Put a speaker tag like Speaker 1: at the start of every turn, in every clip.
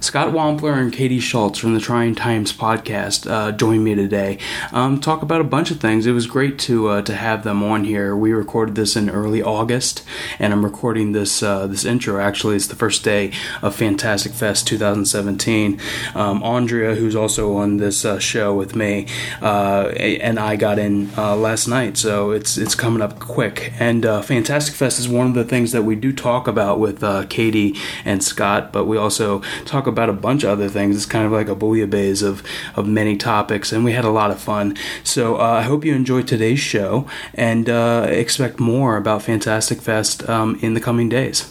Speaker 1: Scott Wampler and Katie Schultz from the Trying Times podcast uh, joined me today. Um, talk about a bunch of things. It was great to uh, to have them on here. We recorded this in early August, and I'm recording this uh, this intro. Actually, it's the first day of Fantastic Fest 2017. Um, Andrea, who's also on this uh, show with me, uh, and I got in uh, last night, so it's it's coming up quick. And uh, Fantastic Fest is one of the things that we do talk about with uh, Katie and Scott, but we also talk about a bunch of other things. It's kind of like a bouillabaisse of, of many topics, and we had a lot of fun. So uh, I hope you enjoyed today's show and uh, expect more about Fantastic Fest um, in the coming days.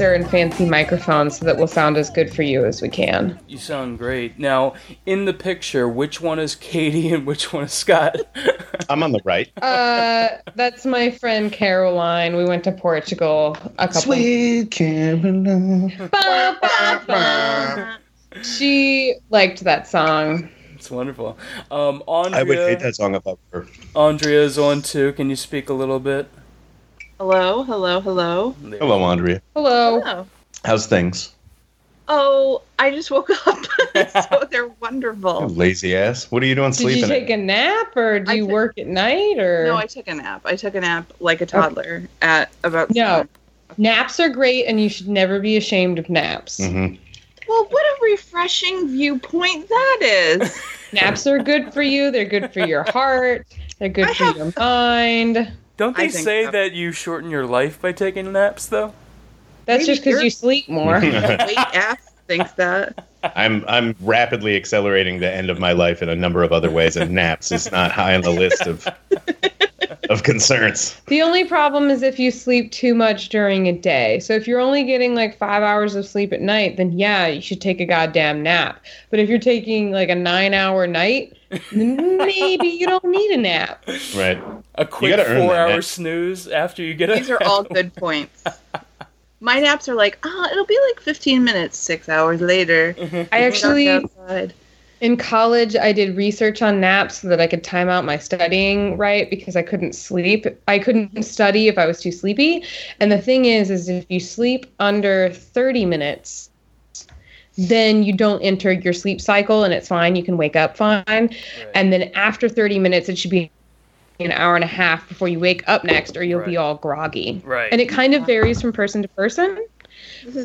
Speaker 2: and fancy microphones so that we'll sound as good for you as we can.
Speaker 1: You sound great. Now, in the picture, which one is Katie and which one is Scott?
Speaker 3: I'm on the right.
Speaker 2: Uh, that's my friend Caroline. We went to Portugal a couple.
Speaker 3: Sweet Caroline. Bah, bah,
Speaker 2: bah. She liked that song.
Speaker 1: It's wonderful. Um, Andrea,
Speaker 3: I would hate that song if I were.
Speaker 1: Andrea's on too. Can you speak a little bit?
Speaker 4: Hello, hello, hello.
Speaker 3: Hello, Andrea.
Speaker 2: Hello. hello.
Speaker 3: How's things?
Speaker 4: Oh, I just woke up, so they're wonderful.
Speaker 3: lazy ass. What are you doing
Speaker 2: Did
Speaker 3: sleeping?
Speaker 2: Did you take at? a nap, or do I you t- work at night, or
Speaker 4: no? I took a nap. I took a nap like a toddler oh. at about
Speaker 2: no. Seven. Naps are great, and you should never be ashamed of naps.
Speaker 3: Mm-hmm.
Speaker 4: Well, what a refreshing viewpoint that is.
Speaker 2: naps are good for you. They're good for your heart. They're good I for have- your mind.
Speaker 1: Don't they say so. that you shorten your life by taking naps, though?
Speaker 2: That's Maybe just because you sleep more. Wait,
Speaker 4: F thinks that.
Speaker 3: Mm-hmm. I'm I'm rapidly accelerating the end of my life in a number of other ways, and naps is not high on the list of of concerns.
Speaker 2: The only problem is if you sleep too much during a day. So if you're only getting like five hours of sleep at night, then yeah, you should take a goddamn nap. But if you're taking like a nine hour night, maybe you don't need a nap.
Speaker 3: Right.
Speaker 1: A quick four hour nap. snooze after you get
Speaker 4: These a- are all good points. My naps are like, oh, it'll be like 15 minutes, six hours later.
Speaker 2: Mm-hmm. I actually. Outside in college i did research on naps so that i could time out my studying right because i couldn't sleep i couldn't study if i was too sleepy and the thing is is if you sleep under 30 minutes then you don't enter your sleep cycle and it's fine you can wake up fine right. and then after 30 minutes it should be an hour and a half before you wake up next or you'll right. be all groggy
Speaker 1: right
Speaker 2: and it kind of varies from person to person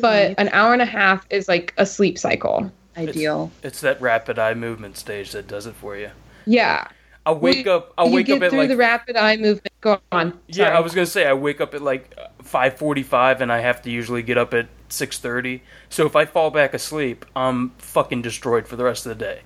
Speaker 2: but nice. an hour and a half is like a sleep cycle
Speaker 4: ideal.
Speaker 1: It's, it's, that rapid eye movement stage that does it for you.
Speaker 2: Yeah.
Speaker 1: I wake we, up. I wake up at
Speaker 2: through
Speaker 1: like
Speaker 2: the rapid eye movement. Go on.
Speaker 1: Sorry. Yeah, I was gonna say I wake up at like five forty-five, and I have to usually get up at six thirty. So if I fall back asleep, I'm fucking destroyed for the rest of the day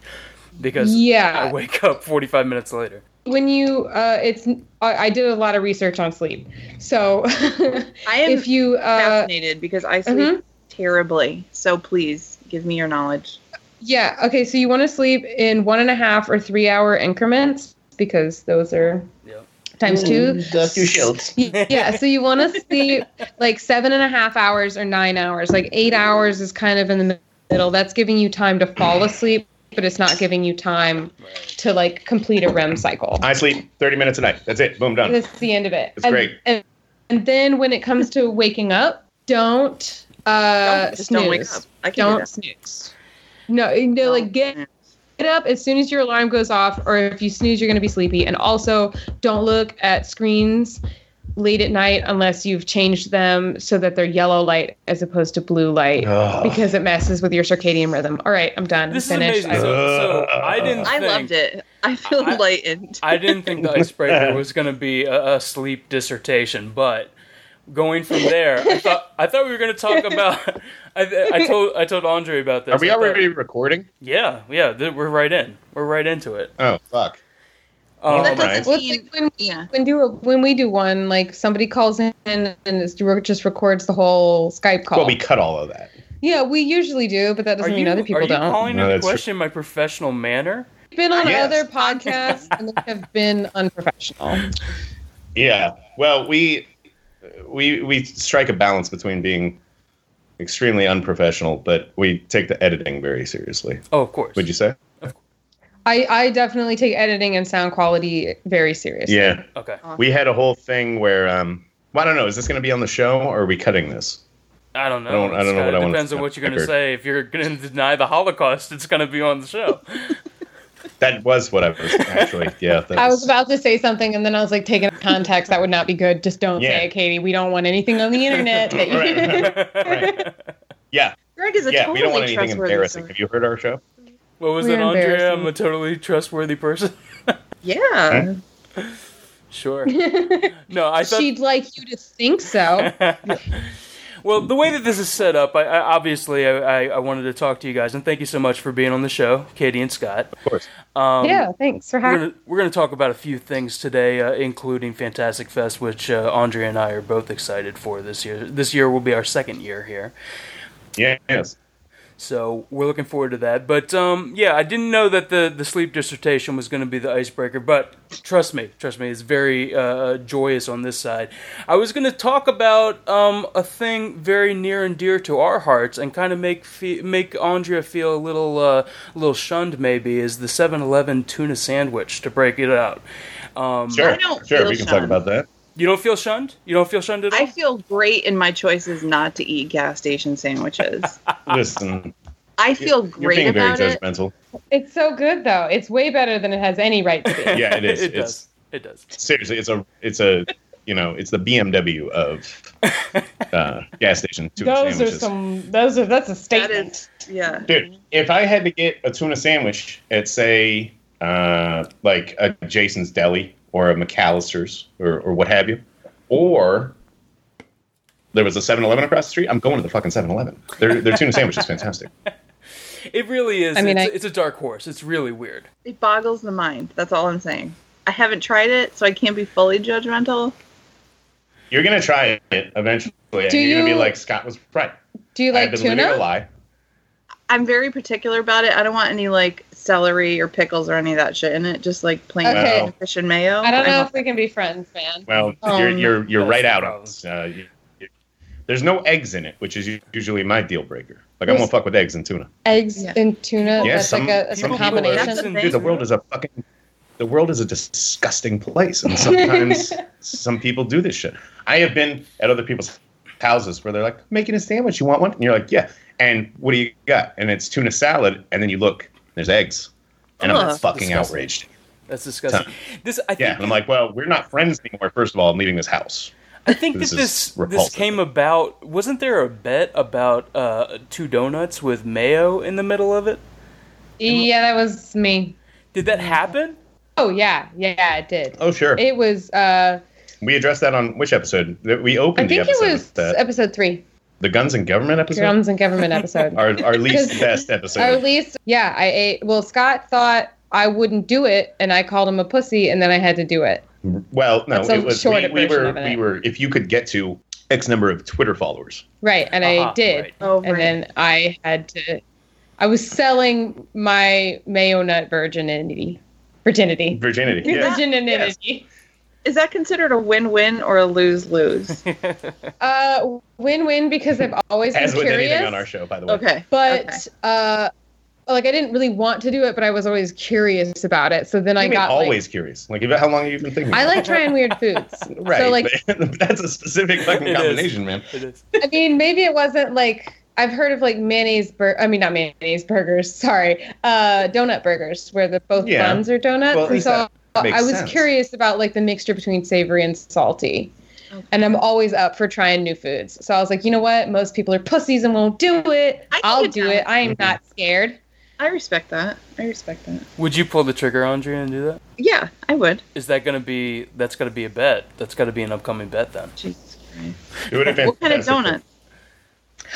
Speaker 1: because
Speaker 2: yeah,
Speaker 1: I wake up forty-five minutes later
Speaker 2: when you uh, it's I, I, did a lot of research on sleep so
Speaker 4: i am if you uh, fascinated because i sleep mm-hmm. terribly so please give me your knowledge
Speaker 2: yeah okay so you want to sleep in one and a half or three hour increments because those are yep. times two
Speaker 3: mm, dr schultz
Speaker 2: yeah so you want to sleep like seven and a half hours or nine hours like eight hours is kind of in the middle that's giving you time to fall asleep but it's not giving you time right. to like complete a REM cycle.
Speaker 3: I sleep 30 minutes a night. That's it. Boom, done.
Speaker 2: That's the end of it.
Speaker 3: It's and, great.
Speaker 2: And, and then when it comes to waking up, don't uh
Speaker 4: don't, just Uh, snooze. Don't wake up. I
Speaker 2: don't do snooze. No, no, like get get up as soon as your alarm goes off, or if you snooze, you're going to be sleepy. And also, don't look at screens late at night unless you've changed them so that they're yellow light as opposed to blue light
Speaker 3: Ugh.
Speaker 2: because it messes with your circadian rhythm. All right, I'm done.
Speaker 5: This is
Speaker 2: Finished.
Speaker 5: amazing. So, so I didn't.
Speaker 4: I
Speaker 5: think-
Speaker 4: loved it. I feel
Speaker 5: I-
Speaker 4: enlightened.
Speaker 5: I didn't think the icebreaker was going to be a, a sleep dissertation, but going from there, I thought I thought we were going to talk about. I, I told I told Andre about this.
Speaker 3: Are we
Speaker 5: I thought-
Speaker 3: already recording?
Speaker 5: yeah, yeah. Th- we're right in. We're right into it.
Speaker 3: Oh fuck!
Speaker 5: Um,
Speaker 4: That
Speaker 3: Alright.
Speaker 4: doesn't
Speaker 2: Well, it's
Speaker 4: mean,
Speaker 2: like when we,
Speaker 4: yeah.
Speaker 2: when do a, when we do one, like somebody calls in and it's, just records the whole Skype call.
Speaker 3: Well, we cut all of that.
Speaker 2: yeah, we usually do, but that
Speaker 5: are
Speaker 2: doesn't mean
Speaker 5: you,
Speaker 2: other people
Speaker 5: are you
Speaker 2: don't.
Speaker 5: calling
Speaker 3: No,
Speaker 5: into
Speaker 3: that's true.
Speaker 5: question my professional manner?
Speaker 2: We've been on
Speaker 3: Yes.
Speaker 2: other podcasts and they have been unprofessional.
Speaker 3: Yeah. Well, we we we strike a balance between being extremely unprofessional, but we take the editing very seriously.
Speaker 5: Oh, of course.
Speaker 3: Would you say?
Speaker 2: I, I definitely take editing and sound quality very seriously.
Speaker 3: Yeah.
Speaker 5: Okay.
Speaker 3: We had a whole thing where um well, I don't know, is this going to be on the show or are we cutting this?
Speaker 5: I don't know.
Speaker 3: I don't- I don't know what I
Speaker 5: it
Speaker 3: wanna
Speaker 5: depends on
Speaker 3: say.
Speaker 5: what you're going to say. If you're going to deny the Holocaust, it's going to be on the show.
Speaker 3: That was what I was actually yeah. That
Speaker 2: I was about to say something and then I was like, taking context, that would not be good. Just don't
Speaker 3: Yeah.
Speaker 2: say it, Katie. We don't want anything on the internet that you
Speaker 3: Right. Right. Yeah.
Speaker 4: Greg is a
Speaker 3: Yeah,
Speaker 4: totally
Speaker 3: we don't want anything
Speaker 4: trustworthy
Speaker 3: embarrassing.
Speaker 4: source.
Speaker 3: Have you heard our show?
Speaker 5: What was
Speaker 2: We're
Speaker 5: it, Andrea?
Speaker 2: embarrassing.
Speaker 5: I'm a totally trustworthy person.
Speaker 4: Yeah.
Speaker 5: Sure. No, I thought
Speaker 2: She'd like you to think so.
Speaker 5: well, the way that this is set up, I, I obviously I, I, I wanted to talk to you guys, and thank you so much for being on the show, Katie and Scott.
Speaker 3: Of course.
Speaker 5: Um,
Speaker 2: yeah, thanks for
Speaker 5: We're
Speaker 2: having
Speaker 5: gonna, we're gonna talk about a few things today, uh, including Fantastic Fest, which uh, Andre and I are both excited for this year. This year will be our second year here,
Speaker 3: Yeah, yes.
Speaker 5: so we're looking forward to that. But um, yeah, I didn't know that the the sleep dissertation was gonna be the icebreaker, but trust me, trust me, it's very uh, joyous on this side. I was gonna talk about um, a thing very near and dear to our hearts, and kind of make fe- make Andrea feel a little uh, a little shunned. Maybe is the 7-Eleven tuna sandwich to break it out. Um,
Speaker 3: Sure.
Speaker 4: I don't
Speaker 3: Sure,
Speaker 4: feel
Speaker 3: we can talk
Speaker 4: shunned.
Speaker 3: about that.
Speaker 5: you don't feel shunned? You don't feel shunned at all?
Speaker 4: I feel great in my choices not to eat gas station sandwiches.
Speaker 3: Listen.
Speaker 4: I feel
Speaker 3: You're
Speaker 4: great
Speaker 3: being very
Speaker 4: about it.
Speaker 3: judgmental.
Speaker 2: It's so good though. It's way better than it has any right to be.
Speaker 3: Yeah, it is.
Speaker 5: it
Speaker 3: it's
Speaker 5: does. It does.
Speaker 3: seriously, it's a it's a you know it's the BMW of uh, gas station tuna
Speaker 2: those are
Speaker 3: sandwiches.
Speaker 2: some. Those are. That's a
Speaker 4: That
Speaker 2: statement.
Speaker 4: is, yeah.
Speaker 3: Dude, if I had to get a tuna sandwich at say uh, like a Jason's Deli or a McAllister's or, or what have you, or there was a 7-Eleven across the street. I'm going to the fucking 7-Eleven. Their, their tuna sandwich is fantastic.
Speaker 5: It really is.
Speaker 2: I mean,
Speaker 5: it's,
Speaker 2: I-
Speaker 5: it's a dark horse. It's really weird.
Speaker 4: It boggles the mind. That's all I'm saying. I haven't tried it, so I can't be fully judgmental.
Speaker 3: You're gonna try it eventually, and
Speaker 2: Do
Speaker 3: you're gonna
Speaker 2: you-
Speaker 3: be like Scott was right.
Speaker 2: Do you like
Speaker 3: I've been living a
Speaker 2: tuna?
Speaker 3: lie.
Speaker 4: I'm very particular about it. I don't want any like celery or pickles or any of that shit in it. Just like plain
Speaker 2: Okay.
Speaker 4: chicken, fish and mayo.
Speaker 2: I don't
Speaker 4: I'm
Speaker 2: know
Speaker 4: okay.
Speaker 2: if we can be friends, man.
Speaker 3: Well,
Speaker 2: Um,
Speaker 3: you're you're you're
Speaker 5: That's
Speaker 3: right
Speaker 5: the
Speaker 3: out
Speaker 5: problem.
Speaker 3: on this. Uh, you, you- there's no eggs in it, which is u- usually my deal breaker. Like I
Speaker 2: There's-
Speaker 3: won't fuck with eggs and tuna.
Speaker 2: Eggs
Speaker 4: Yeah.
Speaker 2: and tuna.
Speaker 3: Yeah,
Speaker 2: that's
Speaker 3: some-
Speaker 2: like a, that's a
Speaker 3: some people are-
Speaker 2: combination.
Speaker 4: That's a
Speaker 3: Dude, the world is a fucking the world is a disgusting place, and sometimes some people do this shit. I have been at other people's houses where they're like making a sandwich. You want one? And you're like, yeah. And what do you got? And it's tuna salad. And then you look, there's eggs, and I'm
Speaker 4: Ugh.
Speaker 3: fucking
Speaker 5: Disgusting.
Speaker 3: outraged.
Speaker 5: That's disgusting. This, I think,
Speaker 3: Yeah, and I'm like, well, we're not friends anymore. First of all, I'm leaving this house.
Speaker 5: I think
Speaker 3: this
Speaker 5: that
Speaker 3: is
Speaker 5: this this
Speaker 3: repulsive.
Speaker 5: came about. Wasn't there a bet about uh, two donuts with mayo in the middle of it?
Speaker 2: yeah, that was me.
Speaker 5: Did that happen?
Speaker 2: Oh yeah, yeah, it did.
Speaker 3: Oh sure.
Speaker 2: It was. uh
Speaker 3: We addressed that on which episode? That We
Speaker 2: I
Speaker 3: opened the
Speaker 2: think it
Speaker 3: episode
Speaker 2: was
Speaker 3: with that.
Speaker 2: episode three,
Speaker 3: the guns and government episode.
Speaker 2: drums and government episode.
Speaker 3: Our, our least
Speaker 2: Because-
Speaker 3: best episode.
Speaker 2: Or at least, yeah, I ate. Well, Scott thought I wouldn't do it, and I called him a pussy, and then I had to do it.
Speaker 3: well, no,
Speaker 2: that's a
Speaker 3: it was we,
Speaker 2: shorter
Speaker 3: we
Speaker 2: version
Speaker 3: were
Speaker 2: of it.
Speaker 3: we were if you could get to X number of Twitter followers.
Speaker 2: Right, and
Speaker 3: Uh-huh,
Speaker 5: Aha,
Speaker 2: I did.
Speaker 5: right.
Speaker 4: Over
Speaker 2: and
Speaker 4: it.
Speaker 2: then I had to. I was selling my mayo nut virginity, virginity,
Speaker 3: Virginity. Yeah.
Speaker 2: virginity.
Speaker 4: Is that considered a win-win or a lose-lose?
Speaker 2: Uh, win-win because I've always been
Speaker 3: As with
Speaker 2: curious.
Speaker 3: anything on our show, by the way.
Speaker 4: okay.
Speaker 2: But
Speaker 4: Okay.
Speaker 2: uh, like I didn't really want to do it, but I was always curious about it. So then
Speaker 3: I
Speaker 2: I
Speaker 3: mean,
Speaker 2: got like-
Speaker 3: always curious. Like, about how long have you been thinking?
Speaker 2: I like trying weird foods.
Speaker 3: Right.
Speaker 2: So like,
Speaker 3: but that's a specific fucking
Speaker 5: It is.
Speaker 3: combination, man.
Speaker 5: It is.
Speaker 2: I mean, maybe it wasn't like I've heard of like mayonnaise bur- I mean not mayonnaise burgers, sorry. Uh donut burgers where the both
Speaker 3: Yeah.
Speaker 2: buns are donuts.
Speaker 3: Well, at
Speaker 2: And
Speaker 3: least
Speaker 2: so
Speaker 3: that makes
Speaker 2: I was
Speaker 3: sense.
Speaker 2: curious about like the mixture between savory and salty. And I'm always up for trying new foods. So I was like, you know what? Most people are pussies and won't do it.
Speaker 4: I can
Speaker 2: I'll
Speaker 4: get
Speaker 2: do
Speaker 4: down
Speaker 2: it.
Speaker 4: with
Speaker 2: I am
Speaker 3: Mhm.
Speaker 2: not scared.
Speaker 4: I respect that. I respect that.
Speaker 5: Would you pull the trigger, Andrea, and do that?
Speaker 4: Yeah, I would.
Speaker 5: Is that going to be? That's going to be a bet. That's got to be an upcoming bet then.
Speaker 4: Jesus Christ.
Speaker 3: It would have been
Speaker 4: What kind of
Speaker 3: fantastic.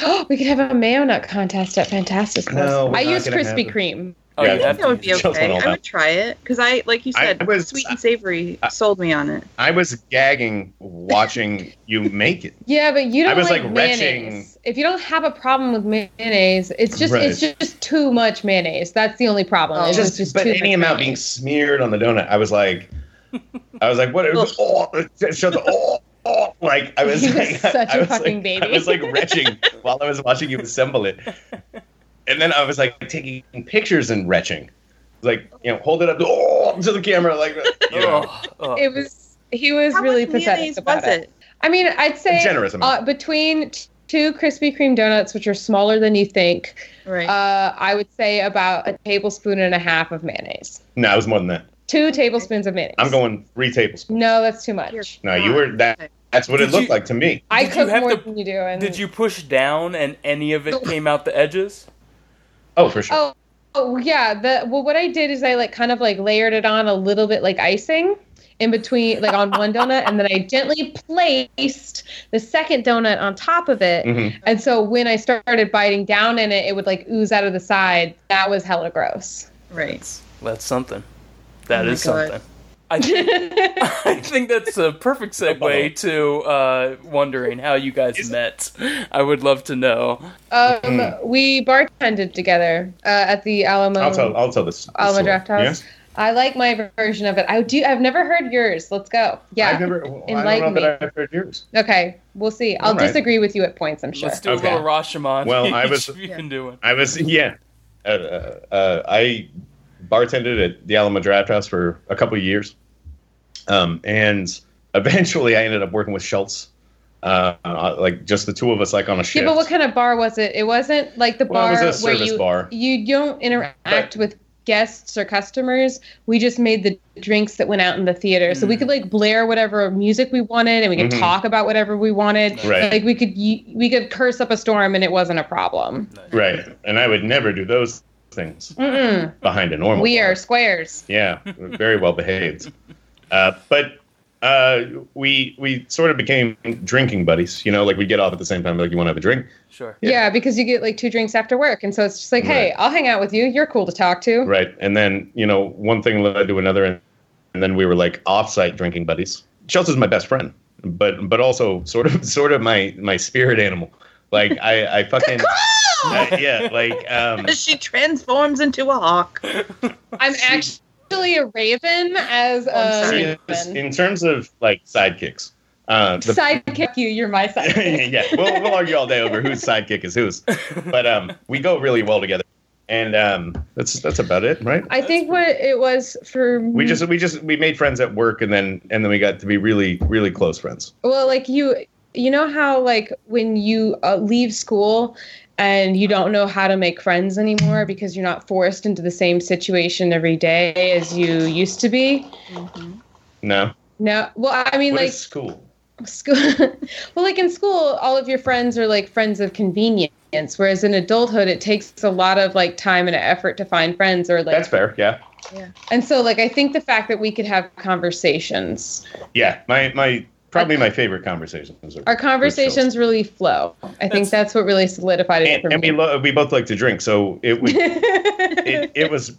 Speaker 4: donut?
Speaker 2: we could have a mayo nut contest at Fantastic.
Speaker 3: No, we're
Speaker 2: I
Speaker 3: not
Speaker 2: use
Speaker 3: gonna
Speaker 2: Krispy
Speaker 3: have it.
Speaker 2: Kreme.
Speaker 5: Oh,
Speaker 3: Yeah,
Speaker 5: you have
Speaker 4: That
Speaker 5: to
Speaker 4: would
Speaker 5: use
Speaker 4: be
Speaker 5: it.
Speaker 3: Chills
Speaker 4: okay.
Speaker 3: on all
Speaker 4: I'm
Speaker 3: that.
Speaker 4: gonna try it because I, like you
Speaker 3: I-
Speaker 4: said,
Speaker 3: I was- uh,
Speaker 4: sweet and savory sold me on it.
Speaker 3: I was gagging watching you make it.
Speaker 2: Yeah, but you
Speaker 3: I
Speaker 2: don't
Speaker 3: was,
Speaker 2: like,
Speaker 3: like, retching.
Speaker 2: mayonnaise. If you don't have a problem with mayonnaise, it's just it's
Speaker 3: Right.
Speaker 2: just too much mayonnaise. That's the only problem.
Speaker 4: Oh.
Speaker 2: It's
Speaker 3: Just, but
Speaker 2: too
Speaker 3: any
Speaker 2: much
Speaker 3: amount being
Speaker 2: mayonnaise.
Speaker 3: smeared on the donut, I was like, I was like, what? It was, oh, it showed the oh, oh, like I was
Speaker 2: You were
Speaker 3: like,
Speaker 2: such
Speaker 3: I
Speaker 2: a
Speaker 3: was
Speaker 2: fucking
Speaker 3: like,
Speaker 2: baby.
Speaker 3: I was like retching while I was watching you assemble it, and then I was like taking pictures and retching, like you know, hold it up oh, to the camera, like you know,
Speaker 5: Ugh, ugh.
Speaker 2: It was he was really
Speaker 4: much mayonnaise
Speaker 2: pathetic about
Speaker 4: was
Speaker 2: it. I mean, I'd
Speaker 3: a
Speaker 2: say
Speaker 3: generous amount.
Speaker 2: uh, between t- two Krispy Kreme donuts, which are smaller than you think,
Speaker 4: Right.
Speaker 2: uh, I would say about a tablespoon and a half of mayonnaise.
Speaker 3: no, it was more than that.
Speaker 2: Two tablespoons of mayonnaise.
Speaker 3: I'm going three tablespoons.
Speaker 2: No, that's too much.
Speaker 4: Dear
Speaker 3: No, you
Speaker 4: God.
Speaker 3: were that. That's what
Speaker 5: Did
Speaker 3: it looked
Speaker 5: you-
Speaker 3: like to me.
Speaker 2: I
Speaker 5: Did you
Speaker 2: cook
Speaker 5: have
Speaker 2: more
Speaker 5: to-
Speaker 2: than you do. And
Speaker 5: Did you push down and any of it came out the edges?
Speaker 3: Oh, for sure.
Speaker 2: Oh, oh yeah. The well, what I did is I like kind of like layered it on a little bit like icing in between, like on one donut, and then I gently placed the second donut on top of it.
Speaker 3: Mhm.
Speaker 2: And so when I started biting down in it, it would like ooze out of the side. That was hella gross.
Speaker 4: Right.
Speaker 5: That's something. That
Speaker 4: Oh my
Speaker 5: is
Speaker 4: God.
Speaker 5: something. I think, I think that's a perfect segue to uh, wondering how you guys met. I would love to know.
Speaker 2: Um,
Speaker 3: Mm.
Speaker 2: We bartended together uh, at the Alamo.
Speaker 3: I'll tell. I'll tell this.
Speaker 2: Alamo
Speaker 3: story.
Speaker 2: Draft House. I like my version of it. I do. I've never heard yours. Let's go. Yeah.
Speaker 3: I've never. Well, I
Speaker 2: Enlighten
Speaker 3: don't know that
Speaker 2: me.
Speaker 3: I've heard yours.
Speaker 2: Okay, we'll see. I'll
Speaker 3: All right.
Speaker 2: disagree with you at points, I'm sure.
Speaker 5: Let's do
Speaker 3: Okay.
Speaker 5: a little Rashomon.
Speaker 3: Well, I was-
Speaker 5: you can do it.
Speaker 3: I was yeah. Uh, uh, uh, I bartended at the Alamo Draft House for a couple of years, um, and eventually I ended up working with Schultz. Uh, uh, like just the two of us, like on a
Speaker 2: Yeah,
Speaker 3: shift.
Speaker 2: but what kind of bar was it? It wasn't like the
Speaker 3: Well, it
Speaker 2: bar
Speaker 3: was a
Speaker 2: where
Speaker 3: service
Speaker 2: you
Speaker 3: bar.
Speaker 2: you don't interact
Speaker 3: Right.
Speaker 2: with guests or customers. We just made the drinks that went out in the theater, so
Speaker 3: Hmm.
Speaker 2: we
Speaker 5: Mm.
Speaker 2: could like blare whatever music we wanted, and we could
Speaker 3: Mhm.
Speaker 2: talk about whatever we wanted.
Speaker 3: Right.
Speaker 2: Like we could y- we could curse up a storm, and it wasn't a problem.
Speaker 3: right, and I would never do those things
Speaker 2: Mm-mm.
Speaker 3: behind a normal.
Speaker 2: We
Speaker 3: bar.
Speaker 2: are squares.
Speaker 3: Yeah, very well behaved. Uh, but uh, we we sort of became drinking buddies. You know, like we'd get off at the same time. Like, you want to have a drink?
Speaker 5: Sure.
Speaker 2: Yeah.
Speaker 3: Yeah.
Speaker 2: because you get like two drinks after work, and so it's just like, hey,
Speaker 3: Right.
Speaker 2: I'll hang out with you. You're cool to talk to.
Speaker 3: Right. And then, you know, one thing led to another. And, and then we were like off-site drinking buddies. Chelsea's my best friend, but but also sort of sort of my my spirit animal. Like I I fucking Uh, yeah. Like um,
Speaker 4: She transforms into a hawk.
Speaker 2: I'm actually a raven as a
Speaker 3: serious-
Speaker 2: human.
Speaker 3: in terms of like sidekicks. Uh, the-
Speaker 2: sidekick you. You're my sidekick.
Speaker 3: yeah, we'll, we'll argue all day over whose sidekick is whose, but um, we go really well together, and um, that's that's about it, right?
Speaker 2: I think what it was for
Speaker 3: We
Speaker 2: me-
Speaker 3: just we just we made friends at work, and then and then we got to be really really close friends.
Speaker 2: well, like you, you know how like when you uh, leave school and you don't know how to make friends anymore because you're not forced into the same situation every day as you used to be.
Speaker 4: Mhm.
Speaker 3: No,
Speaker 2: No, well, I mean,
Speaker 3: What
Speaker 2: like
Speaker 3: is school.
Speaker 2: school well like in school all of your friends are like friends of convenience whereas in adulthood it takes a lot of like time and effort to find friends or like
Speaker 3: That's fair. Yeah,
Speaker 2: and so like i think the fact that we could have conversations
Speaker 3: yeah. My my probably my favorite conversations. Are,
Speaker 2: our conversations really flow i think
Speaker 5: That's-
Speaker 2: that's what really solidified it
Speaker 3: and,
Speaker 2: for
Speaker 3: and we
Speaker 2: me
Speaker 3: lo- we both like to drink, so it would it, it was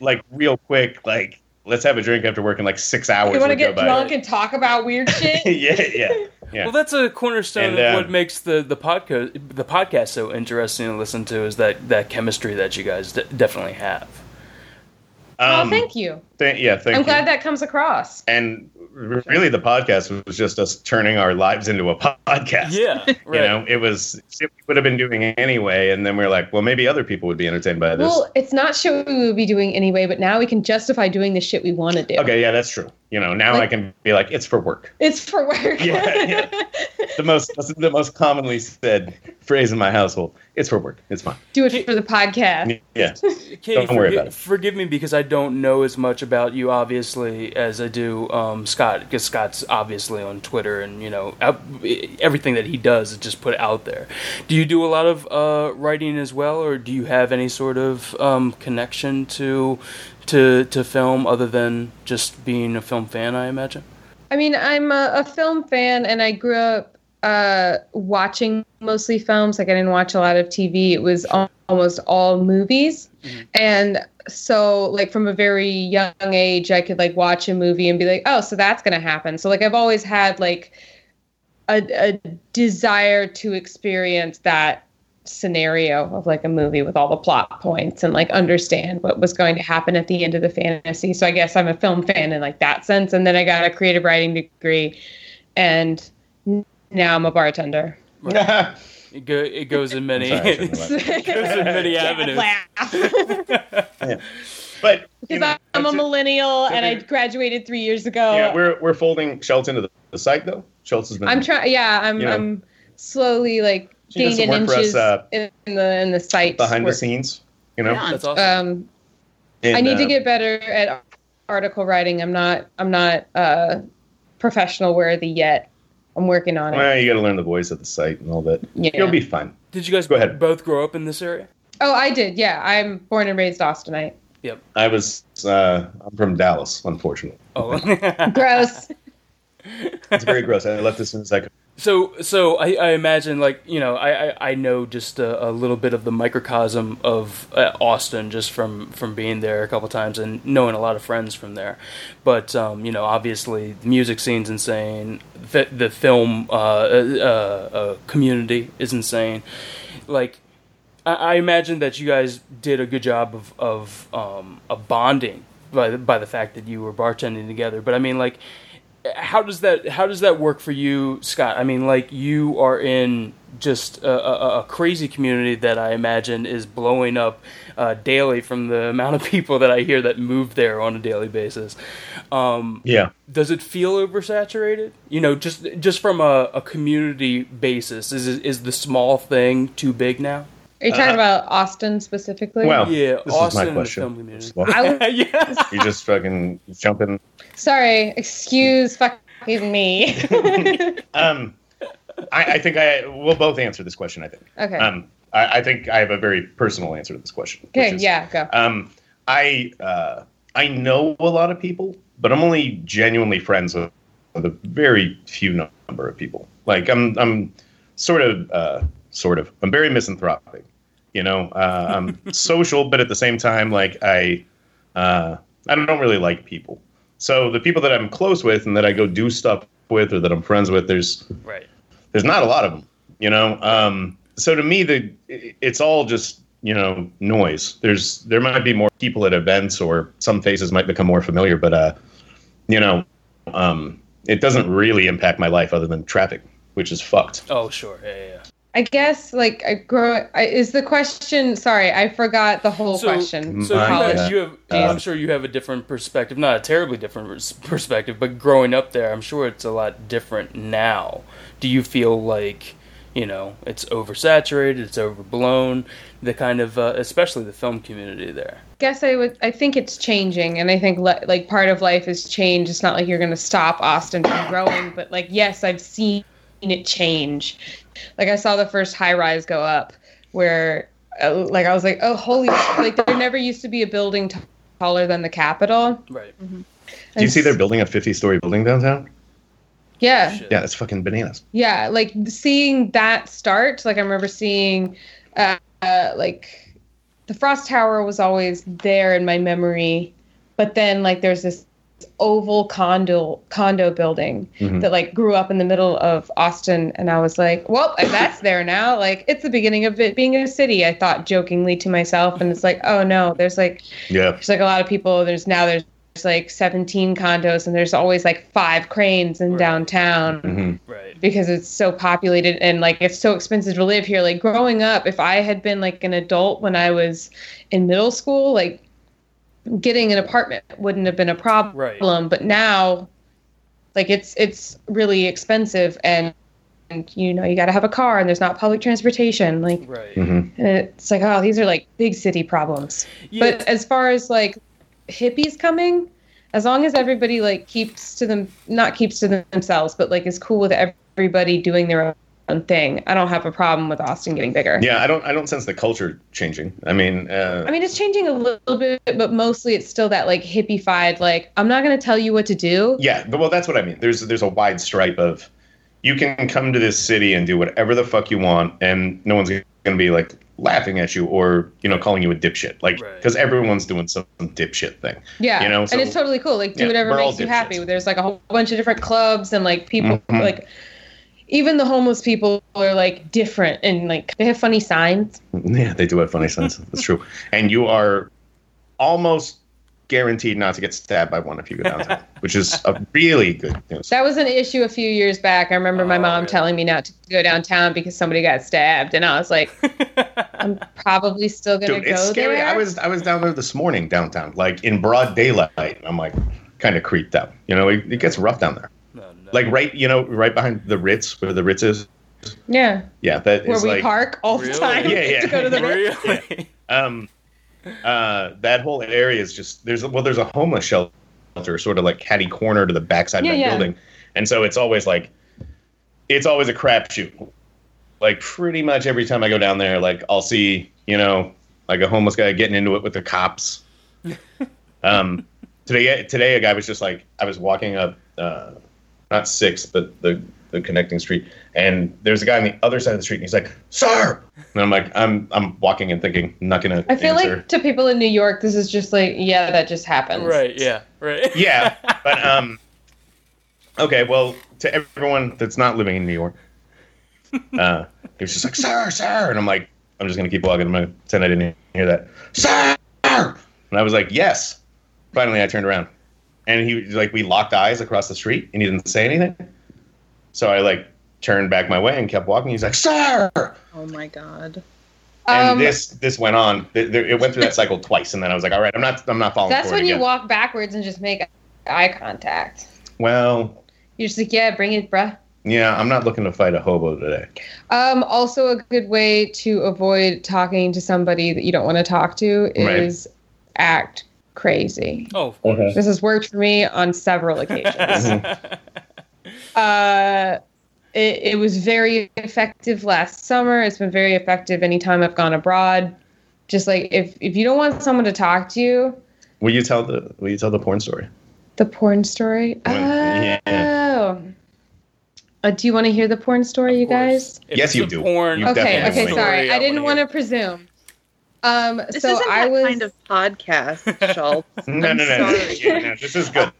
Speaker 3: like real quick. Like let's have a drink after work in like six hours.
Speaker 2: you want to
Speaker 3: would
Speaker 2: get
Speaker 3: go by.
Speaker 2: drunk and talk about weird shit
Speaker 3: yeah, yeah. Yeah.
Speaker 5: Well, that's a cornerstone
Speaker 3: And,
Speaker 5: of
Speaker 3: um,
Speaker 5: what makes the, the podcast the podcast so interesting to listen to is that, that chemistry that you guys d- definitely have.
Speaker 2: oh
Speaker 3: Um,
Speaker 2: thank you
Speaker 3: th- yeah, thank
Speaker 2: i'm
Speaker 3: you.
Speaker 2: glad that comes across
Speaker 3: and really the podcast was just us turning our lives into a po- podcast.
Speaker 5: Yeah,
Speaker 3: You know, it was shit we would have been doing anyway, and then we are like, well, maybe other people would be entertained by this.
Speaker 2: Well, it's not shit we would be doing anyway, but now we can justify doing the shit we want to do.
Speaker 3: okay, yeah, that's true. You know, now I
Speaker 2: Like-
Speaker 3: can be like, it's for work.
Speaker 2: It's for work.
Speaker 3: Yeah, yeah. The most that's the most commonly said phrase in my household. It's for work. It's fine.
Speaker 2: do it for the podcast.
Speaker 3: Yeah.
Speaker 5: Katie,
Speaker 3: Don't worry
Speaker 5: forgi-
Speaker 3: about it.
Speaker 5: Forgive me because I don't know as much about you, obviously, as I do um, Scott. Because Scott's obviously on Twitter, and you know out- everything that he does is just put out there. Do you do a lot of uh, writing as well, or do you have any sort of um, connection to to to film other than just being a film fan? I imagine.
Speaker 2: I mean, I'm a, a film fan, and I grew up uh, watching mostly films. Like I didn't watch a lot of TV. It was al- almost all movies, and so like from a very young age, I could like watch a movie and be like, oh, so that's gonna happen. So like I've always had like a, a desire to experience that scenario of like a movie with all the plot points and like understand what was going to happen at the end of the fantasy. So I guess I'm a film fan in like that sense. And then I got a creative writing degree and n- now I'm a bartender.
Speaker 5: It, go, it goes in many.
Speaker 3: Sorry, I
Speaker 5: it
Speaker 3: shouldn't have
Speaker 5: goes in many avenues.
Speaker 3: But you know,
Speaker 2: Because I'm a
Speaker 3: that's it.
Speaker 2: millennial
Speaker 3: So
Speaker 2: and I
Speaker 3: there-
Speaker 2: graduated three years ago.
Speaker 3: Yeah, we're we're folding Schultz into the, the site though. Schultz has been
Speaker 2: uh, I'm trying. Yeah, I'm
Speaker 3: You know.
Speaker 2: I'm slowly like
Speaker 3: She does some
Speaker 2: gaining
Speaker 3: work for us,
Speaker 2: inches
Speaker 3: uh,
Speaker 2: in the in the site
Speaker 3: behind
Speaker 2: work.
Speaker 3: the scenes. You know,
Speaker 4: Yeah.
Speaker 5: That's awesome.
Speaker 2: Um,
Speaker 3: And,
Speaker 2: I need to
Speaker 3: uh,
Speaker 2: get better at article writing. I'm not I'm not uh, professional worthy yet. I'm working on it.
Speaker 3: Well, you got to learn the voice of the site and all that.
Speaker 2: Yeah.
Speaker 3: You'll be fine.
Speaker 5: Did you guys
Speaker 3: Go ahead.
Speaker 5: both grow up in this area?
Speaker 2: Oh, I did. Yeah, I'm born and raised Austinite.
Speaker 3: I was uh, I'm from Dallas, unfortunately.
Speaker 5: Oh,
Speaker 2: Gross.
Speaker 3: It's very gross. I left as soon as I could.
Speaker 5: So, so I, I imagine, like you know, I, I, I know just a, a little bit of the microcosm of uh, Austin just from from being there a couple times and knowing a lot of friends from there. But um, you know, obviously, the music scene's insane. The, the film uh, uh, uh, uh, community is insane. Like, I, I imagine that you guys did a good job of of, um, of bonding by the, by the fact that you were bartending together. But I mean, like, how does that how does that work for you, Scott? I mean, like, you are in just a, a, a crazy community that I imagine is blowing up uh, daily from the amount of people that I hear that move there on a daily basis. Um,
Speaker 3: Yeah.
Speaker 5: does it feel oversaturated? You know, just just from a, a community basis, is it- is the small thing too big now?
Speaker 2: Are you talking
Speaker 3: Uh,
Speaker 2: about Austin specifically?
Speaker 3: Well,
Speaker 5: Yeah,
Speaker 3: this
Speaker 5: Austin
Speaker 3: is
Speaker 5: and
Speaker 3: my
Speaker 5: the film
Speaker 3: question.
Speaker 5: community.
Speaker 3: First of all,
Speaker 2: I was,
Speaker 5: yeah.
Speaker 3: you just fucking jumping.
Speaker 2: sorry. Excuse fucking me.
Speaker 3: Um, I, I think I we'll both answer this question. I think.
Speaker 2: okay.
Speaker 3: Um, I, I think I have a very personal answer to this question. which
Speaker 2: okay.
Speaker 3: is,
Speaker 2: yeah. Go.
Speaker 3: Um, I uh, I know a lot of people, but I'm only genuinely friends with, with a very few number of people. Like I'm I'm sort of uh, sort of I'm very misanthropic. You know, uh, I'm social, but at the same time, like I uh, I don't really like people. So the people that I'm close with and that I go do stuff with or that I'm friends with, there's
Speaker 5: Right.
Speaker 3: there's not a lot of them, you know. Um, so to me, the it- it's all just you know noise. There's there might be more people at events, or some faces might become more familiar, but uh, you know, um, it doesn't really impact my life other than traffic, which is fucked.
Speaker 5: Oh, sure. Yeah, yeah. yeah.
Speaker 2: I guess like I grow. I, is the question? Sorry, I forgot the whole
Speaker 5: So-
Speaker 2: question.
Speaker 5: So you
Speaker 3: My
Speaker 5: guys,
Speaker 3: God.
Speaker 5: you have, I'm sure you have a different perspective, not a terribly different pers- perspective, but growing up there, I'm sure it's a lot different now. Do you feel like, you know, it's oversaturated, it's overblown, the kind of, uh, especially the film community there?
Speaker 2: guess I would. I think it's changing, and I think le- like part of life is change. It's not like you're going to stop Austin from growing, but like yes, I've seen it change. Like I saw the first high rise go up, where uh, like I was like, oh holy, sh-. like there never used to be a building t- taller than the Capitol.
Speaker 5: Right.
Speaker 3: Do you see they're building a 50 story building downtown?
Speaker 2: Yeah,
Speaker 5: Shit.
Speaker 3: Yeah, that's fucking bananas.
Speaker 2: yeah like seeing that start like i remember seeing uh, uh like the frost tower was always there in my memory but then like there's this oval condo condo building
Speaker 3: Mhm.
Speaker 2: that like grew up in the middle of austin and i was like well if that's there now like it's the beginning of it being a city i thought jokingly to myself and it's like oh no there's like
Speaker 3: Yeah,
Speaker 2: there's like a lot of people there's now there's like 17 condos and there's always like five cranes in
Speaker 5: Right.
Speaker 2: downtown
Speaker 3: hmm
Speaker 5: Right.
Speaker 2: because it's so populated and like it's so expensive to live here. Like growing up, if I had been like an adult when I was in middle school, like getting an apartment wouldn't have been a problem.
Speaker 5: Right.
Speaker 2: But now, like it's it's really expensive and. And, you know, you got to have a car, and there's not public transportation. Like,
Speaker 5: Right.
Speaker 2: and it's like, oh, these are like big city problems.
Speaker 5: Yeah.
Speaker 2: But as far as like hippies coming, as long as everybody like keeps to them, not keeps to them- themselves, but like is cool with everybody doing their own thing, I don't have a problem with Austin getting bigger.
Speaker 3: Yeah, I don't. I don't sense the culture changing. I mean, uh,
Speaker 2: I mean, it's changing a little bit, but mostly it's still that like hippified, like, I'm not going to tell you what to do.
Speaker 3: yeah. But, well, that's what I mean. There's there's a wide stripe of you can come to this city and do whatever the fuck you want, and no one's going to be like laughing at you or you know calling you a dipshit, like
Speaker 5: Right.
Speaker 3: because everyone's doing some, some dipshit thing.
Speaker 2: Yeah,
Speaker 3: You know, so-
Speaker 2: and it's totally cool. Like, do
Speaker 3: Yeah,
Speaker 2: whatever
Speaker 3: we're all
Speaker 2: makes you
Speaker 3: dipshits.
Speaker 2: happy. There's like a whole bunch of different clubs and like people
Speaker 3: Mhm.
Speaker 2: like even the homeless people are like different and like they have funny signs.
Speaker 3: Yeah, they do have funny signs. That's true. And you are almost guaranteed not to get stabbed by one if you go downtown, which is a really good news.
Speaker 2: That was an issue a few years back. I remember my
Speaker 5: Oh,
Speaker 2: mom
Speaker 5: really?
Speaker 2: telling me not to go downtown because somebody got stabbed, and I was like, I'm probably still gonna
Speaker 3: Dude,
Speaker 2: go
Speaker 3: it's scary.
Speaker 2: there.
Speaker 3: I was I was down there this morning downtown, like in broad daylight. and I'm like kind of creeped out. You know, it, it gets rough down there.
Speaker 5: No, no.
Speaker 3: Like right, you know, right behind the Ritz, where the Ritz is.
Speaker 2: yeah,
Speaker 3: Yeah, that is
Speaker 2: where we
Speaker 3: like
Speaker 2: park all the
Speaker 5: Really?
Speaker 2: time
Speaker 3: Yeah, yeah.
Speaker 2: to go to the.
Speaker 5: really?
Speaker 3: um, uh, that whole area is just there's well there's a homeless shelter sort of like catty corner to the backside
Speaker 2: Yeah,
Speaker 3: of that
Speaker 2: yeah.
Speaker 3: building, and so it's always like it's always a crapshoot. Like pretty much every time I go down there, like I'll see you know like a homeless guy getting into it with the cops. um, today today a guy was just like I was walking up uh, not sixth but the the connecting street and there's a guy on the other side of the street and he's like sir and i'm like i'm i'm walking and thinking I'm not gonna
Speaker 2: I feel
Speaker 3: answer.
Speaker 2: like to people in New York, this is just like, yeah, that just happens.
Speaker 5: right. Yeah. Right.
Speaker 3: yeah but um okay well to everyone that's not living in new york uh it was just like sir sir and i'm like i'm just gonna keep walking i'm gonna pretend i didn't hear that sir and i was like yes finally i turned around and he was like we locked eyes across the street and he didn't say anything so i like turned back my way and kept walking he's like sir
Speaker 4: Oh my god.
Speaker 3: and
Speaker 2: Um,
Speaker 3: this this went on Th- th- it went through that cycle twice and then i was like all right i'm not i'm not falling
Speaker 2: That's
Speaker 3: for it
Speaker 2: when you
Speaker 3: again.
Speaker 2: walk backwards and just make eye contact.
Speaker 3: well
Speaker 2: You're just like, yeah, bring it, bruh.
Speaker 3: Yeah, I'm not looking to fight a hobo today.
Speaker 2: Um, also, a good way to avoid talking to somebody that you don't want to talk to
Speaker 3: Right.
Speaker 2: is act crazy.
Speaker 5: Oh, of
Speaker 3: Mhm.
Speaker 5: course.
Speaker 2: This has worked for me on several occasions. uh, it, it was very effective last summer. It's been very effective anytime I've gone abroad. Just like if, if you don't want someone to talk to you,
Speaker 3: Will you tell the Will you tell the porn story?
Speaker 2: The porn story? Oh.
Speaker 3: Yeah.
Speaker 2: Uh, do you want to hear the porn story, you
Speaker 5: Of course.
Speaker 2: guys?
Speaker 5: If
Speaker 3: Yes,
Speaker 5: it's
Speaker 3: you
Speaker 5: a
Speaker 3: do.
Speaker 5: Porn,
Speaker 3: You
Speaker 2: Okay,
Speaker 3: definitely
Speaker 2: okay,
Speaker 3: wanna
Speaker 2: sorry.
Speaker 5: story,
Speaker 2: I didn't want
Speaker 5: wanna
Speaker 2: to presume. Um,
Speaker 4: This
Speaker 2: so
Speaker 4: isn't
Speaker 2: I
Speaker 4: that
Speaker 2: was
Speaker 4: kind of podcast, Schultz.
Speaker 3: No,
Speaker 4: I'm
Speaker 3: no, no, no,
Speaker 4: sorry.
Speaker 3: Yeah, no, This is good.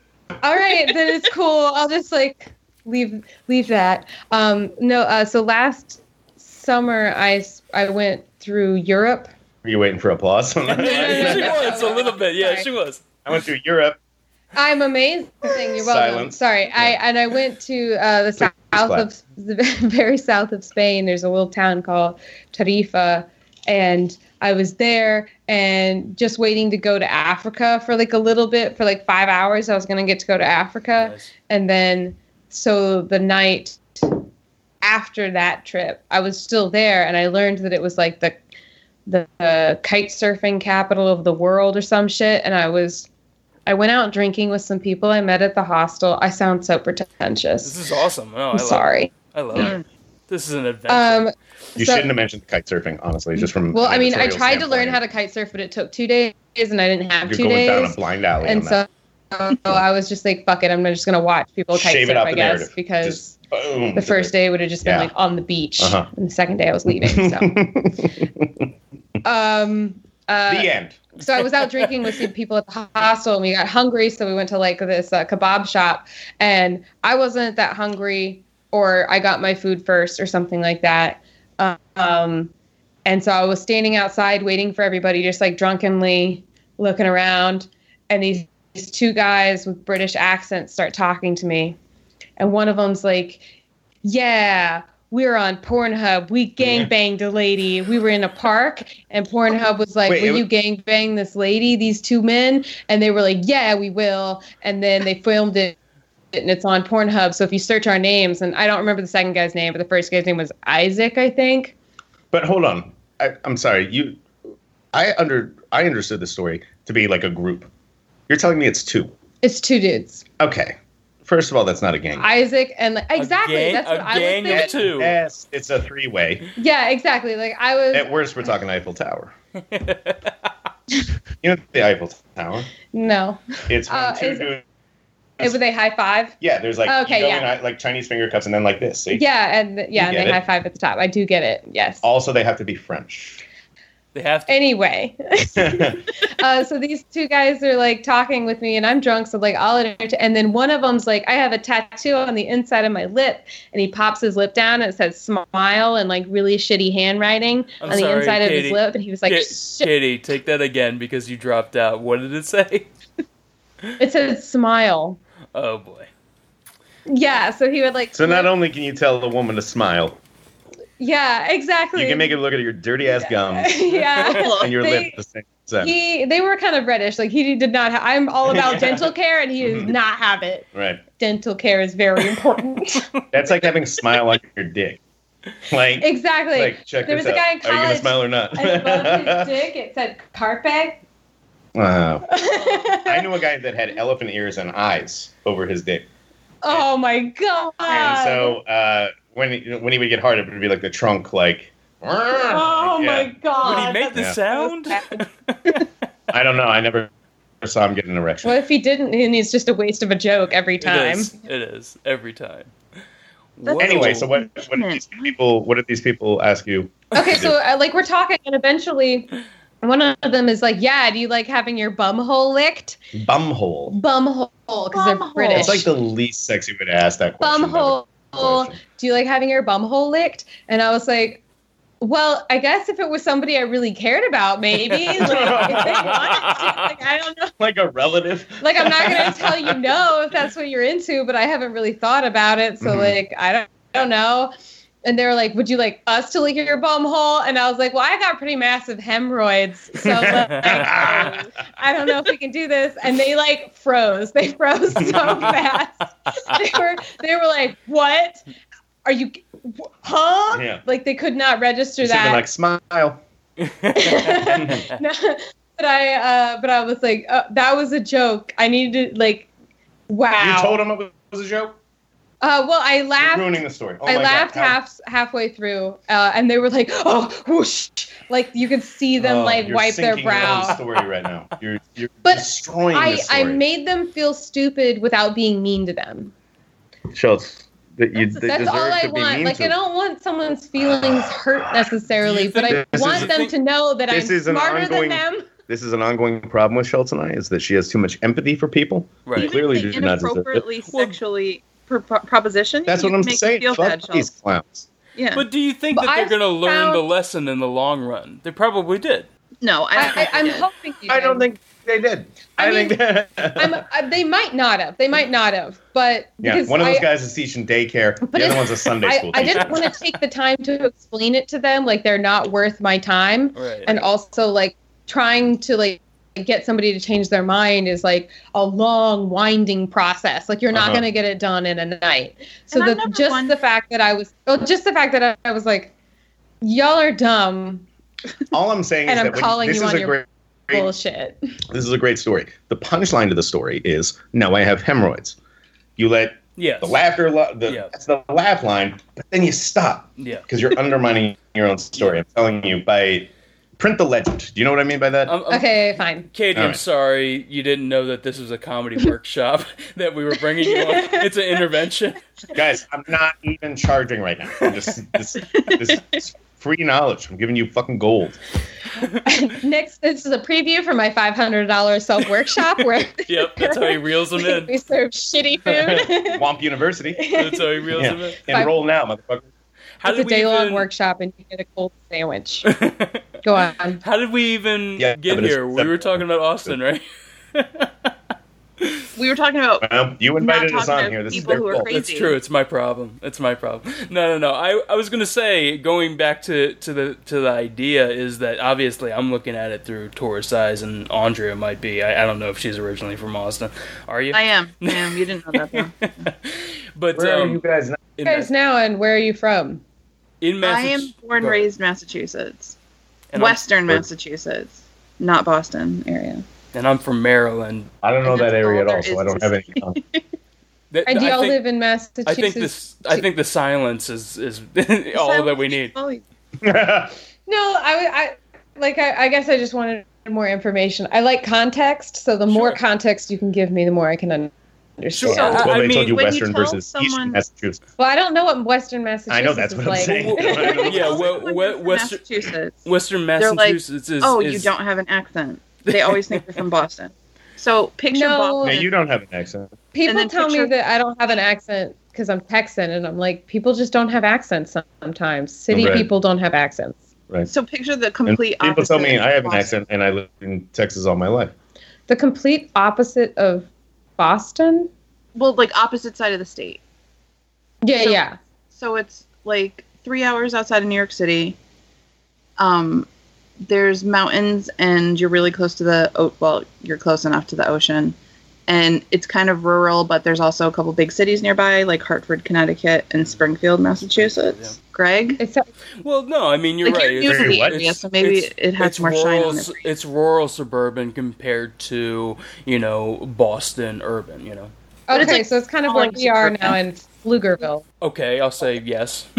Speaker 2: all right then it's cool i'll just like leave leave that um no uh so last summer i s- i went through europe
Speaker 3: Are you waiting for applause? on
Speaker 5: hear- Yeah,
Speaker 3: that?
Speaker 5: she was a little bit. Yeah,
Speaker 2: Sorry.
Speaker 5: she was.
Speaker 3: I went through Europe.
Speaker 2: i'm amazing you're welcome
Speaker 3: Silence.
Speaker 2: sorry i and i went to uh the south
Speaker 3: clap.
Speaker 2: of the very south of spain there's a little town called tarifa and I was there and just waiting to go to Africa for like a little bit for like five hours. I was gonna get to go to Africa,
Speaker 5: Nice.
Speaker 2: and then so the night after that trip i was still there and i learned that it was like the the uh, kite surfing capital of the world or some shit and i was i went out drinking with some people i met at the hostel i sound so
Speaker 5: This
Speaker 2: pretentious
Speaker 5: is awesome. Oh, I
Speaker 2: i'm
Speaker 5: love
Speaker 2: sorry
Speaker 5: It. I love it. This is an adventure.
Speaker 2: um
Speaker 3: You
Speaker 2: So-
Speaker 3: shouldn't have mentioned kite surfing, honestly. Just from
Speaker 2: well
Speaker 3: an
Speaker 2: i mean i
Speaker 3: editorial
Speaker 2: tried to learn
Speaker 3: standpoint.
Speaker 2: how to kite surf but it took two days and i didn't have
Speaker 3: You're
Speaker 2: two
Speaker 3: going down
Speaker 2: days
Speaker 3: a blind alley.
Speaker 2: and
Speaker 3: on
Speaker 2: so
Speaker 3: that.
Speaker 2: so i was just like fuck it i'm just gonna watch people kite
Speaker 3: shave
Speaker 2: surf
Speaker 3: it out
Speaker 2: i
Speaker 3: the
Speaker 2: guess
Speaker 3: narrative.
Speaker 2: because
Speaker 3: Just boom.
Speaker 2: the first day would have just been
Speaker 3: Yeah.
Speaker 2: like on the beach
Speaker 3: Uh-huh.
Speaker 2: and the second day i was leaving so um uh,
Speaker 3: the end.
Speaker 2: so i was out drinking with some people at the hostel and we got hungry so we went to like this uh, kebab shop and i wasn't that hungry or i got my food first or something like that um and so i was standing outside waiting for everybody just like drunkenly looking around and these, these two guys with british accents start talking to me and one of them's like yeah, we were on Pornhub. We gangbanged a lady. We were in a park, and Pornhub was like,
Speaker 3: Wait, it
Speaker 2: "Will you
Speaker 3: was-
Speaker 2: gangbang this lady? These two men?" And they were like, "Yeah, we will." And then they filmed it, and it's on Pornhub. So if you search our names, and I don't remember the second guy's name, but the first guy's name was Isaac, I think.
Speaker 3: But hold on, I, I'm sorry. You, I under I understood the story to be like a group. You're telling me it's two.
Speaker 2: It's two dudes,
Speaker 3: Okay, first of all, that's not a gang.
Speaker 2: Isaac and exactly.
Speaker 5: A gang,
Speaker 2: that's
Speaker 5: a
Speaker 2: what I was
Speaker 5: gang
Speaker 2: thinking.
Speaker 5: of two.
Speaker 3: Yes, it's a three way.
Speaker 2: Yeah, exactly. Like I was.
Speaker 3: At worst, we're talking Eiffel Tower. you know the Eiffel Tower.
Speaker 2: no,
Speaker 3: It's when
Speaker 2: Uh,
Speaker 3: two
Speaker 2: is-
Speaker 3: dudes-
Speaker 2: it, were they high five?
Speaker 3: Yeah, there's like
Speaker 2: Okay,
Speaker 3: you go
Speaker 2: yeah.
Speaker 3: in, I- like Chinese finger cups, and then like this. See?
Speaker 2: Yeah, and yeah, and
Speaker 3: get
Speaker 2: they
Speaker 3: it.
Speaker 2: high five at the top. I do get it. Yes.
Speaker 3: Also, they have to be French.
Speaker 5: They have to.
Speaker 2: anyway, uh, so these two guys are like talking with me, and I'm drunk, so like I'll entertain. And then one of them's like, I have a tattoo on the inside of my lip, and he pops his lip down, and it says smile and like really shitty handwriting
Speaker 5: I'm
Speaker 2: on the
Speaker 5: sorry,
Speaker 2: inside of
Speaker 5: Katie.
Speaker 2: his lip, and he was like,
Speaker 5: Ki-
Speaker 2: "Shit."
Speaker 5: Katie, take that again because you dropped out. What did it say?
Speaker 2: it says smile.
Speaker 5: Oh boy.
Speaker 2: Yeah, so he would like.
Speaker 3: So not only can you tell a woman to smile,
Speaker 2: Yeah, exactly.
Speaker 3: you can make her look at your dirty ass gums
Speaker 2: yeah.
Speaker 3: and your
Speaker 2: They-
Speaker 3: lip at the same time.
Speaker 2: He, they were kind of reddish. Like he did not. Ha- I'm all about
Speaker 3: Yeah.
Speaker 2: dental care, and he does
Speaker 3: Mhm.
Speaker 2: not have it.
Speaker 3: right.
Speaker 2: Dental care is very important.
Speaker 3: That's like having a smile on your dick. Like,
Speaker 2: exactly.
Speaker 3: like check
Speaker 2: there
Speaker 3: this
Speaker 2: was a
Speaker 3: out.
Speaker 2: guy in
Speaker 3: Are you gonna
Speaker 2: college-
Speaker 3: smile or not?
Speaker 2: And above his dick, it said carpet.
Speaker 3: wow. I knew a guy that had elephant ears and eyes over his dick,
Speaker 2: oh my god!
Speaker 3: and so uh, when he, when he would get hard, it would be like the trunk, like.
Speaker 2: oh
Speaker 3: Yeah.
Speaker 2: my god!
Speaker 5: Would he make the
Speaker 3: Yeah.
Speaker 5: sound?
Speaker 3: I don't know. I never saw him get an erection.
Speaker 2: What if he didn't? And it's just a waste of a joke every
Speaker 5: It
Speaker 2: time.
Speaker 5: is. It is every time.
Speaker 4: That's-
Speaker 5: Whoa.
Speaker 3: Anyway, so what? What did these people? What did these people ask you?
Speaker 2: Oh, Okay, so uh, like we're talking, and eventually. One of them is like, yeah, do you like having your bum hole licked?
Speaker 3: Bumhole.
Speaker 2: Bum hole, because they're
Speaker 4: Bumhole.
Speaker 2: British.
Speaker 3: It's like the least sexy way to ask that question.
Speaker 2: bum hole.
Speaker 3: question.
Speaker 2: Do you like having your bum hole licked? And I was like, well, I guess if it was somebody I really cared about, maybe. Like, if they wanted to, like I don't know.
Speaker 3: Like a relative.
Speaker 2: like I'm not gonna tell you no if that's what you're into, but I haven't really thought about it, so
Speaker 3: Mhm.
Speaker 2: like I don't, I don't know. And they were like, "Would you like us to lick your bum hole?" And I was like, "Well, I got pretty massive hemorrhoids, so like, I don't know if we can do this." And they like froze. They froze so fast. They were they were like, "What? Are you? wh- Huh?"
Speaker 3: Yeah.
Speaker 2: Like they could not register
Speaker 3: You should've
Speaker 2: that.
Speaker 3: been like smile.
Speaker 2: No, but I uh, but I was like, uh, that was a joke. I needed to, like, wow.
Speaker 3: You told him it was a joke.
Speaker 2: Uh, well, I
Speaker 3: You're
Speaker 2: laughed.
Speaker 3: ruining the story. Oh
Speaker 2: I
Speaker 3: my
Speaker 2: laughed
Speaker 3: God. How-
Speaker 2: half halfway through, uh, and they were like, "Oh, whoosh!" Like you could see them
Speaker 3: Oh,
Speaker 2: like
Speaker 3: you're
Speaker 2: wipe their
Speaker 3: sinking your own
Speaker 2: brow.
Speaker 3: story right now. You're, you're
Speaker 2: But
Speaker 3: destroying the
Speaker 2: I
Speaker 3: story.
Speaker 2: I made them feel stupid without being mean to them.
Speaker 6: Schultz, that you
Speaker 4: That's-
Speaker 6: they
Speaker 2: That's
Speaker 6: deserve
Speaker 2: all I
Speaker 6: to be
Speaker 2: want.
Speaker 6: mean
Speaker 2: Like
Speaker 6: to.
Speaker 2: I don't want someone's feelings hurt necessarily, but I
Speaker 6: This
Speaker 2: want
Speaker 6: is-
Speaker 2: them to know that I'm
Speaker 3: this is an
Speaker 2: smarter
Speaker 3: ongoing-
Speaker 2: than them.
Speaker 3: This is an ongoing problem with Schultz and I is that she has too much empathy for people.
Speaker 5: right.
Speaker 4: Even
Speaker 3: Clearly
Speaker 4: if they
Speaker 3: do not deserve it.
Speaker 4: inappropriately
Speaker 5: Well-
Speaker 4: sexually pro- pro- proposition.
Speaker 3: That's
Speaker 4: you
Speaker 3: what I'm
Speaker 4: make
Speaker 3: saying.
Speaker 4: Feel
Speaker 3: Fuck
Speaker 4: bad, Charles.
Speaker 3: these clowns.
Speaker 4: yeah.
Speaker 5: But do you think
Speaker 2: But
Speaker 5: that they're
Speaker 2: I've
Speaker 5: going to learn
Speaker 2: found-
Speaker 5: the lesson in the long run? They probably did.
Speaker 4: no, I, don't
Speaker 2: I,
Speaker 4: think
Speaker 2: I, I'm
Speaker 4: they did.
Speaker 2: hoping you.
Speaker 3: I
Speaker 2: did.
Speaker 3: don't think they did.
Speaker 2: I
Speaker 3: I,
Speaker 2: mean,
Speaker 3: think that,
Speaker 2: I'm, uh, they might not have. They might not have. But
Speaker 3: yeah,
Speaker 2: because
Speaker 3: one of those
Speaker 2: I,
Speaker 3: guys is teaching daycare.
Speaker 2: But
Speaker 3: The other
Speaker 2: it-
Speaker 3: one's a Sunday
Speaker 2: I,
Speaker 3: school
Speaker 2: I
Speaker 3: teacher.
Speaker 2: didn't want to take the time to explain it to them. Like they're not worth my time.
Speaker 5: Right.
Speaker 2: And also like trying to like get somebody to change their mind is like a long winding process. Like you're not
Speaker 3: Uh-huh.
Speaker 2: going to get it done in a night. So
Speaker 4: And
Speaker 2: the,
Speaker 4: I've never
Speaker 2: just
Speaker 4: won-
Speaker 2: the fact that I was, well, just the fact that I, I was like, y'all are dumb
Speaker 3: All I'm saying
Speaker 2: And
Speaker 3: is
Speaker 2: I'm
Speaker 3: that when-
Speaker 2: calling
Speaker 3: this
Speaker 2: you
Speaker 3: is
Speaker 2: on
Speaker 3: a
Speaker 2: your
Speaker 3: great, great-
Speaker 2: bullshit.
Speaker 3: this is a great story. The punchline to the story is no, I have hemorrhoids. You let
Speaker 5: Yes.
Speaker 3: the laughter, lo- the,
Speaker 5: Yeah.
Speaker 3: that's the laugh line, but then you stop
Speaker 5: Yeah.
Speaker 3: because you're undermining your own story. I'm telling you, by print the legend. Do you know what I mean by that?
Speaker 5: I'm- I'm-
Speaker 2: Okay, fine.
Speaker 5: Um, Katie,
Speaker 3: All
Speaker 5: I'm
Speaker 3: right.
Speaker 5: sorry you didn't know that this was a comedy workshop that we were bringing you on. It's an intervention.
Speaker 3: Guys, I'm not even charging right now. I'm just this, this is free knowledge. I'm giving you fucking gold.
Speaker 2: Next, this is a preview for my $500 self workshop where
Speaker 5: Yep, that's how he reels them in.
Speaker 2: we serve shitty food.
Speaker 3: Womp University.
Speaker 5: That's how he reels
Speaker 3: Yeah.
Speaker 5: them in.
Speaker 3: Enroll now, motherfucker.
Speaker 5: How
Speaker 2: it's a
Speaker 5: did we
Speaker 2: day long
Speaker 5: even-
Speaker 2: workshop and you get a cold sandwich. Go on.
Speaker 5: How did we even
Speaker 3: Yeah,
Speaker 5: get
Speaker 3: but it's-
Speaker 5: here? We were talking about Austin, right?
Speaker 4: we were talking about
Speaker 3: Well, you invited
Speaker 4: Not
Speaker 3: us
Speaker 4: talking
Speaker 3: on
Speaker 4: to
Speaker 3: here. This is
Speaker 4: people
Speaker 3: their
Speaker 4: who are
Speaker 3: fault.
Speaker 4: crazy.
Speaker 5: It's true. It's my problem. It's my problem. No, no, no. I, I was gonna say going back to, to the to the idea is that obviously I'm looking at it through Taurus eyes, and Andrea might be. I, I don't know if she's originally from Austin. Are you?
Speaker 4: I am. I am. You didn't know that. Though.
Speaker 5: but
Speaker 3: Where are
Speaker 5: um,
Speaker 3: you guys now?
Speaker 5: in,
Speaker 2: guys
Speaker 5: Ma-
Speaker 2: now and where are you from?
Speaker 5: in
Speaker 4: I
Speaker 5: Massachusetts,
Speaker 4: am born,
Speaker 5: Go ahead.
Speaker 4: raised Massachusetts,
Speaker 5: and I'm-
Speaker 4: Western Massachusetts, not Boston area.
Speaker 5: and I'm from Maryland.
Speaker 3: I don't know
Speaker 4: That's
Speaker 3: that area at
Speaker 4: all
Speaker 3: all, so
Speaker 4: there
Speaker 3: I
Speaker 4: is
Speaker 3: don't
Speaker 4: to
Speaker 3: have any.
Speaker 5: That-
Speaker 2: I do all
Speaker 5: think,
Speaker 2: live in Massachusetts.
Speaker 5: I think this. I think the silence is is all that we need.
Speaker 4: Well,
Speaker 2: No, I, would- I like. I, I guess I just wanted more information. I like context, so the more
Speaker 5: Sure.
Speaker 2: context you can give me, the more I can un- understand.
Speaker 5: Sure.
Speaker 3: That's
Speaker 5: I-
Speaker 3: why
Speaker 5: I
Speaker 3: they
Speaker 5: mean,
Speaker 3: told you
Speaker 4: when you
Speaker 3: Western
Speaker 4: tell
Speaker 3: versus
Speaker 4: someone-
Speaker 3: Eastern Massachusetts.
Speaker 2: Well, I don't know what Western Massachusetts.
Speaker 3: I know, that's
Speaker 2: is
Speaker 3: what I'm
Speaker 2: like.
Speaker 3: saying.
Speaker 5: Yeah, well, we- Western
Speaker 4: Massachusetts.
Speaker 5: Western
Speaker 4: They're like,
Speaker 5: Massachusetts is.
Speaker 4: oh,
Speaker 5: is,
Speaker 4: you don't have an accent. They always think you're from Boston. So picture
Speaker 2: No.
Speaker 3: Yeah,
Speaker 4: Boston.
Speaker 3: you don't have an accent.
Speaker 4: And
Speaker 2: People
Speaker 4: then
Speaker 2: tell me
Speaker 4: picture-
Speaker 2: that I don't have an accent because I'm Texan, and I'm like, people just don't have accents sometimes. City
Speaker 3: Right.
Speaker 2: people don't have accents.
Speaker 4: so picture the
Speaker 3: And
Speaker 4: complete
Speaker 3: people
Speaker 4: opposite.
Speaker 3: tell me
Speaker 4: of
Speaker 3: I have an
Speaker 4: Boston.
Speaker 3: accent and I lived in Texas all my life.
Speaker 2: The complete opposite of Boston.
Speaker 4: Well, like opposite side of the state.
Speaker 2: Yeah,
Speaker 4: So-
Speaker 2: yeah.
Speaker 4: So it's like three hours outside of New York City. Um, there's mountains, and you're really close to the o- well, you're close enough to the ocean, and it's kind of rural. But there's also a couple big cities nearby, like Hartford, Connecticut, and Springfield, Massachusetts. Greg,
Speaker 2: It's
Speaker 5: Well, no. I mean, you're
Speaker 4: like
Speaker 5: right.
Speaker 4: you're
Speaker 5: It's-
Speaker 4: new to the
Speaker 3: What?
Speaker 4: area, so maybe
Speaker 5: it's-
Speaker 4: it has
Speaker 5: it's
Speaker 4: more shine
Speaker 5: rural,
Speaker 4: on it.
Speaker 5: su- It's rural suburban compared to you know Boston urban. You know.
Speaker 4: But it's
Speaker 2: okay.
Speaker 4: like
Speaker 2: so it's kind of
Speaker 4: smaller
Speaker 2: where we are
Speaker 4: suburban.
Speaker 2: now in Pflugerville.
Speaker 5: Okay, I'll say yes.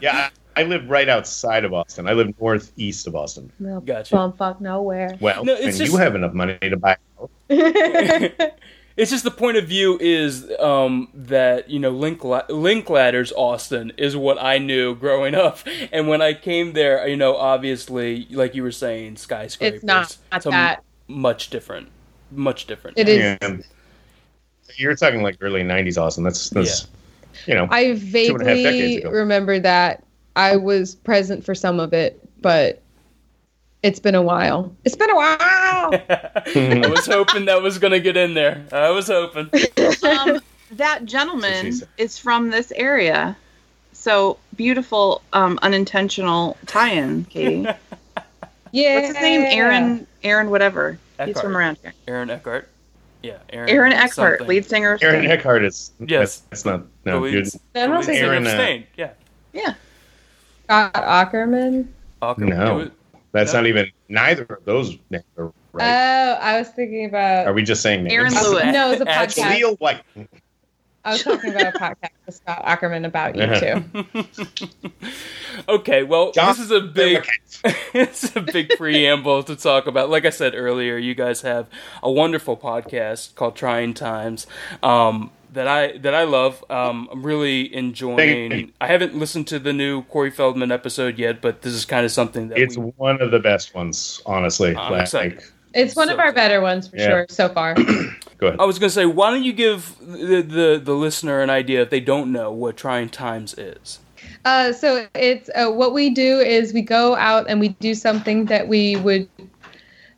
Speaker 3: Yeah, I, I live right outside of Boston. I live northeast of Boston.
Speaker 2: No,
Speaker 5: Gotcha.
Speaker 2: Bumfuck nowhere.
Speaker 3: Well,
Speaker 5: No,
Speaker 3: and
Speaker 5: it's
Speaker 3: you
Speaker 5: just-
Speaker 3: have enough money to buy. a house.
Speaker 5: it's just the point of view is um, that you know link la- link ladders austin is what i knew growing up and when i came there you know obviously like you were saying skyscrapers
Speaker 2: It's not
Speaker 5: it's a m-
Speaker 2: that.
Speaker 5: much different much different
Speaker 2: It is.
Speaker 3: And you're talking like early '90s Austin. That's, that's you know.
Speaker 2: I
Speaker 3: and a half decades
Speaker 2: vaguely
Speaker 3: ago.
Speaker 2: remember that I was present for some of it, but it's been a while. It's been a while.
Speaker 5: i was hoping that was gonna get in there i was hoping
Speaker 4: um, that
Speaker 3: That's what
Speaker 4: gentleman
Speaker 3: she said.
Speaker 4: is from this area. So beautiful, um, unintentional tie-in, Katie.
Speaker 2: yeah.
Speaker 4: What's his name? Aaron, Aaron, whatever. He's
Speaker 5: Eckhart.
Speaker 4: from around here.
Speaker 5: aaron eckhart yeah aaron,
Speaker 4: Aaron Eckhart,
Speaker 5: something.
Speaker 4: lead singer. of
Speaker 3: Aaron
Speaker 4: Sting.
Speaker 3: Eckhart is
Speaker 5: Yes.
Speaker 3: That's, that's not
Speaker 5: The
Speaker 3: no.
Speaker 5: lead-
Speaker 2: I
Speaker 3: You're,
Speaker 2: don't
Speaker 5: the lead
Speaker 2: think
Speaker 5: singer of
Speaker 3: Aaron, uh,
Speaker 5: Stain, yeah
Speaker 4: Yeah.
Speaker 2: Scott Ackerman.
Speaker 5: Awkward.
Speaker 3: No.
Speaker 5: It was-
Speaker 3: that's
Speaker 5: No.
Speaker 3: not even neither of those names are right.
Speaker 2: Oh, I was thinking about.
Speaker 3: are we just saying
Speaker 4: Uh, Aaron
Speaker 3: names?
Speaker 4: Lewis.
Speaker 2: No, it's a
Speaker 5: Actually-
Speaker 2: podcast.
Speaker 3: Leo White.
Speaker 2: I was talking about a podcast with Scott Ackerman about you
Speaker 3: Uh-huh.
Speaker 2: two.
Speaker 5: okay well
Speaker 3: John
Speaker 5: this is a big it's a big preamble to talk about. Like I said earlier, you guys have a wonderful podcast called Trying Times. Um, that I that I love. Um, I'm really enjoying.
Speaker 3: you.
Speaker 5: I haven't listened to the new Corey Feldman episode yet, but this is kind of something that
Speaker 3: It's
Speaker 5: we,
Speaker 3: one of the best ones, honestly.
Speaker 5: I'm
Speaker 3: Like,
Speaker 5: excited.
Speaker 2: It's one of
Speaker 5: So-
Speaker 2: our better ones for
Speaker 3: Yeah.
Speaker 2: sure so far.
Speaker 3: Go ahead.
Speaker 5: I was gonna say, why don't you give the, the the listener an idea if they don't know what Trying Times is?
Speaker 2: Uh, so it's uh, what we do is we go out and we do something that we would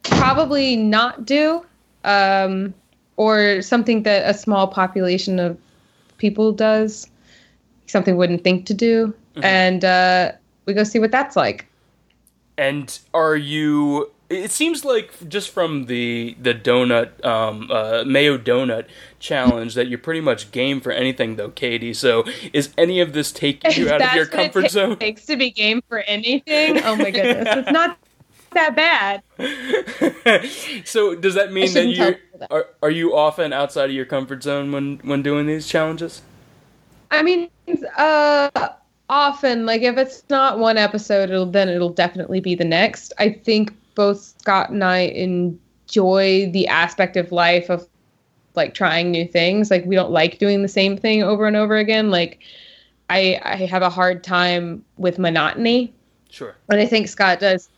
Speaker 2: probably not do, um, or something that a small population of people does, something wouldn't think to do,
Speaker 5: Mm-hmm.
Speaker 2: and uh, we go see what that's like.
Speaker 5: And are you? It seems like just from the the donut um, uh, mayo donut challenge that you're pretty much game for anything though, Katie. So is any of this taking you
Speaker 2: If
Speaker 5: out of
Speaker 2: that's
Speaker 5: your
Speaker 2: what
Speaker 5: comfort
Speaker 2: it
Speaker 5: zone?
Speaker 2: Takes to be game for anything. Oh my goodness, it's not that bad.
Speaker 5: so does that mean that
Speaker 2: shouldn't tell
Speaker 5: you
Speaker 2: people that.
Speaker 5: are are you often outside of your comfort zone when when doing these challenges?
Speaker 2: I mean, uh, often, like if it's not one episode, it'll then it'll definitely be the next. I think both Scott and I enjoy the aspect of life of like trying new things. Like we don't like doing the same thing over and over again. Like I, I have a hard time with monotony,
Speaker 5: Sure.
Speaker 2: and I think Scott does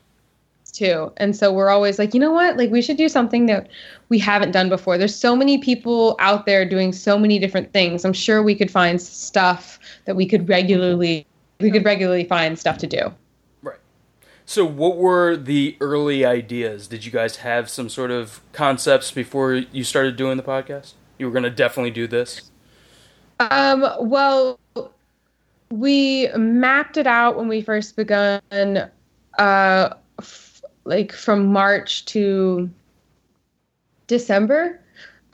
Speaker 2: too. And so we're always like, you know what? Like we should do something that we haven't done before. There's so many people out there doing so many different things. I'm sure we could find stuff that we could regularly we could regularly find stuff to do.
Speaker 5: So, what were the early ideas? Did you guys have some sort of concepts before you started doing the podcast? You were going to definitely do this.
Speaker 2: Um, well, we mapped it out when we first begun, uh, f- like from March to December.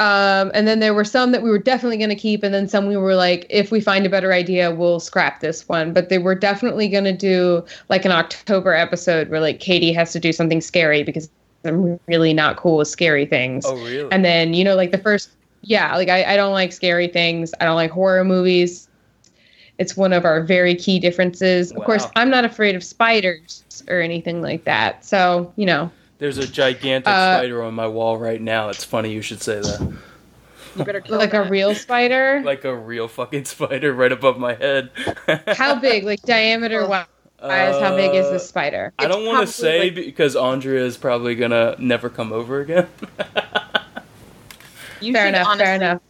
Speaker 2: Um, and then there were some that we were definitely going to keep, and then some we were like, if we find a better idea, we'll scrap this one. But they were definitely going to do like an October episode where like Katie has to do something scary because I'm really not cool with scary things.
Speaker 5: Oh, really?
Speaker 2: And then, you know, like the first, yeah, like I, I don't like scary things. I don't like horror movies. It's one of our very key differences. Of course,
Speaker 5: Wow.
Speaker 2: I'm not afraid of spiders or anything like that. So, you know,
Speaker 5: There's a gigantic
Speaker 2: Uh,
Speaker 5: spider on my wall right now. It's funny you should say that.
Speaker 4: You better kill
Speaker 2: like a
Speaker 4: that.
Speaker 2: real spider.
Speaker 5: Like a real fucking spider right above my head.
Speaker 2: how big, like diameter wise, how big is this spider?
Speaker 5: Uh, I don't
Speaker 4: It's
Speaker 5: want to say
Speaker 4: probably like-
Speaker 5: because Andrea is probably going to never come over again.
Speaker 4: You
Speaker 2: fair
Speaker 4: should
Speaker 2: enough,
Speaker 4: honestly
Speaker 2: fair enough.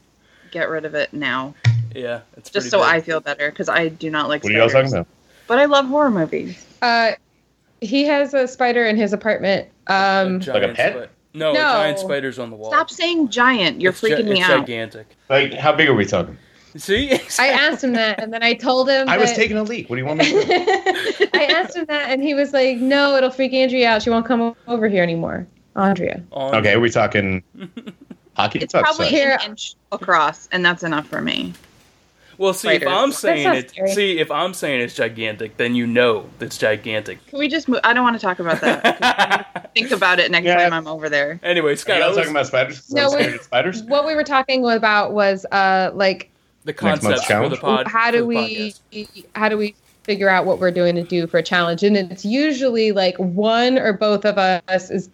Speaker 4: get rid of it now,
Speaker 5: yeah. It's pretty
Speaker 4: just so
Speaker 5: big.
Speaker 4: I feel better because I do not like.
Speaker 3: What are y'all
Speaker 4: spiders.
Speaker 3: talking about?
Speaker 4: But I love horror movies.
Speaker 2: Uh, he has a spider in his apartment. Um,
Speaker 5: giant
Speaker 3: Like a pet?
Speaker 5: spi- no, a
Speaker 2: No.
Speaker 5: giant spider's on the wall.
Speaker 4: Stop saying giant. You're
Speaker 5: It's gi-
Speaker 4: freaking me
Speaker 5: it's
Speaker 4: out.
Speaker 5: gigantic.
Speaker 3: Like, how big are we talking?
Speaker 5: See?
Speaker 2: I asked him that, and then I told him.
Speaker 3: I was
Speaker 2: that-
Speaker 3: taking a leak. What do you want me to do?
Speaker 2: I asked him that, and he was like, "No, it'll freak Andrea out. She won't come over here anymore." Andrea.
Speaker 5: Andrea.
Speaker 3: Okay, are we talking hockey?
Speaker 4: It's
Speaker 3: Tuck
Speaker 4: probably
Speaker 3: size?
Speaker 2: Here-
Speaker 4: an inch across, and that's enough for me.
Speaker 5: Well, see if
Speaker 4: spiders.
Speaker 5: I'm
Speaker 2: That's
Speaker 5: saying
Speaker 2: not
Speaker 5: it.
Speaker 2: scary.
Speaker 5: See if I'm saying it's gigantic, then you know it's gigantic.
Speaker 4: Can we just move? I don't want to talk about that. 'cause I'm gonna Think about it next
Speaker 3: Yeah.
Speaker 4: time I'm over there.
Speaker 5: anyway,
Speaker 3: Are
Speaker 5: Scott, I
Speaker 3: y'all
Speaker 5: was-
Speaker 3: talking about spiders?
Speaker 2: No,
Speaker 3: I'm
Speaker 2: we-
Speaker 3: scared of spiders?
Speaker 2: What we were talking about was uh, like
Speaker 5: the
Speaker 3: month's
Speaker 5: concepts for the
Speaker 3: challenge?
Speaker 5: pod.
Speaker 2: how
Speaker 5: for
Speaker 2: do
Speaker 5: the
Speaker 2: we
Speaker 5: podcast.
Speaker 2: how do we figure out what we're doing to do for a challenge and it's usually like one or both of us is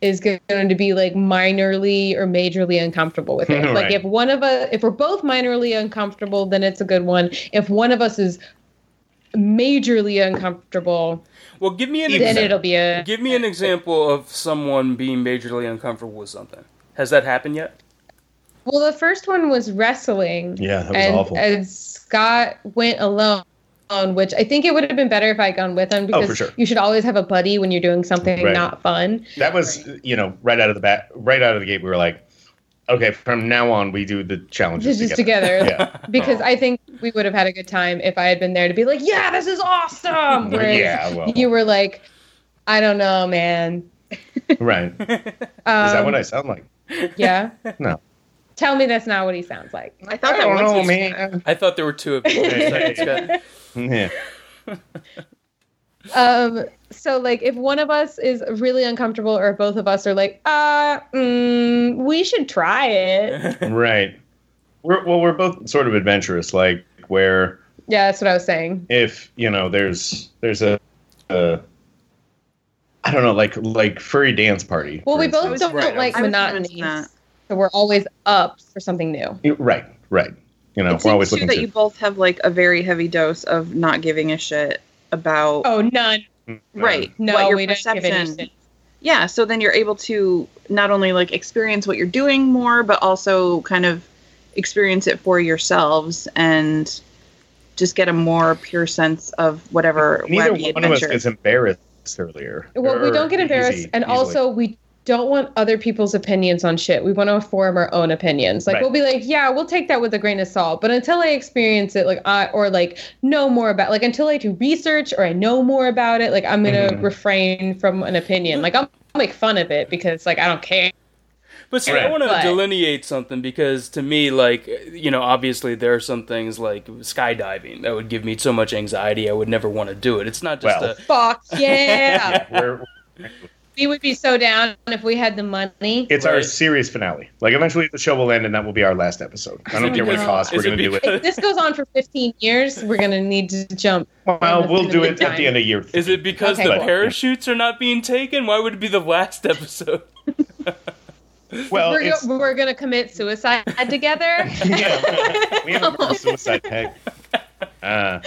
Speaker 2: is going to be like minorly or majorly uncomfortable with it like
Speaker 3: Right.
Speaker 2: if one of us if we're both minorly uncomfortable then it's a good one if one of us is majorly uncomfortable
Speaker 5: Well, give me an
Speaker 2: then
Speaker 5: example.
Speaker 2: it'll be a
Speaker 5: Give me an example of someone being majorly uncomfortable with something. Has that happened yet?
Speaker 2: well the first one was wrestling
Speaker 3: Yeah, that was
Speaker 2: and,
Speaker 3: awful.
Speaker 2: and Scott went alone, which I think it would have been better if I had gone with him because
Speaker 3: Oh, for sure.
Speaker 2: you should always have a buddy when you're doing something
Speaker 3: Right.
Speaker 2: not fun.
Speaker 3: that was, you know, right out of the bat, right out of the gate, we were like, okay, from now on, we do the challenges
Speaker 2: Just, just
Speaker 3: together.
Speaker 2: together.
Speaker 3: Yeah.
Speaker 2: Because I think we would have had a good time if I had been there to be like, yeah, this is awesome. Whereas
Speaker 3: yeah, well,
Speaker 2: you were like, I don't know, man.
Speaker 3: right. Is
Speaker 2: Um,
Speaker 3: that what I sound like?
Speaker 2: Yeah.
Speaker 3: No.
Speaker 2: Tell me that's not what he sounds like.
Speaker 4: I thought
Speaker 3: I
Speaker 4: that
Speaker 3: don't
Speaker 4: once
Speaker 3: know,
Speaker 4: was-
Speaker 3: man.
Speaker 5: I thought there were two of you.
Speaker 3: Hey.
Speaker 5: Scott.
Speaker 3: Yeah.
Speaker 2: um so like if one of us is really uncomfortable or if both of us are like uh mm, we should try it
Speaker 3: Right. We're, well, we're both sort of adventurous, like where
Speaker 2: yeah that's what i was saying
Speaker 3: if you know there's there's a, a I don't know, like like furry dance party.
Speaker 2: well
Speaker 3: for
Speaker 2: we both
Speaker 3: instance.
Speaker 2: don't
Speaker 5: Right, I
Speaker 2: like
Speaker 4: was convinced
Speaker 2: monotony
Speaker 4: that.
Speaker 2: so we're always up for something new
Speaker 3: You- Right, right. You know,
Speaker 4: it
Speaker 3: we're
Speaker 4: seems
Speaker 3: always
Speaker 4: too
Speaker 3: looking
Speaker 4: that
Speaker 3: to.
Speaker 4: you both have like a very heavy dose of not giving a shit about
Speaker 2: oh none
Speaker 4: right
Speaker 2: no
Speaker 4: what your
Speaker 2: we don't give any
Speaker 4: perception
Speaker 2: shit.
Speaker 4: yeah so then you're able to not only like experience what you're doing more but also kind of experience it for yourselves and just get a more pure sense of whatever
Speaker 3: Neither
Speaker 4: wacky
Speaker 3: one of us
Speaker 4: adventure
Speaker 3: gets embarrassed earlier.
Speaker 2: well we
Speaker 3: or
Speaker 2: don't get embarrassed
Speaker 3: easy-
Speaker 2: and
Speaker 3: easily.
Speaker 2: also we don't want other people's opinions on shit we want to form our own opinions like
Speaker 3: Right.
Speaker 2: we'll be like yeah we'll take that with a grain of salt but until i experience it like i or like know more about like until i do research or i know more about it like i'm gonna
Speaker 3: Mhm.
Speaker 2: refrain from an opinion like I'll, I'll make fun of it because like i don't care
Speaker 5: But see, I
Speaker 3: Right.
Speaker 5: want to
Speaker 2: But-
Speaker 5: delineate something because to me, like, you know, obviously there are some things like skydiving that would give me so much anxiety I would never want to do it. It's not just
Speaker 3: Well.
Speaker 5: a.
Speaker 2: fuck yeah
Speaker 3: We're,
Speaker 2: we would be so down if we had the money
Speaker 3: it's our
Speaker 5: Right.
Speaker 3: series finale. Like eventually the show will end, and that will be our last episode. I don't
Speaker 5: it
Speaker 3: care what it
Speaker 5: because-
Speaker 3: costs. We're
Speaker 5: is it
Speaker 3: going to do it.
Speaker 5: because-
Speaker 2: if this goes on for 15 years we're gonna need to jump
Speaker 3: Well, we'll do it at
Speaker 2: Time.
Speaker 3: the end of year.
Speaker 5: Is it because
Speaker 2: Okay,
Speaker 5: the
Speaker 2: cool.
Speaker 5: parachutes are not being taken? Why would it be the last episode?
Speaker 3: Well,
Speaker 2: we're,
Speaker 3: it's,
Speaker 2: go- we're gonna commit suicide together
Speaker 3: yeah, we have a suicide peg. Uh,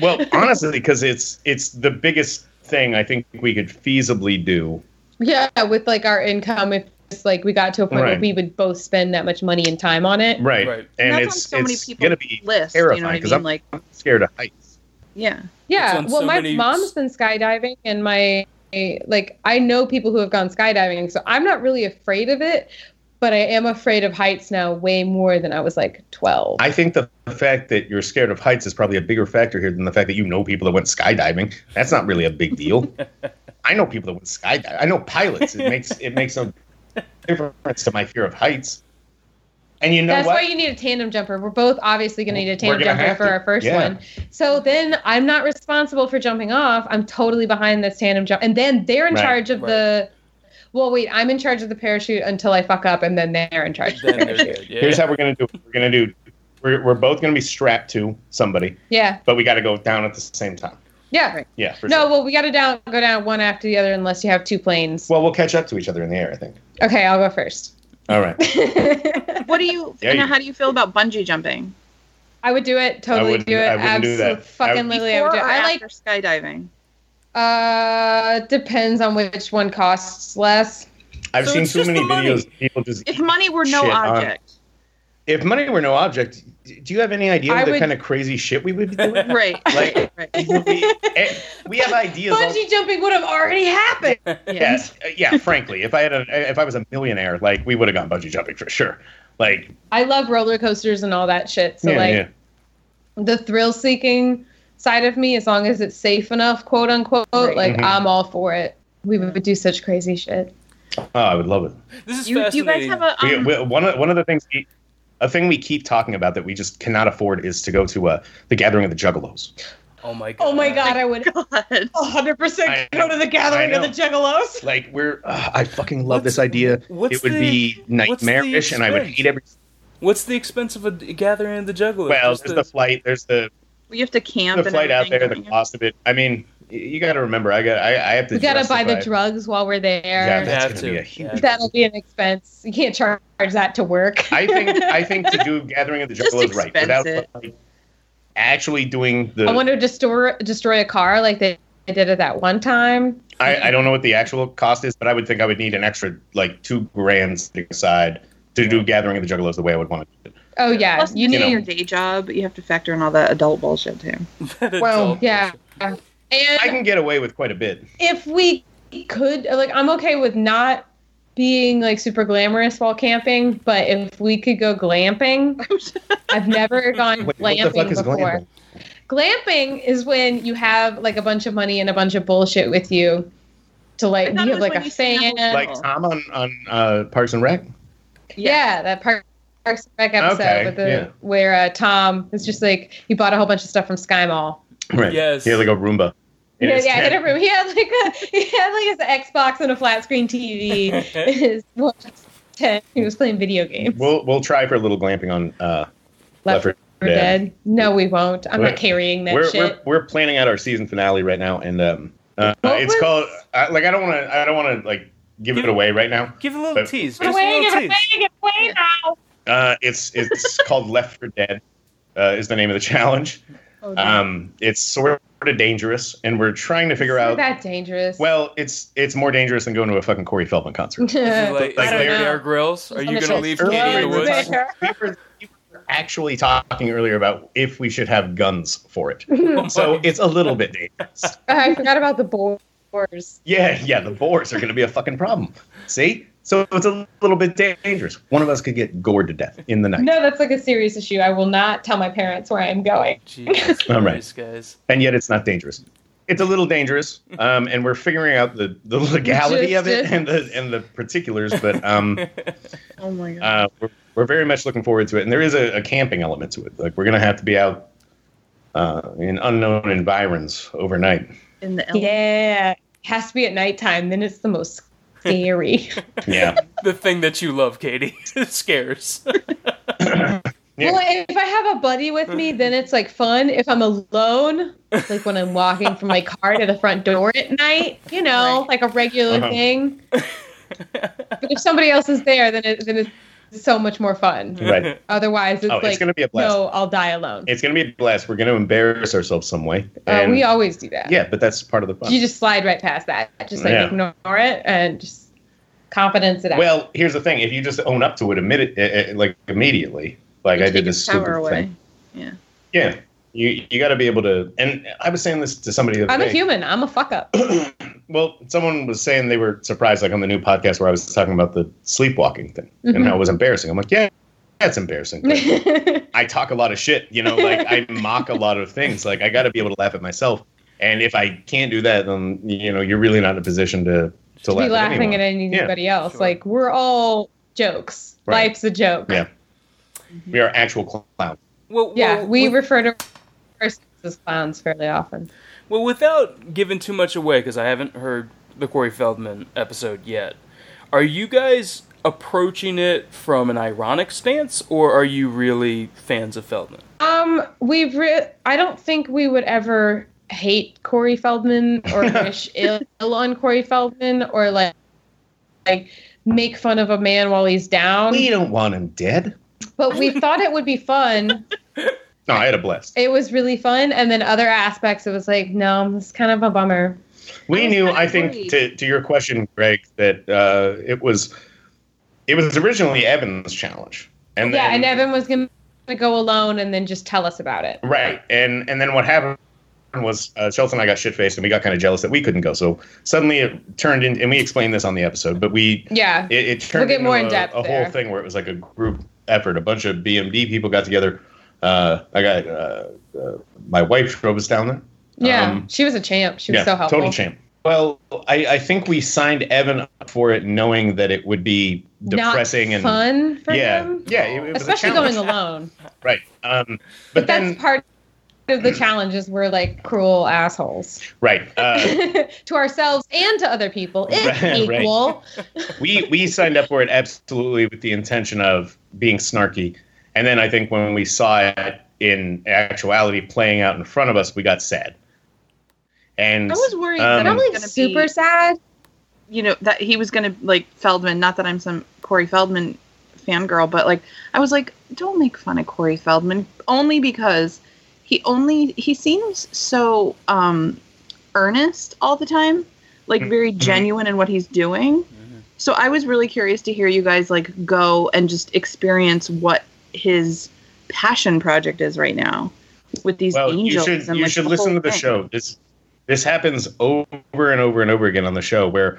Speaker 3: well, honestly, because it's it's the biggest thing I think we could feasibly do.
Speaker 2: Yeah, with like our income, if it's like we got to a point where
Speaker 3: Right.
Speaker 2: we would both spend that much money and time on it.
Speaker 3: Right,
Speaker 5: Right.
Speaker 3: and
Speaker 4: that's
Speaker 3: it's
Speaker 4: on so many
Speaker 3: it's
Speaker 4: people's
Speaker 3: going to be
Speaker 4: list you know
Speaker 3: terrifying
Speaker 4: what i mean
Speaker 3: because I'm
Speaker 4: like
Speaker 3: I'm scared of heights.
Speaker 4: Yeah.
Speaker 2: Yeah.
Speaker 5: It's on
Speaker 2: Well,
Speaker 5: so
Speaker 2: my
Speaker 5: many-
Speaker 2: mom's been skydiving, and my like I know people who have gone skydiving, so I'm not really afraid of it. But I am afraid of heights now, way more than I was like 12.
Speaker 3: I think the fact that you're scared of heights is probably a bigger factor here than the fact that you know people that went skydiving. That's not really a big deal. I know people that went skydiving. I know pilots. It makes it makes no difference to my fear of heights. And you know
Speaker 2: That's
Speaker 3: what?
Speaker 2: why you need a tandem jumper. We're both obviously going to need a
Speaker 3: We're
Speaker 2: tandem
Speaker 3: gonna
Speaker 2: jumper
Speaker 3: have
Speaker 2: for
Speaker 3: to.
Speaker 2: our first
Speaker 3: Yeah.
Speaker 2: one. So then I'm not responsible for jumping off. I'm totally behind this tandem jump. And then they're in
Speaker 3: Right,
Speaker 2: charge of the. Well, wait, I'm in charge of the parachute until I fuck up, and then they're in charge. Of the
Speaker 5: Then there's
Speaker 2: parachute.
Speaker 5: good. Yeah.
Speaker 3: Here's how we're gonna do. It. We're gonna do. We're, we're both gonna be strapped to somebody,
Speaker 2: yeah.
Speaker 3: but we got to go down at the same time.
Speaker 2: Yeah.
Speaker 3: Yeah. For
Speaker 2: No,
Speaker 3: sure.
Speaker 2: well, we got to down go down one after the other unless you have two planes.
Speaker 3: Well, we'll catch up to each other in the air. I think.
Speaker 2: okay, I'll go first.
Speaker 3: All right.
Speaker 4: What do you?
Speaker 3: Yeah,
Speaker 4: and
Speaker 3: you-
Speaker 4: how do you feel about bungee jumping?
Speaker 2: I would do it. Totally
Speaker 3: wouldn't-
Speaker 2: do it.
Speaker 3: I wouldn't do that.
Speaker 2: Absolutely, fucking
Speaker 4: Oh,
Speaker 2: literally, I would do it.
Speaker 4: Before or
Speaker 2: I like.
Speaker 4: after skydiving.
Speaker 2: Uh, depends on which one costs less.
Speaker 3: I've
Speaker 4: So
Speaker 3: seen
Speaker 4: it's
Speaker 3: too
Speaker 4: just
Speaker 3: many
Speaker 4: the money.
Speaker 3: videos. Of people just.
Speaker 4: If money were no
Speaker 3: Shit, um,
Speaker 4: object,
Speaker 3: If money were no object, do you have any idea
Speaker 2: I
Speaker 3: what the
Speaker 2: would-
Speaker 3: kind of crazy shit we would be doing?
Speaker 4: right?
Speaker 3: Like-
Speaker 4: right.
Speaker 3: we, eh, we have ideas. all-
Speaker 2: Bungee jumping would have already happened.
Speaker 4: Yeah.
Speaker 3: yeah, uh, yeah. Frankly, if I had a, if I was a millionaire, like we would have gone bungee jumping for sure. Like,
Speaker 2: I love roller coasters and all that shit. So
Speaker 3: yeah,
Speaker 2: like
Speaker 3: yeah.
Speaker 2: the thrill seeking side of me, as long as it's safe enough, quote unquote,
Speaker 4: Right.
Speaker 2: like
Speaker 3: Mhm.
Speaker 2: I'm all for it. We would do such crazy shit.
Speaker 3: Oh, I would love it.
Speaker 5: This is
Speaker 4: You, do you
Speaker 5: fascinating.
Speaker 4: guys have a
Speaker 3: We,
Speaker 4: um,
Speaker 3: we, one of one of the things, we, a thing we keep talking about that we just cannot afford is to go to uh, the Gathering of the Juggalos.
Speaker 5: oh my god.
Speaker 2: Oh my god, I would
Speaker 4: God.
Speaker 2: 100
Speaker 3: I
Speaker 2: percent
Speaker 3: know.
Speaker 2: go to the gathering
Speaker 3: I
Speaker 2: of the Juggalos.
Speaker 3: Like, we're uh, I fucking love
Speaker 5: What's-
Speaker 3: this idea.
Speaker 5: what's
Speaker 3: it would
Speaker 5: the-
Speaker 3: be
Speaker 5: what's the
Speaker 3: nightmarish, and I would
Speaker 5: expense?
Speaker 3: hate every.
Speaker 5: What's the expense of a d- gathering of the jugglers?
Speaker 3: Well,
Speaker 5: Just
Speaker 3: there's
Speaker 5: the-
Speaker 3: the flight. There's the
Speaker 4: You have to camp.
Speaker 3: the
Speaker 4: and
Speaker 3: flight out there. The
Speaker 4: everything, don't you?
Speaker 3: cost of it. I mean, y- you got to remember. I got. I, I have to.
Speaker 2: We gotta buy the
Speaker 3: justify-
Speaker 2: drugs while we're there.
Speaker 3: Yeah, that's
Speaker 5: Have
Speaker 3: gonna
Speaker 5: to.
Speaker 3: be a huge.
Speaker 5: Yeah.
Speaker 2: That'll be an expense. You can't charge that to work.
Speaker 3: I think I think to do Gathering of the
Speaker 4: Just
Speaker 3: Juggalos right
Speaker 4: expense
Speaker 3: without
Speaker 4: it.
Speaker 3: like, actually doing the.
Speaker 2: I
Speaker 3: I,
Speaker 2: want to destroy destroy a car like they did at that one time.
Speaker 3: I, don't know what the actual cost is, but I would think I would need an extra like two grand sitting aside to do Gathering of the Juggalos the way I would want to. do it.
Speaker 2: Oh yeah,
Speaker 4: Plus,
Speaker 2: you
Speaker 4: you
Speaker 2: need
Speaker 4: do
Speaker 3: know.
Speaker 4: your day job. You have to factor in all that adult bullshit too.
Speaker 5: That's
Speaker 3: Well,
Speaker 5: all.
Speaker 2: yeah. And
Speaker 3: I can get away with quite a bit.
Speaker 2: if we could, like, I'm okay with not being like super glamorous while camping, but if we could go glamping, I've never gone
Speaker 3: Wait, what
Speaker 2: glamping
Speaker 3: the fuck is
Speaker 2: before.
Speaker 3: glamping?
Speaker 2: glamping is when you have like a bunch of money and a bunch of bullshit with you to like
Speaker 4: I
Speaker 2: you
Speaker 4: thought it
Speaker 2: have
Speaker 4: was
Speaker 2: like
Speaker 4: when
Speaker 2: a
Speaker 4: you sample-
Speaker 2: fan.
Speaker 3: Like Tom on on uh, Parks and Rec.
Speaker 2: Yeah, that Park, Parks and Rec episode
Speaker 3: Okay,
Speaker 2: with the,
Speaker 3: yeah.
Speaker 2: where uh, Tom is just like he bought a whole bunch of stuff from Sky Mall.
Speaker 3: Right.
Speaker 5: Yes.
Speaker 3: He had like a Roomba. in
Speaker 2: Yeah,
Speaker 3: his
Speaker 2: yeah, I hit a
Speaker 3: tent.
Speaker 2: room. He had like a he had like his Xbox and a flat screen TV. in his tent. He was playing video games.
Speaker 3: We'll we'll try for a little glamping on uh, Left 4
Speaker 2: We're
Speaker 3: Dead.
Speaker 2: dead. No, we won't. I'm
Speaker 3: We're-
Speaker 2: not carrying that
Speaker 3: we're,
Speaker 2: shit.
Speaker 3: we're we're planning out our season finale right now, and um, uh,
Speaker 2: What
Speaker 3: it's
Speaker 2: was-
Speaker 3: called I, like I don't want to I don't want to like give it
Speaker 5: Give-
Speaker 3: away right now.
Speaker 5: Give a little
Speaker 3: But-
Speaker 5: tease.
Speaker 2: Get
Speaker 5: Just a
Speaker 2: away,
Speaker 5: little
Speaker 2: get away,
Speaker 5: tease.
Speaker 2: get away now.
Speaker 3: Uh, it's it's called Left for Dead uh, is the name of the challenge.
Speaker 4: Oh, damn.
Speaker 3: Um, it's sort of dangerous, and we're trying to figure
Speaker 2: Isn't
Speaker 3: out.
Speaker 2: that dangerous.
Speaker 3: Well, it's it's more dangerous than going to a fucking Corey Feldman concert.
Speaker 5: This is like,
Speaker 2: I
Speaker 5: like
Speaker 2: don't
Speaker 5: Bear,
Speaker 2: know.
Speaker 5: Bear Grylls. Are
Speaker 2: Just
Speaker 5: you
Speaker 2: wanna
Speaker 5: gonna
Speaker 2: say
Speaker 5: leave
Speaker 3: early
Speaker 5: Katie in the
Speaker 3: in
Speaker 2: Earlier
Speaker 3: the
Speaker 5: woods?
Speaker 3: day. we were, we were actually talking earlier about if we should have guns for it,
Speaker 5: Oh
Speaker 3: so
Speaker 5: my-
Speaker 3: it's a little bit dangerous.
Speaker 2: I forgot about the boars.
Speaker 3: Yeah, yeah, the boars are going to be a fucking problem. See, so it's a little bit dangerous. One of us could get gored to death in the night.
Speaker 2: No, that's like a serious issue. I will not tell my parents where I'm going.
Speaker 5: Jesus
Speaker 3: All right.
Speaker 5: Christ, guys.
Speaker 3: and yet it's not dangerous. It's a little dangerous, um, and we're figuring out the, the legality
Speaker 2: Just-
Speaker 3: of it
Speaker 2: just-
Speaker 3: and the and the particulars. But um,
Speaker 4: oh my god.
Speaker 3: uh, we're, we're very much looking forward to it, and there is a, a camping element to it. Like we're gonna have to be out uh, in unknown environs overnight.
Speaker 4: In the L-
Speaker 2: Yeah, it has to be at nighttime. Then it's the most scary.
Speaker 3: Yeah,
Speaker 5: The thing that you love, Katie, it scares.
Speaker 3: Yeah.
Speaker 2: Well, if I have a buddy with me, then it's like fun. If I'm alone, like when I'm walking from my car to the front door at night, you know,
Speaker 4: Right.
Speaker 2: like a regular
Speaker 3: Uh-huh.
Speaker 2: thing. but if somebody else is there, then it, then it's so much more fun.
Speaker 3: right.
Speaker 2: Otherwise, it's
Speaker 3: Oh, it's
Speaker 2: like
Speaker 3: gonna be a blast.
Speaker 2: no, I'll die alone.
Speaker 3: It's gonna be a blast. We're gonna embarrass ourselves some way.
Speaker 2: Uh,
Speaker 3: And-
Speaker 2: we always do that.
Speaker 3: yeah, but that's part of the fun.
Speaker 2: you just slide right past that. Just like
Speaker 3: Yeah.
Speaker 2: ignore it and just confidence it out.
Speaker 3: Well, here's the thing: if you just own up to it, admit it, eh, eh, like immediately, like
Speaker 4: you
Speaker 3: I did
Speaker 4: take
Speaker 3: this
Speaker 4: his power
Speaker 3: stupid
Speaker 4: away.
Speaker 3: thing. Yeah, You you got to be able to. And I was saying this to somebody. The other
Speaker 2: I'm a
Speaker 3: day.
Speaker 2: human. I'm a fuck up.
Speaker 3: Well, someone was saying they were surprised, like on the new podcast where I was talking about the sleepwalking thing
Speaker 2: Mm-hmm.
Speaker 3: and how it was embarrassing. I'm like, yeah, that's embarrassing. but I talk a lot of shit, you know, like I mock a lot of things. Like I got to be able to laugh at myself. And if I can't do that, then you know, you're really not in a position to to,
Speaker 2: to
Speaker 3: laugh
Speaker 2: be laughing at
Speaker 3: anyone.
Speaker 2: anybody else.
Speaker 5: Sure.
Speaker 2: Like we're all jokes.
Speaker 3: Right.
Speaker 2: Life's a joke.
Speaker 3: Yeah.
Speaker 2: Mm-hmm.
Speaker 3: We are actual clowns.
Speaker 5: Well,
Speaker 2: Yeah,
Speaker 5: well,
Speaker 2: we
Speaker 5: with-
Speaker 2: refer to ourselves as clowns fairly often.
Speaker 5: Well, without giving too much away, because I haven't heard the Corey Feldman episode yet, are you guys approaching it from an ironic stance, or are you really fans of Feldman?
Speaker 2: Um, we've. Re- I don't think we would ever hate Corey Feldman or wish ill, ill on Corey Feldman or like like make fun of a man while he's down.
Speaker 3: We don't want him dead.
Speaker 2: But we thought it would be fun.
Speaker 3: No, I had a blast.
Speaker 2: It was really fun, and then other aspects, it was like, no, it's kind of a bummer.
Speaker 3: We
Speaker 4: was
Speaker 3: knew,
Speaker 4: kinda
Speaker 3: I think,
Speaker 4: worried.
Speaker 3: to, to your question, Greg, that uh, it was it was originally Evan's challenge. And
Speaker 2: yeah,
Speaker 3: then-
Speaker 2: and Evan was gonna go alone and then just tell us about it.
Speaker 3: Right, and and then what happened was uh, Chelsea and I got shit faced, and we got kind of jealous that we couldn't go. So suddenly it turned in, and we explained this on the episode, but we
Speaker 2: Yeah,
Speaker 3: it, it turned
Speaker 2: get
Speaker 3: into
Speaker 2: more
Speaker 3: a,
Speaker 2: in depth
Speaker 3: a
Speaker 2: there.
Speaker 3: whole thing where it was like a group effort. A bunch of BMD people got together. Uh, I got uh, uh, my wife drove us down there.
Speaker 2: yeah.
Speaker 3: um,
Speaker 2: she was a champ. She was so helpful.
Speaker 3: total champ. Well, I, I think we signed Evan up for it, knowing that it would be
Speaker 2: Not
Speaker 3: depressing and
Speaker 2: fun for
Speaker 3: yeah,
Speaker 2: him,
Speaker 3: yeah, it, it was
Speaker 2: especially
Speaker 3: a challenge.
Speaker 2: going alone.
Speaker 3: right. Um,
Speaker 2: But,
Speaker 3: but then
Speaker 2: that's part of the challenges. We're like cruel assholes
Speaker 3: right. Uh,
Speaker 2: to ourselves and to other people. It's
Speaker 3: Right, right.
Speaker 2: equal.
Speaker 3: we we signed up for it absolutely with the intention of being snarky, and then I think when we saw it in actuality playing out in front of us, we got sad. And
Speaker 4: I was worried that
Speaker 3: Um,
Speaker 4: I
Speaker 2: I'm
Speaker 4: was
Speaker 2: like
Speaker 4: gonna
Speaker 2: super
Speaker 4: be,
Speaker 2: sad.
Speaker 4: you know, that he was gonna like Feldman. Not that I'm some Corey Feldman fangirl, but like I was like, don't make fun of Corey Feldman only because he only he seems so um earnest all the time, like
Speaker 3: Mm-hmm.
Speaker 4: very genuine in what he's doing. So I was really curious to hear you guys like go and just experience what his passion project is right now with these
Speaker 3: well, you
Speaker 4: angels.
Speaker 3: should
Speaker 4: and,
Speaker 3: you
Speaker 4: like,
Speaker 3: should
Speaker 4: the
Speaker 3: listen to
Speaker 4: whole
Speaker 3: the
Speaker 4: thing.
Speaker 3: show. This this happens over and over and over again on the show where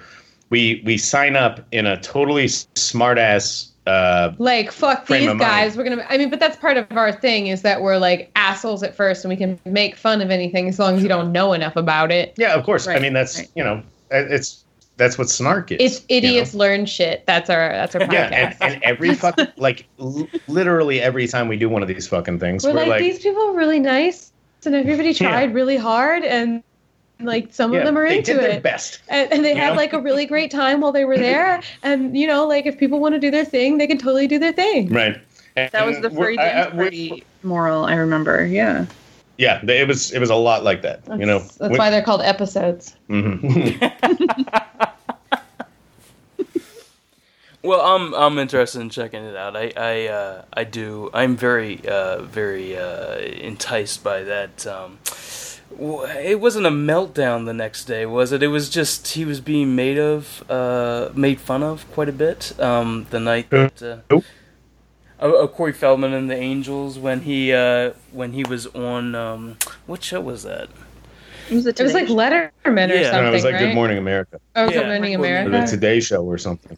Speaker 3: we we sign up in a totally smartass. Uh,
Speaker 2: Like fuck
Speaker 3: Frame
Speaker 2: these
Speaker 3: of mind.
Speaker 2: guys. We're gonna. I mean, but that's part of our thing is that we're like assholes at first, and we can make fun of anything as long as you don't know enough about it.
Speaker 3: yeah, of course. I
Speaker 4: Right,
Speaker 3: mean, that's
Speaker 4: right.
Speaker 3: you know, it- it's that's what snark is.
Speaker 2: It's
Speaker 3: you know?
Speaker 2: idiots learn shit. That's our that's our podcast.
Speaker 3: Yeah, and, and every fuck, like l- literally every time we do one of these fucking things,
Speaker 2: we're
Speaker 3: we're,
Speaker 2: like,
Speaker 3: like,
Speaker 2: these people are really nice, and everybody
Speaker 3: Yeah.
Speaker 2: tried really hard, and like some
Speaker 3: yeah,
Speaker 2: of them are
Speaker 3: they
Speaker 2: into
Speaker 3: did
Speaker 2: it.
Speaker 3: their best.
Speaker 2: and, and they
Speaker 3: You
Speaker 2: had
Speaker 3: know?
Speaker 2: like a really great time while they were there and you know like if people want to do their thing they can totally do their thing
Speaker 3: Right.
Speaker 4: That was the free dance party moral, I remember. Yeah.
Speaker 3: Yeah, they- it was it was a lot like that.
Speaker 2: that's,
Speaker 3: you know,
Speaker 2: that's why they're called episodes
Speaker 3: Mhm.
Speaker 5: Well, I'm I'm interested in checking it out. I I uh, I do. I'm very uh, very uh, enticed by that. Um, w- it wasn't a meltdown the next day, was it? It was just he was being made of, uh, made fun of quite a bit. Um, the night
Speaker 3: Who?
Speaker 5: that uh,
Speaker 3: Who?
Speaker 5: oh, oh, Corey Feldman and the Angels when he uh, when he was on um, what show was that?
Speaker 4: It was,
Speaker 2: it was like letterman or
Speaker 5: Yeah.
Speaker 2: something
Speaker 3: And it was like
Speaker 2: right?
Speaker 3: Good Morning America
Speaker 2: oh, it was
Speaker 5: Yeah.
Speaker 2: good morning
Speaker 5: Good Morning
Speaker 3: or the
Speaker 2: america
Speaker 3: Today Show or something.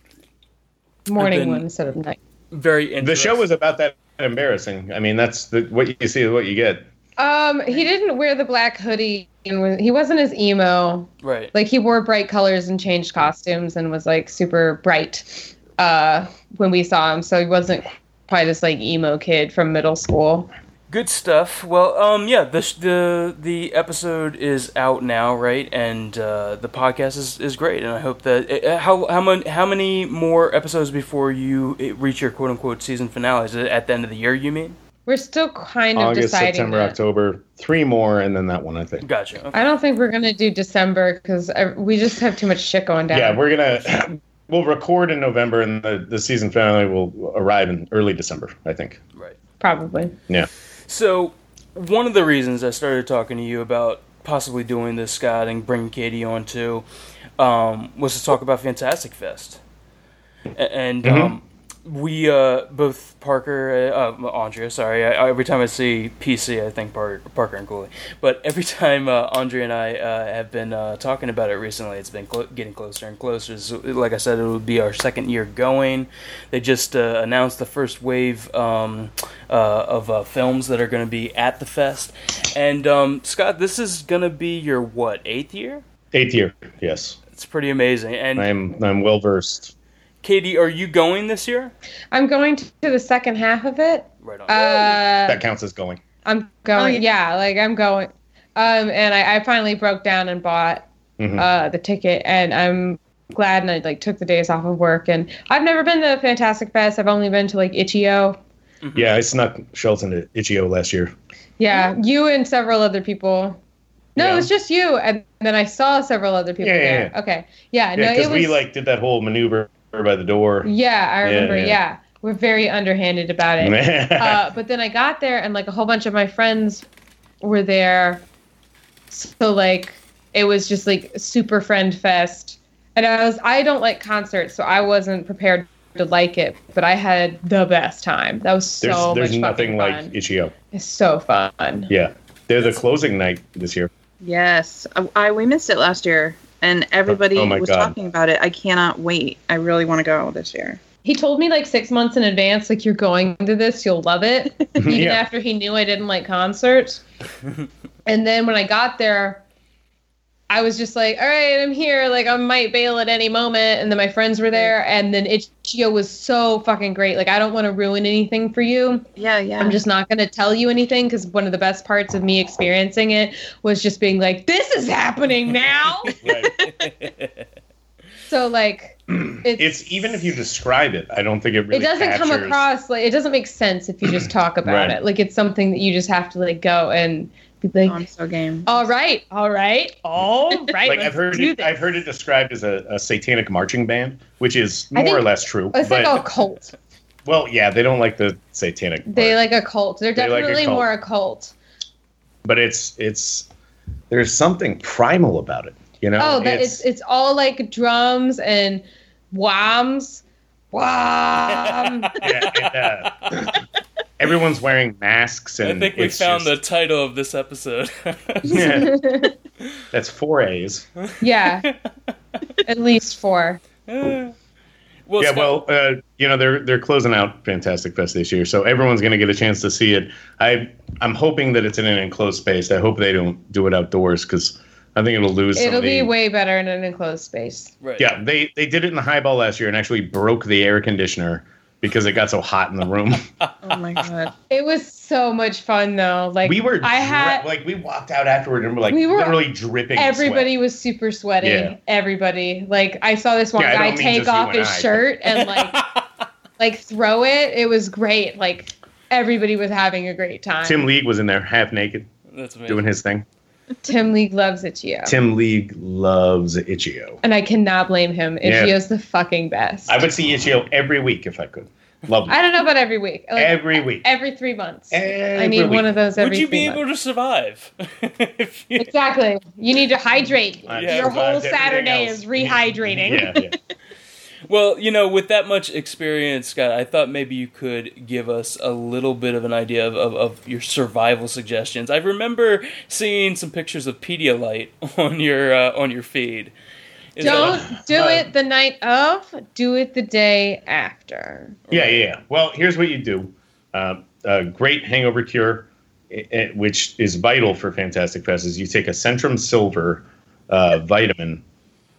Speaker 2: morning
Speaker 5: I've been-
Speaker 2: one instead of night
Speaker 5: Very
Speaker 3: The
Speaker 5: interesting.
Speaker 3: show was about that embarrassing. I mean, that's the, what you see is what you get.
Speaker 2: um he didn't wear the black hoodie and was, he wasn't as emo
Speaker 5: right.
Speaker 2: like he wore bright colors and changed costumes and was like super bright uh when we saw him so he wasn't quite this like emo kid from middle school
Speaker 5: Good stuff. Well, um, yeah, the sh- the the episode is out now, right? And uh, the podcast is, is great, and I hope that uh, how how many how many more episodes before you uh, reach your quote unquote season finale? Is it at the end of the year? You mean?
Speaker 2: We're still kind of
Speaker 3: August,
Speaker 2: deciding.
Speaker 3: September,
Speaker 2: that.
Speaker 3: October, three more, and then that one, I think.
Speaker 5: Gotcha. Okay.
Speaker 2: I don't think we're gonna do December because we just have too much shit going down.
Speaker 3: Yeah, we're gonna we'll record in November, and the, the season finale will arrive in early December, I think.
Speaker 5: Right.
Speaker 2: probably.
Speaker 3: Yeah.
Speaker 5: So, one of the reasons I started talking to you about possibly doing this, Scott, and bringing Katie on
Speaker 3: Mm-hmm.
Speaker 5: too, um, was to talk about Fantastic Fest. A- And um, we uh, both Parker, uh, Andrea. Sorry, I, I- every time I see PC, I think Parker, Parker and Cooley. But every time uh, Andrea and I uh, have been uh, talking about it recently, it's been clo- getting closer and closer. So, like I said, it will be our second year going. They just uh, announced the first wave um, uh, of uh, films that are going to be at the fest. And um, Scott, this is going to be your what eighth year?
Speaker 3: Eighth year, yes.
Speaker 5: It's pretty amazing. And
Speaker 3: I'm I'm well versed.
Speaker 5: Katie, are you going this year?
Speaker 2: I'm going to the second half of it.
Speaker 5: Right on.
Speaker 2: Uh,
Speaker 3: that counts as going.
Speaker 2: I'm going.
Speaker 4: Oh,
Speaker 2: yeah. like I'm going. Um, and I, I finally broke down and bought
Speaker 3: Mhm.
Speaker 2: uh, the ticket, and I'm glad. And I like took the days off of work, and I've never been to Fantastic Fest. I've only been to like E Itch.io.
Speaker 3: yeah, I snuck Shelton to Itch.io last year.
Speaker 2: Yeah, you and several other people. No,
Speaker 3: Yeah.
Speaker 2: it was just you, and then I saw several other people
Speaker 3: Yeah, yeah,
Speaker 2: there. Okay, yeah,
Speaker 3: Yeah,
Speaker 2: no, it
Speaker 3: because
Speaker 2: was.
Speaker 3: we like did that whole maneuver by the door.
Speaker 2: yeah, I
Speaker 3: Yeah,
Speaker 2: remember.
Speaker 3: yeah.
Speaker 2: Yeah, we're very underhanded about it. uh, but then I got there and like a whole bunch of my friends were there. So like it was just like super friend fest. And I was I don't like concerts, so I wasn't prepared to like it, but I had the best time. That was so
Speaker 3: there's
Speaker 2: much
Speaker 3: there's
Speaker 2: fucking
Speaker 3: nothing
Speaker 2: fun.
Speaker 3: like Itch.io.
Speaker 2: it's so fun.
Speaker 3: Yeah, they're the closing night this year.
Speaker 4: Yes, I, I we missed it last year, and everybody
Speaker 3: Oh my
Speaker 4: was
Speaker 3: God.
Speaker 4: talking about it. I cannot wait. I really want to go this year.
Speaker 2: He told me like six months in advance, like you're going to this, you'll love it. Even
Speaker 3: Yeah.
Speaker 2: after he knew I didn't like concerts. and then when I got there, I was just like, all right, I'm here. Like I might bail at any moment. And then my friends were there. And then Ichio was so fucking great. Like I don't want to ruin anything for you.
Speaker 4: Yeah, yeah.
Speaker 2: I'm just not going to tell you anything because one of the best parts of me experiencing it was just being like, this is happening now. so like, it's,
Speaker 3: it's even if you describe it, I don't think it really.
Speaker 2: it doesn't come
Speaker 3: captures-
Speaker 2: across like it doesn't make sense if you just talk about
Speaker 3: Right.
Speaker 2: it like it's something that you just have to like go and be like
Speaker 4: Oh, I'm so game.
Speaker 2: all right all right all right
Speaker 3: Like
Speaker 2: let's
Speaker 3: I've heard,
Speaker 2: do
Speaker 3: it,
Speaker 2: this."
Speaker 3: I've heard it described as a, a satanic marching band, which is
Speaker 2: I
Speaker 3: more or
Speaker 2: think-
Speaker 3: less true.
Speaker 2: it's
Speaker 3: but,
Speaker 2: like a cult
Speaker 3: well, yeah, they don't like the satanic.
Speaker 2: they
Speaker 3: part.
Speaker 2: like a cult they're
Speaker 3: They like a
Speaker 2: definitely
Speaker 3: cult.
Speaker 2: more a cult
Speaker 3: but it's it's there's something primal about it. You know,
Speaker 2: oh that it's, it's all like drums and whams wham
Speaker 3: yeah, and, uh, everyone's wearing masks,
Speaker 5: I
Speaker 3: and
Speaker 5: think we
Speaker 3: it's
Speaker 5: found
Speaker 3: just-
Speaker 5: the title of this episode.
Speaker 3: Yeah, that's four A's.
Speaker 2: yeah at least four
Speaker 5: well,
Speaker 3: yeah,
Speaker 5: Scott-
Speaker 3: well, uh, you know they're they're closing out Fantastic Fest this year, so everyone's going to get a chance to see it. I I'm hoping that it's in an enclosed space. I hope they don't do it outdoors because I think it'll lose. some
Speaker 2: it'll
Speaker 3: of
Speaker 2: be
Speaker 3: the-
Speaker 2: way better in an enclosed space
Speaker 5: right.
Speaker 3: Yeah, they they did it in the highball last year and actually broke the air conditioner because it got so hot in the room.
Speaker 4: Oh my god.
Speaker 2: it was so much fun though like
Speaker 3: we were
Speaker 2: i
Speaker 3: dri-
Speaker 2: had
Speaker 3: like we walked out afterward and we're like
Speaker 2: We were-
Speaker 3: literally dripping. sweat.
Speaker 2: everybody was super sweaty.
Speaker 3: Yeah.
Speaker 2: Everybody, like I saw this one
Speaker 3: Yeah, I
Speaker 2: guy
Speaker 3: don't mean
Speaker 2: take
Speaker 3: just you
Speaker 2: off
Speaker 3: and
Speaker 2: his
Speaker 3: I.
Speaker 2: shirt and like like throw it. It was great. Like everybody was having a great time.
Speaker 3: Tim League was in there half naked
Speaker 5: That's amazing.
Speaker 3: doing his thing.
Speaker 2: Tim League loves Ichio,
Speaker 3: Tim League loves Itch.io.
Speaker 2: and I cannot blame him.
Speaker 3: Yeah.
Speaker 2: Ichio's the fucking best.
Speaker 3: I
Speaker 2: I,
Speaker 3: would see Itch.io every week if I could. Love it.
Speaker 2: don't know about every week. Like,
Speaker 3: every week.
Speaker 2: every three months.
Speaker 3: Every
Speaker 2: I need
Speaker 3: week.
Speaker 2: one of those every.
Speaker 5: Would you
Speaker 2: three
Speaker 5: be able
Speaker 2: months.
Speaker 5: to survive? If you-
Speaker 2: Exactly. You need to hydrate.
Speaker 3: I've
Speaker 5: survived
Speaker 2: Your whole
Speaker 3: everything
Speaker 2: Saturday
Speaker 3: else.
Speaker 2: is rehydrating.
Speaker 3: Yeah, yeah.
Speaker 5: well, you know, with that much experience, Scott, I thought maybe you could give us a little bit of an idea of, of, of your survival suggestions. I remember seeing some pictures of Pedialyte on your uh, on your feed. Is
Speaker 2: Don't
Speaker 5: that-
Speaker 2: do it the night of. Do it the day after.
Speaker 3: Yeah, yeah, yeah. Well, here's what you do: um, a great hangover cure, i- i- which is vital for Fantastic Fest, is you take a Centrum Silver uh, vitamin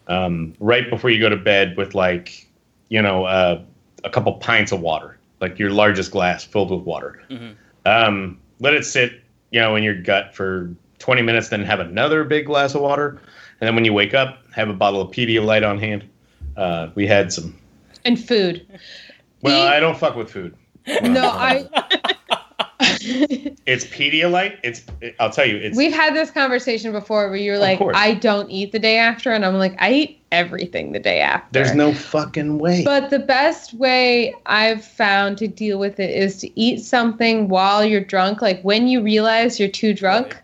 Speaker 3: um, right before you go to bed with like, you know, uh, a couple pints of water, like your largest glass filled with water.
Speaker 5: Mhm.
Speaker 3: Um, let it sit, you know, in your gut for 20 minutes, then have another big glass of water, and then when you wake up, have a bottle of Pedialyte on hand. Uh, we had some.
Speaker 2: and food.
Speaker 3: Well,
Speaker 2: Eat-
Speaker 3: I don't fuck with food.
Speaker 2: No, I
Speaker 3: It's Pedialyte. It's. I'll tell you. It's.
Speaker 2: we've had this conversation before where you're like,
Speaker 3: course.
Speaker 2: I don't eat the day after, and I'm like, I eat everything the day after.
Speaker 3: there's no fucking way.
Speaker 2: But the best way I've found to deal with it is to eat something while you're drunk. Like when you realize you're too drunk,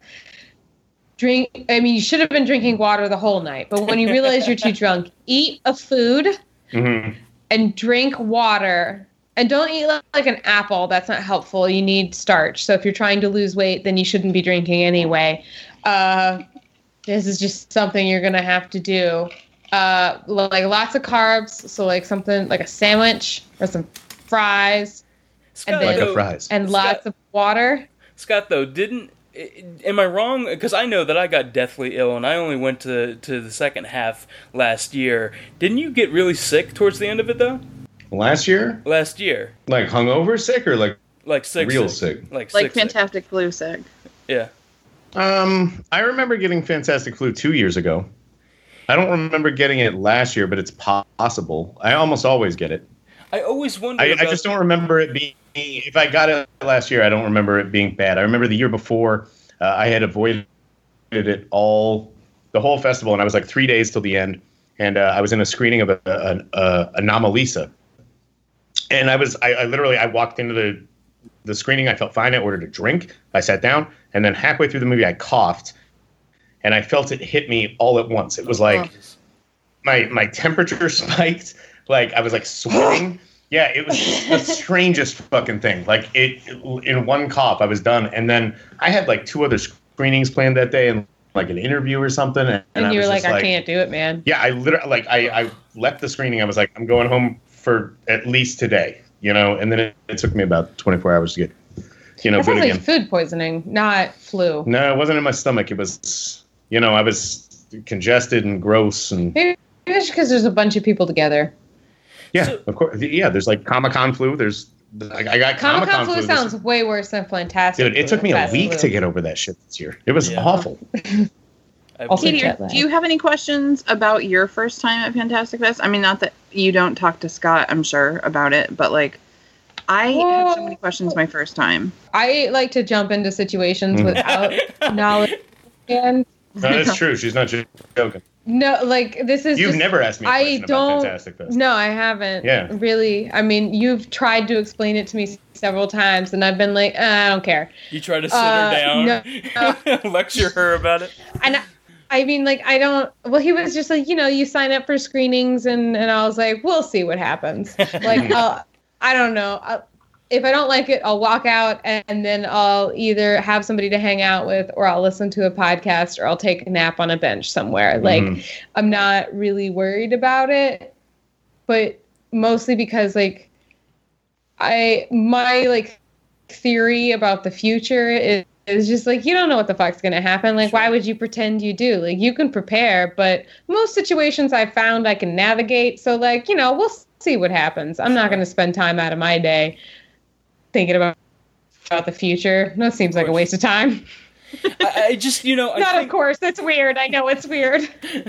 Speaker 2: drink. I mean, you should have been drinking water the whole night, but when you realize you're too drunk, eat a food
Speaker 3: Mhm.
Speaker 2: and drink water And don't eat li- like an apple. That's not helpful. You need starch. So if you're trying to lose weight, then you shouldn't be drinking anyway. Uh, this is just something you're gonna have to do. Uh, like lots of carbs. So like something like a sandwich or some fries
Speaker 5: Scott,
Speaker 2: then-
Speaker 3: like
Speaker 5: though,
Speaker 3: a fries.
Speaker 2: and lots of water.
Speaker 5: Scott though didn't. i- Am I wrong? Because I know that I got deathly ill, and I only went to to the second half last year. Didn't you get really sick towards the end of it though?
Speaker 3: Last year,
Speaker 5: Last year,
Speaker 3: like hungover sick or like
Speaker 5: like sick,
Speaker 3: real
Speaker 5: sick,
Speaker 3: sick.
Speaker 5: like
Speaker 4: Like
Speaker 5: sick, sick.
Speaker 4: Fantastic Blue Sick.
Speaker 5: Yeah,
Speaker 3: Um, I remember getting Fantastic Flu two years ago. I don't remember getting it last year, but it's po- possible. I almost always get it.
Speaker 5: I always wonder.
Speaker 3: I, I
Speaker 5: about-
Speaker 3: just don't remember it being. If I got it last year, I don't remember it being bad. I remember the year before, uh, I had avoided it all, the whole festival, and I was like three days till the end, and uh, I was in a screening of a, a, a Anomalisa, and I was I, I literally I walked into the the screening. I felt fine. I ordered a drink. I sat down, and then halfway through the movie, I coughed, and I felt it hit me all at once. It
Speaker 2: Oh,
Speaker 3: was like
Speaker 5: Jesus.
Speaker 3: my my temperature spiked. Like I was like sweating. yeah, it was the strangest fucking thing. Like it in one cough, I was done. And then I had like two other screenings planned that day, and like an interview or something. And,
Speaker 2: And,
Speaker 3: I
Speaker 2: you were
Speaker 3: was
Speaker 2: like,
Speaker 3: just
Speaker 2: I can't do it, man.
Speaker 3: Yeah, I literally like I I left the screening. I was like, I'm going home for at least today, you know. And then it, it took me about 24 hours to get, you know,
Speaker 2: That
Speaker 3: good
Speaker 2: sounds
Speaker 3: again.
Speaker 2: like food poisoning, not flu.
Speaker 3: no, it wasn't in my stomach. It was, you know, I was congested and gross and
Speaker 2: Maybe it's because there's a bunch of people together.
Speaker 3: Yeah,
Speaker 5: So-
Speaker 3: of course. Yeah, there's like Comic Con flu. There's I, I got
Speaker 2: Comic
Speaker 3: Comic
Speaker 2: Con flu
Speaker 3: this-
Speaker 2: sounds way worse than fantastic.
Speaker 3: Dude, it
Speaker 2: Flu
Speaker 3: took me a
Speaker 2: Fast
Speaker 3: week
Speaker 2: Flu.
Speaker 3: to get over that shit this year. It was
Speaker 5: Yeah.
Speaker 3: awful.
Speaker 5: I-
Speaker 2: Also-
Speaker 4: Katie,
Speaker 2: jet lag.
Speaker 4: do you have any questions about your first time at Fantastic Fest? I mean, not that you don't talk to Scott, I'm sure, about it, but like, I had so many questions my first time.
Speaker 2: I like to jump into
Speaker 3: Mm.
Speaker 2: situations without knowledge. And
Speaker 3: No, that's true. She's not joking.
Speaker 2: no, like this is
Speaker 3: You've
Speaker 2: just-
Speaker 3: never asked me. A
Speaker 2: I
Speaker 3: question
Speaker 2: don't-
Speaker 3: About Fantastic Fest.
Speaker 2: No, I haven't.
Speaker 3: Yeah.
Speaker 2: Really. I mean, you've tried to explain it to me several times, and I've been like, "Uh, I don't care.
Speaker 5: you try to sit
Speaker 2: Uh,
Speaker 5: her down, lecture her about it.
Speaker 2: And I, I mean, like, I don't. Well, he was just like, you know, you sign up for screenings, and and I was like, we'll see what happens. like, I'll, I don't know. i if I don't like it, I'll walk out, and then I'll either have somebody to hang out with, or I'll listen to a podcast, or I'll take a nap on a bench somewhere. Like,
Speaker 3: Mhm.
Speaker 2: I'm not really worried about it, but mostly because like I my like theory about the future is, is just like you don't know what the fuck's gonna happen. Like why would you pretend you do? Like you can prepare, but most situations I've found I can navigate. So like, you know, we'll see what happens. I'm not gonna spend time out of my day thinking about about the future. That seems like a waste of time.
Speaker 5: I, I just, you know, I
Speaker 2: Not of
Speaker 5: think,
Speaker 2: course. That's weird. I know it's weird.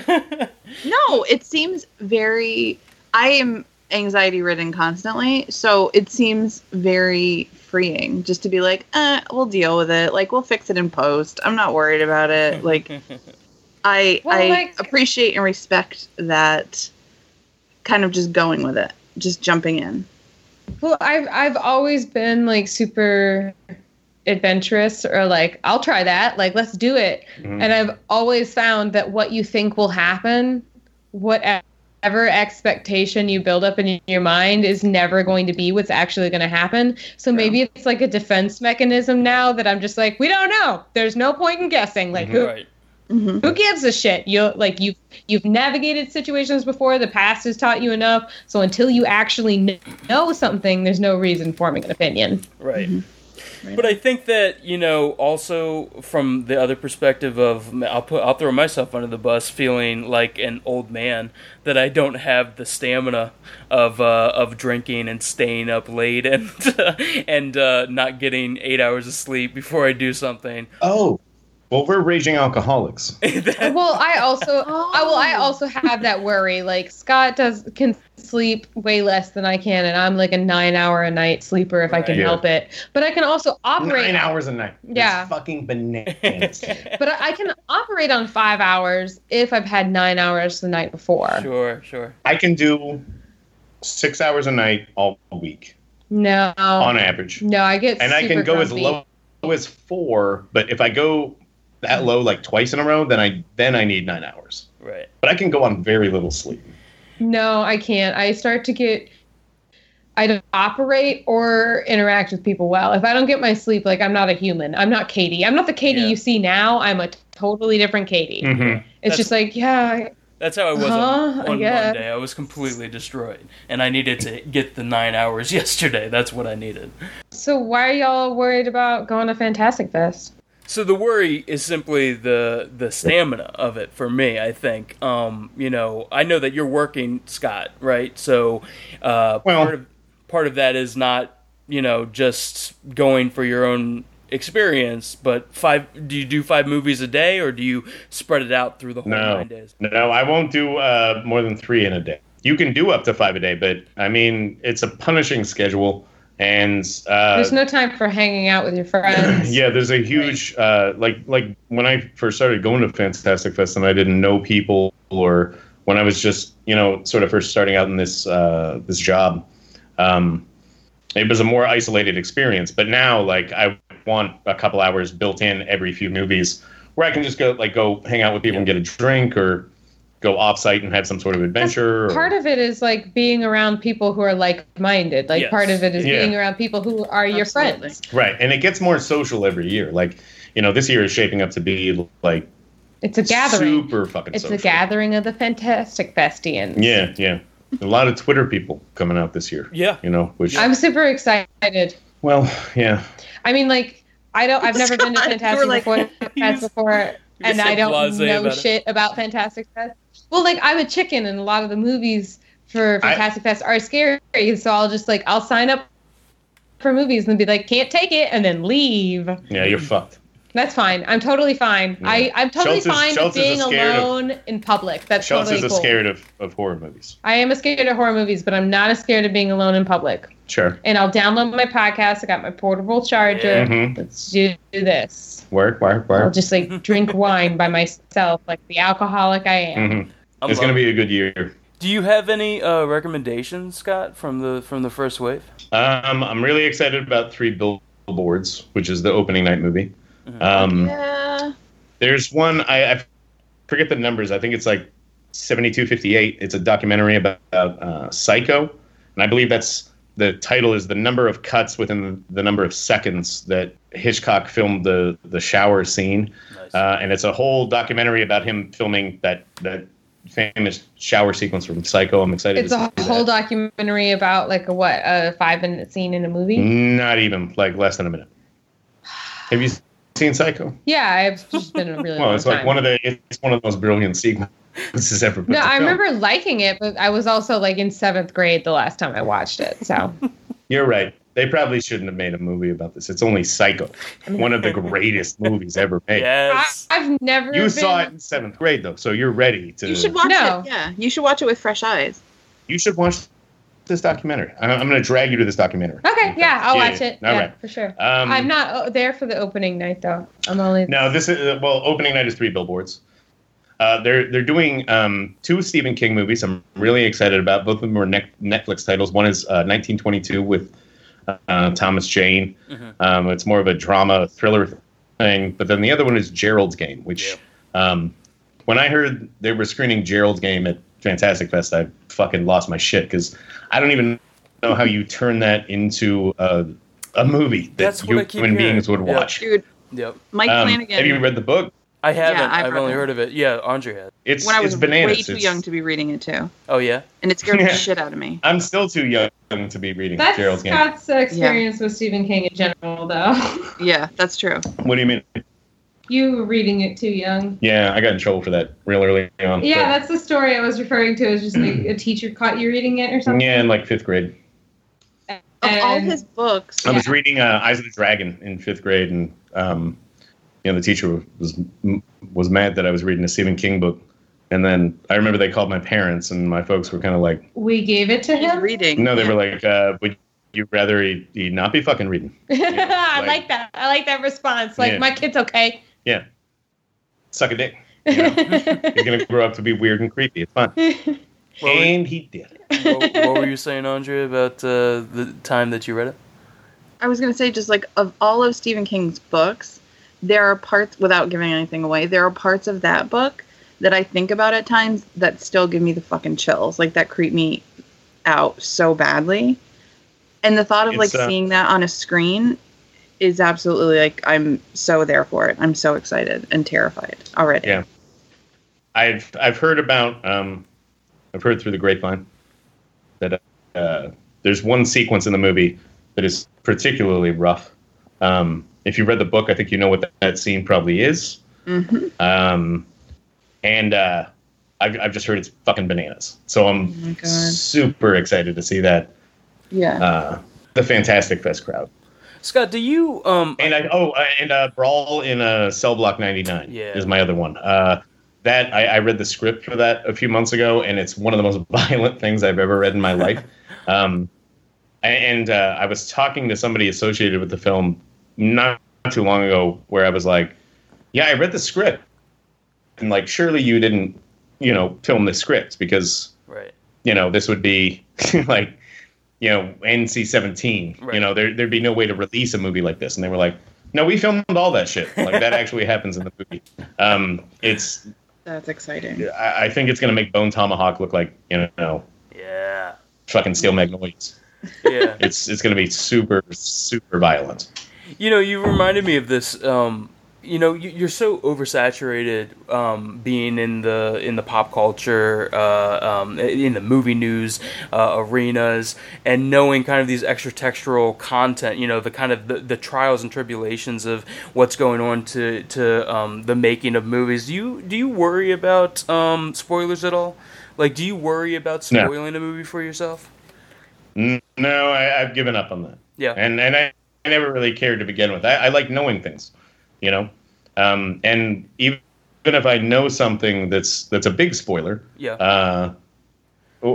Speaker 4: No, it seems very. I am anxiety ridden constantly, so it seems very freeing just to be like, eh, we'll deal with it. Like, we'll fix it in post. I'm not worried about it. Like, I
Speaker 2: Well,
Speaker 4: I
Speaker 2: like-
Speaker 4: appreciate and respect that kind of just going with it, just jumping in.
Speaker 2: Well, I've I've always been like super adventurous or like I'll try that, like let's do it.
Speaker 3: Mhm.
Speaker 2: And I've always found that what you think will happen, whatever expectation you build up in your mind is never going to be what's actually going to happen. So maybe it's like a defense mechanism now that I'm just like, we don't know. There's no point in guessing. Like who
Speaker 5: right.
Speaker 4: hmm
Speaker 2: who gives a shit you like you've you've navigated situations before the past has taught you enough so until you actually kn- know something there's no reason forming an opinion
Speaker 5: Right. But I think that you know, also from the other perspective of I'll put I'll throw myself under the bus, feeling like an old man that I don't have the stamina of uh, of drinking and staying up late and and uh, not getting eight hours of sleep before I do something.
Speaker 3: Oh, well, we're raging alcoholics.
Speaker 2: well i also i well i also have that worry like scott does can sleep way less than i can and i'm like a nine hour a night sleeper if i can
Speaker 5: Right.
Speaker 2: help it but i can also operate
Speaker 3: Nine hours a night.
Speaker 2: Yeah.
Speaker 3: It's fucking bananas.
Speaker 2: but I I can operate on five hours if I've had nine hours the night before.
Speaker 5: Sure, sure.
Speaker 3: I can do six hours a night all week
Speaker 2: No,
Speaker 3: on average.
Speaker 2: no, I get
Speaker 3: and I can
Speaker 2: super
Speaker 3: go as
Speaker 2: grumpy.
Speaker 3: low as four. But if I go that low like twice in a row, then I then I need nine hours.
Speaker 5: Right.
Speaker 3: But I can go on very little sleep.
Speaker 2: No, I can't. I start to get I don't operate or interact with people well. If I don't get my sleep, like I'm not a human. I'm not Katie. I'm not the Katie
Speaker 5: Yeah.
Speaker 2: you see now. I'm a totally different Katie.
Speaker 3: Mhm.
Speaker 2: It's
Speaker 5: That's-
Speaker 2: just like, yeah,
Speaker 5: That's how I was
Speaker 2: Huh?
Speaker 5: on,
Speaker 2: I
Speaker 5: on
Speaker 2: guess.
Speaker 5: Monday. I was completely destroyed, and I needed to get the nine hours yesterday. That's what I needed.
Speaker 2: So why are y'all worried about going to Fantastic Fest?
Speaker 5: So the worry is simply the the stamina of it for me. I think, um, you know, I know that you're working, Scott, right? So uh,
Speaker 3: Well-
Speaker 5: part of part of that is not, you know, just going for your own experience, but five. Do you do five movies a day, or do you spread it out through the whole
Speaker 3: No,
Speaker 5: nine days?
Speaker 3: no, I won't do uh, more than three in a day. You can do up to five a day, but I mean, it's a punishing schedule, and uh,
Speaker 2: There's no time for hanging out with your friends.
Speaker 3: yeah, there's a huge uh, like like when I first started going to Fantastic Fest and I didn't know people, or when I was just you know sort of first starting out in this uh, this job, um, it was a more isolated experience. But now, like, I want a couple hours built in every few movies where I can just go like go hang out with people and get a drink or go offsite and have some sort of adventure.
Speaker 2: Part
Speaker 3: or,
Speaker 2: of it is like being around people who are like-minded. Like
Speaker 5: Yes.
Speaker 2: part of it is
Speaker 3: Yeah.
Speaker 2: being around people who are your
Speaker 4: Absolutely.
Speaker 2: friends.
Speaker 3: right, and it gets more social every year. Like, you know, this year is shaping up to be like
Speaker 2: It's a gathering.
Speaker 3: super fucking.
Speaker 2: it's a
Speaker 3: social.
Speaker 2: gathering of the Fantastic Festians.
Speaker 3: Yeah, yeah. A lot of Twitter people coming out this year.
Speaker 5: Yeah.
Speaker 3: You know, which
Speaker 2: I'm super excited.
Speaker 3: well, yeah.
Speaker 2: I mean, like I don't. I've never been to
Speaker 4: Scott, you
Speaker 2: Fantastic
Speaker 4: were like-
Speaker 2: before,
Speaker 5: he
Speaker 2: Fest
Speaker 5: was-
Speaker 2: before,
Speaker 5: was
Speaker 2: and
Speaker 5: so
Speaker 2: I don't
Speaker 5: blasé
Speaker 2: know
Speaker 5: about it.
Speaker 2: shit about Fantastic Fest. Well, like I'm a chicken, and a lot of the movies for
Speaker 3: I-
Speaker 2: Fantastic Fest are scary, so I'll just like I'll sign up for movies and be like, can't take it, and then leave.
Speaker 3: Yeah, you're fucked.
Speaker 2: That's fine. I'm totally fine.
Speaker 3: Yeah.
Speaker 2: I I'm totally
Speaker 3: Schultz is-
Speaker 2: fine
Speaker 3: Schultz
Speaker 2: with
Speaker 3: is
Speaker 2: being
Speaker 3: a scared of-
Speaker 2: alone in public. That's
Speaker 3: Schultz
Speaker 2: totally
Speaker 3: is
Speaker 2: cool.
Speaker 3: scared of, of horror movies.
Speaker 2: I am scared of horror movies, but I'm not as scared of being alone in public.
Speaker 3: Sure.
Speaker 2: And I'll download my podcast. I got my portable charger.
Speaker 5: Yeah.
Speaker 3: Mm-hmm.
Speaker 2: Let's do this.
Speaker 3: Work, work,
Speaker 2: I'll
Speaker 3: work.
Speaker 2: just like drink wine by myself, like the alcoholic I am.
Speaker 3: Mm-hmm.
Speaker 5: I'm
Speaker 3: It's going to
Speaker 5: loving
Speaker 3: be a good year.
Speaker 5: Do you have any uh, recommendations, Scott, from the from the first wave?
Speaker 3: Um, I'm really excited about Three Billboards, which is the opening night movie.
Speaker 5: Mhm.
Speaker 3: Um,
Speaker 4: Yeah.
Speaker 3: There's one I, I forget the numbers. I think it's like 7258. It's a documentary about uh, Psycho, and I believe that's the title is the number of cuts within the number of seconds that Hitchcock filmed the the shower scene,
Speaker 5: Nice.
Speaker 3: uh, and it's a whole documentary about him filming that that famous shower sequence from Psycho. I'm excited.
Speaker 2: It's
Speaker 3: to
Speaker 2: a
Speaker 3: see
Speaker 2: whole
Speaker 3: that.
Speaker 2: documentary about like a what a five minute scene in a movie.
Speaker 3: Mm-hmm. Not even like less than a minute. Have you seen Psycho?
Speaker 2: Yeah, I've just been a really
Speaker 3: Well,
Speaker 2: long
Speaker 3: it's
Speaker 2: time.
Speaker 3: like one of the it's one of the most brilliant sequences ever. put
Speaker 2: no,
Speaker 3: to
Speaker 2: I
Speaker 3: film.
Speaker 2: remember liking it, but I was also like in seventh grade the last time I watched it. So
Speaker 3: You're right. They probably shouldn't have made a movie about this. It's only Psycho, one of the greatest movies ever made.
Speaker 2: I,
Speaker 5: yes.
Speaker 2: I've never.
Speaker 3: You
Speaker 2: been-
Speaker 3: saw it in seventh grade, though, so you're ready to.
Speaker 4: You should watch
Speaker 2: No.
Speaker 4: it. Yeah. You should watch it with fresh eyes.
Speaker 3: you should watch this documentary. I- I'm, going to drag you to this documentary.
Speaker 2: Okay, yeah, I'll
Speaker 3: Yeah,
Speaker 2: watch it.
Speaker 3: all
Speaker 2: yeah,
Speaker 3: right.
Speaker 2: for sure.
Speaker 3: Um,
Speaker 2: I'm not uh, there for the opening night though. I'm only
Speaker 3: No, this is uh, well. Opening night is three billboards. Uh, they're they're doing um, two Stephen King movies. I'm really excited about both of them. Are ne- Netflix titles. One is uh, 1922 with uh, Thomas Jane.
Speaker 5: Mhm.
Speaker 3: Um, it's more of a drama thriller thing. But then the other one is Gerald's Game, which um, when I heard they were screening Gerald's Game at Fantastic Fest, I fucking lost my shit because I don't even know how you turn that into a, a movie that
Speaker 5: That's what I
Speaker 3: human
Speaker 5: keep hearing.
Speaker 3: beings would
Speaker 5: Yeah.
Speaker 3: watch.
Speaker 4: Dude,
Speaker 5: Yep.
Speaker 4: Mike
Speaker 3: Um,
Speaker 4: Flanagan.
Speaker 3: have you read the book?
Speaker 5: I haven't.
Speaker 4: I've
Speaker 5: I've,
Speaker 4: heard
Speaker 5: only
Speaker 4: of it.
Speaker 5: heard of it. Yeah, Andre had.
Speaker 3: It's
Speaker 4: when I was
Speaker 3: it's bananas.
Speaker 4: way too
Speaker 3: It's-
Speaker 4: young to be reading it too.
Speaker 5: Oh yeah.
Speaker 4: And it scared
Speaker 3: Yeah.
Speaker 4: the shit out of me.
Speaker 3: I'm still too young to be reading
Speaker 2: That's
Speaker 3: Gerald's Game.
Speaker 2: Scott's experience with Stephen King in general, though.
Speaker 4: Yeah, that's true.
Speaker 3: What do you mean?
Speaker 2: you were reading it too young.
Speaker 3: Yeah, I got in trouble for that real early on.
Speaker 2: Yeah,
Speaker 3: but-
Speaker 2: that's the story I was referring to. Is just like a teacher caught you reading it or something.
Speaker 3: yeah, in like fifth grade.
Speaker 4: Of all
Speaker 2: And-
Speaker 4: his books,
Speaker 3: I was reading uh, Eyes of the Dragon in fifth grade, and um, you know the teacher was was mad that I was reading a Stephen King book. And then I remember they called my parents, and my folks were kind of like,
Speaker 2: We gave it to
Speaker 4: he's
Speaker 2: him.
Speaker 4: reading.
Speaker 3: "No, they were like, uh, would you rather he, he not be fucking reading?"
Speaker 2: I
Speaker 3: like-
Speaker 2: like that. I like that response. Like
Speaker 3: Yeah.
Speaker 2: my kid's okay.
Speaker 3: Suck a dick. Yeah. He's gonna grow up to be weird and creepy. It's fun. and he did.
Speaker 5: what, what were you saying, Andre, about uh, the time that you read it?
Speaker 4: I was gonna say just like of all of Stephen King's books, there are parts without giving anything away, there are parts of that book that I think about at times that still give me the fucking chills. Like that creep me out so badly. And the thought of like
Speaker 3: It's, uh,
Speaker 4: seeing that on a screen is absolutely like I'm so there for it. I'm so excited and terrified already.
Speaker 3: Yeah. I've I've heard about um, I've heard through the grapevine that uh, there's one sequence in the movie that is particularly rough. Um, if you read the book, I think you know what that, that scene probably is.
Speaker 4: Mhm.
Speaker 3: Um, and uh, I've I've just heard it's fucking bananas. So I'm
Speaker 4: Oh my God.
Speaker 3: super excited to see that
Speaker 4: Yeah.
Speaker 3: uh, the Fantastic Fest crowd.
Speaker 5: Scott, do you um
Speaker 3: And I oh, uh, and uh, Brawl in uh, Cell Block 99
Speaker 5: Yeah.
Speaker 3: is my other one. Uh, that I, I read the script for that a few months ago, and it's one of the most violent things I've ever read in my life. um, a- and uh, I was talking to somebody associated with the film not too long ago, where I was like, "Yeah, I read the script," and like, surely you didn't, you know, film the script because
Speaker 5: right.
Speaker 3: you know, this would be like, you know, NC 17.
Speaker 5: Right.
Speaker 3: You know, there, there'd be no way to release a movie like this. And they were like, no, we filmed all that shit. Like, that actually happens in the movie. Um, it's,
Speaker 4: That's exciting.
Speaker 3: I, I think it's going to make Bone Tomahawk look like, you know,
Speaker 5: Yeah.
Speaker 3: fucking Steel Magnolias.
Speaker 5: Yeah.
Speaker 3: It's, it's going to be super, super violent.
Speaker 5: You know, you reminded me of this. Um, you know, you, you're so oversaturated um, being in the in the pop culture, uh, um, in the movie news uh, arenas, and knowing kind of these extra textual content. You know, the kind of the, the trials and tribulations of what's going on to to um, the making of movies. Do you do you worry about um, spoilers at all? Like, do you worry about
Speaker 3: No.
Speaker 5: spoiling a movie for yourself?
Speaker 3: N- No, I, I've given up on that.
Speaker 5: Yeah.
Speaker 3: and and I, I never really cared to begin with. I, I like knowing things, you know, um, and even if I know something that's that's a big spoiler,
Speaker 5: yeah.
Speaker 3: uh,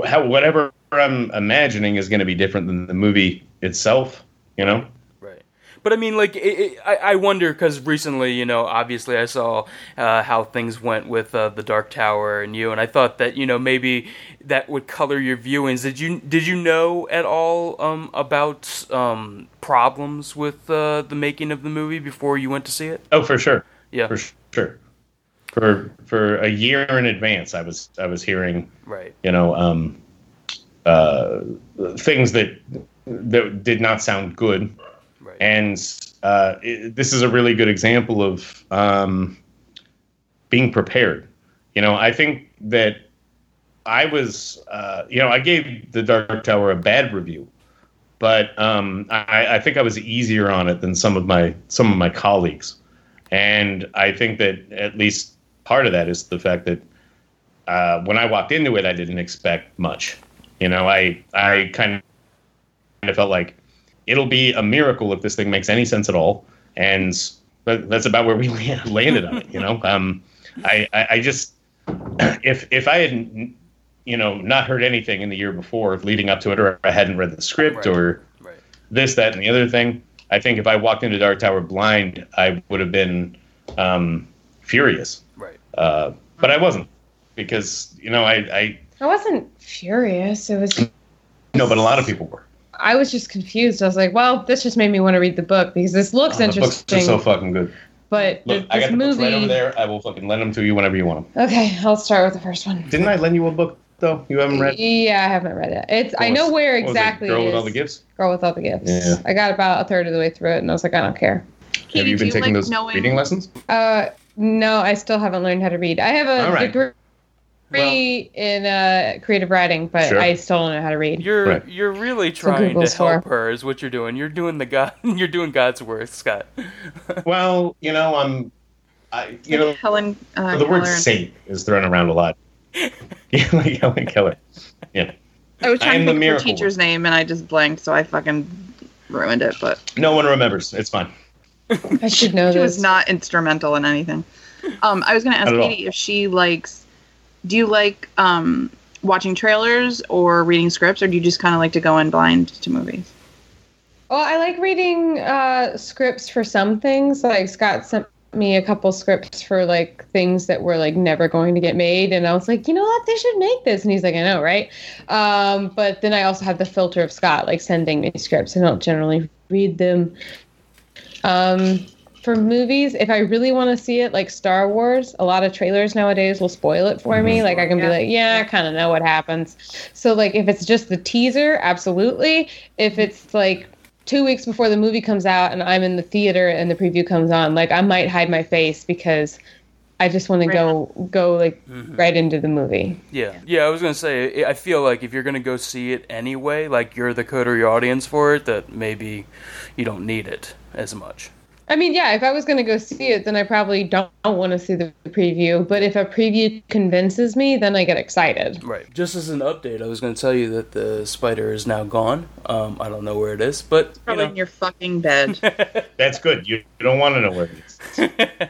Speaker 3: how whatever I'm imagining is going to be different than the movie itself, you know.
Speaker 5: Right. But I mean, like, it, it, I, I wonder because recently, you know, obviously I saw uh, how things went with uh, the Dark Tower and you, and I thought that you know maybe that would color your viewings. Did you did you know at all um, about um, problems with uh, the making of the movie before you went to see it?
Speaker 3: Oh, for sure,
Speaker 5: Yeah.
Speaker 3: for sure. For for a year in advance, I was I was hearing
Speaker 5: Right.
Speaker 3: you know um, uh, things that that did not sound good
Speaker 5: Right.
Speaker 3: and uh, it, this is a really good example of um, being prepared. You know, I think that I was, uh, you know, I gave The Dark Tower a bad review, but um, I, I think I was easier on it than some of my some of my colleagues, and I think that at least part of that is the fact that uh, when I walked into it, I didn't expect much. You know, I I kind of felt like it'll be a miracle if this thing makes any sense at all. And that, that's about where we land- landed on it. You know, um, I, I, I just if if I had you know not heard anything in the year before leading up to it, or I hadn't read the script,
Speaker 5: Right.
Speaker 3: or
Speaker 5: Right.
Speaker 3: this, that, and the other thing. I think if I walked into Dark Tower blind, I would have been um, furious.
Speaker 5: Right.
Speaker 3: Uh, but I wasn't because you know I, I
Speaker 2: I wasn't furious. It was
Speaker 3: no, but a lot of people were.
Speaker 2: I was just confused. I was like, well, this just made me want to read the book because this looks
Speaker 3: Oh, the books
Speaker 2: interesting.
Speaker 3: are so fucking good.
Speaker 2: but
Speaker 3: Look,
Speaker 2: this
Speaker 3: I got the books
Speaker 2: movie.
Speaker 3: right over there. I will fucking lend them to you whenever you want them.
Speaker 2: Okay, I'll start with the first one.
Speaker 3: Didn't I lend you a book though? You haven't read.
Speaker 2: Yeah, I haven't read it. It's I
Speaker 3: What
Speaker 2: know
Speaker 3: was-
Speaker 2: where
Speaker 3: what was it,
Speaker 2: exactly.
Speaker 3: Girl
Speaker 2: it
Speaker 3: with all
Speaker 2: is.
Speaker 3: the gifts.
Speaker 2: Girl with all the gifts.
Speaker 3: Yeah.
Speaker 2: I got about a third of the way through it, and I was like, I don't care.
Speaker 4: Katie,
Speaker 3: Have you
Speaker 4: do
Speaker 3: been
Speaker 4: you
Speaker 3: taking
Speaker 4: like
Speaker 3: those
Speaker 4: knowing-
Speaker 3: reading lessons?
Speaker 2: Uh, no, I still haven't learned how to read. I have
Speaker 3: All
Speaker 2: a
Speaker 3: right.
Speaker 2: degree in uh, creative writing, but
Speaker 3: Sure.
Speaker 2: I still don't know how to read.
Speaker 5: You're
Speaker 3: Right.
Speaker 5: you're really trying to
Speaker 2: Google's
Speaker 5: help
Speaker 2: for.
Speaker 5: her is what you're doing. You're doing the God you're doing God's work, Scott.
Speaker 3: Well, you know I'm, I you know
Speaker 4: Helen. Uh,
Speaker 3: the word
Speaker 4: Keller.
Speaker 3: "saint" is thrown around a lot. Yeah, like Helen Keller.
Speaker 4: I was
Speaker 3: I
Speaker 4: trying
Speaker 3: am the
Speaker 4: to think of her
Speaker 3: miracle
Speaker 4: teacher's name and I just blanked, so I fucking ruined it. But
Speaker 3: No one remembers. It's fine.
Speaker 2: I should know
Speaker 4: she
Speaker 2: this.
Speaker 4: was not instrumental in anything. Um, I was gonna ask
Speaker 3: Not at all.
Speaker 4: Katie if she likes. Do you like um, watching trailers or reading scripts, or do you just kind of like to go in blind to movies?
Speaker 2: Well, I like reading uh, scripts for some things. Like Scott sent me a couple scripts for like things that were like never going to get made, and I was like, you know what, they should make this. And he's like, I know, right? Um, but then I also have the filter of Scott like sending me scripts. I don't generally read them. Um, for movies, if I really want to see it, like Star Wars, a lot of trailers nowadays will spoil it for me. Like I can be
Speaker 4: Yeah.
Speaker 2: like, yeah, I kind of know what happens. So like if it's just the teaser, absolutely. If it's like two weeks before the movie comes out and I'm in the theater and the preview comes on, like I might hide my face because I just want to go go like
Speaker 3: Mm-hmm.
Speaker 2: right into the movie.
Speaker 5: Yeah, yeah. I was gonna say, I I feel like if you're gonna go see it anyway, like you're the coterie audience for it, that maybe you don't need it as much.
Speaker 2: I mean, yeah, if I was going to go see it, then I probably don't want to see the preview. But if a preview convinces me, then I get excited.
Speaker 5: Right. Just as an update, I was going to tell you that the spider is now gone. Um, I don't know where it is, but you
Speaker 4: Probably
Speaker 5: know.
Speaker 4: in your fucking bed.
Speaker 3: That's good. You, you don't want to know where it is.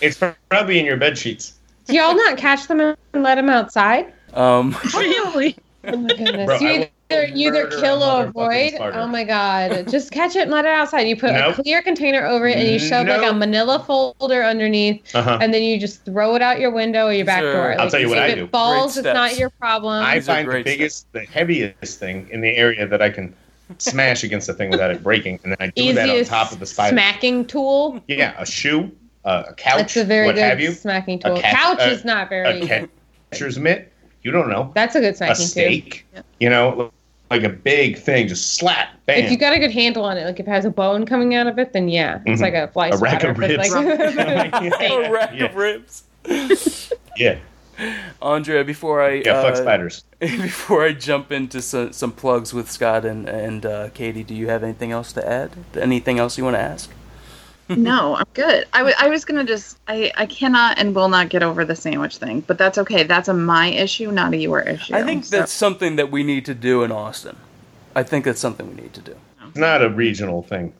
Speaker 3: It's probably in your bed sheets.
Speaker 2: Do y'all not catch them and let them outside?
Speaker 5: um,
Speaker 4: really?
Speaker 2: Oh my goodness!
Speaker 3: Bro, I
Speaker 2: you
Speaker 3: will
Speaker 2: either you either
Speaker 3: murder
Speaker 2: kill
Speaker 3: a
Speaker 2: or
Speaker 3: motherfucking
Speaker 2: avoid.
Speaker 3: spider.
Speaker 2: Oh my god! Just catch it and let it outside. You put
Speaker 3: Nope.
Speaker 2: a clear container over it and you shove like a
Speaker 3: Nope.
Speaker 2: manila folder underneath,
Speaker 3: Uh-huh.
Speaker 2: and then you just throw it out your window or your back
Speaker 5: Sure.
Speaker 2: door.
Speaker 5: I'll
Speaker 2: Like,
Speaker 3: tell you what
Speaker 2: if
Speaker 3: I
Speaker 2: it
Speaker 3: do.
Speaker 2: falls,
Speaker 5: Great
Speaker 2: it's not
Speaker 5: steps.
Speaker 2: your problem.
Speaker 3: I
Speaker 5: These are
Speaker 3: find the
Speaker 5: great
Speaker 3: biggest, the heaviest thing in the area that I can smash against the thing without it breaking, and then I do that on
Speaker 2: Easiest
Speaker 3: top of the spider.
Speaker 2: smacking tool.
Speaker 3: Yeah, a shoe, a a couch,
Speaker 2: That's a very
Speaker 3: what
Speaker 2: good
Speaker 3: have you,
Speaker 2: smacking tool.
Speaker 3: A cat-
Speaker 2: Couch
Speaker 3: a-
Speaker 2: is not very.
Speaker 3: a catcher's mitt. You don't know.
Speaker 2: That's a good
Speaker 3: A
Speaker 2: smacking tool.
Speaker 3: steak. You know, like a big thing, just slap, bam.
Speaker 2: If you got a good handle on it, like if it has a bone coming out of it, then yeah, it's
Speaker 3: Mhm.
Speaker 2: like a fly
Speaker 3: A rack
Speaker 2: swatter,
Speaker 3: of
Speaker 2: but
Speaker 3: ribs.
Speaker 2: Like,
Speaker 5: a rack
Speaker 3: yeah,
Speaker 5: of ribs.
Speaker 3: yeah,
Speaker 5: Andrea, before I
Speaker 3: yeah. Fuck
Speaker 5: uh,
Speaker 3: spiders.
Speaker 5: before I jump into some, some plugs with Scott and and uh, Katie, do you have anything else to add? Anything else you want to ask?
Speaker 4: no, I'm good. I wa- I was gonna just I I cannot and will not get over the sandwich thing, but that's okay. That's a my issue, not a your issue.
Speaker 5: I think
Speaker 4: So-
Speaker 5: that's something that we need to do in Austin. I think that's something we need to do.
Speaker 3: It's not a regional thing.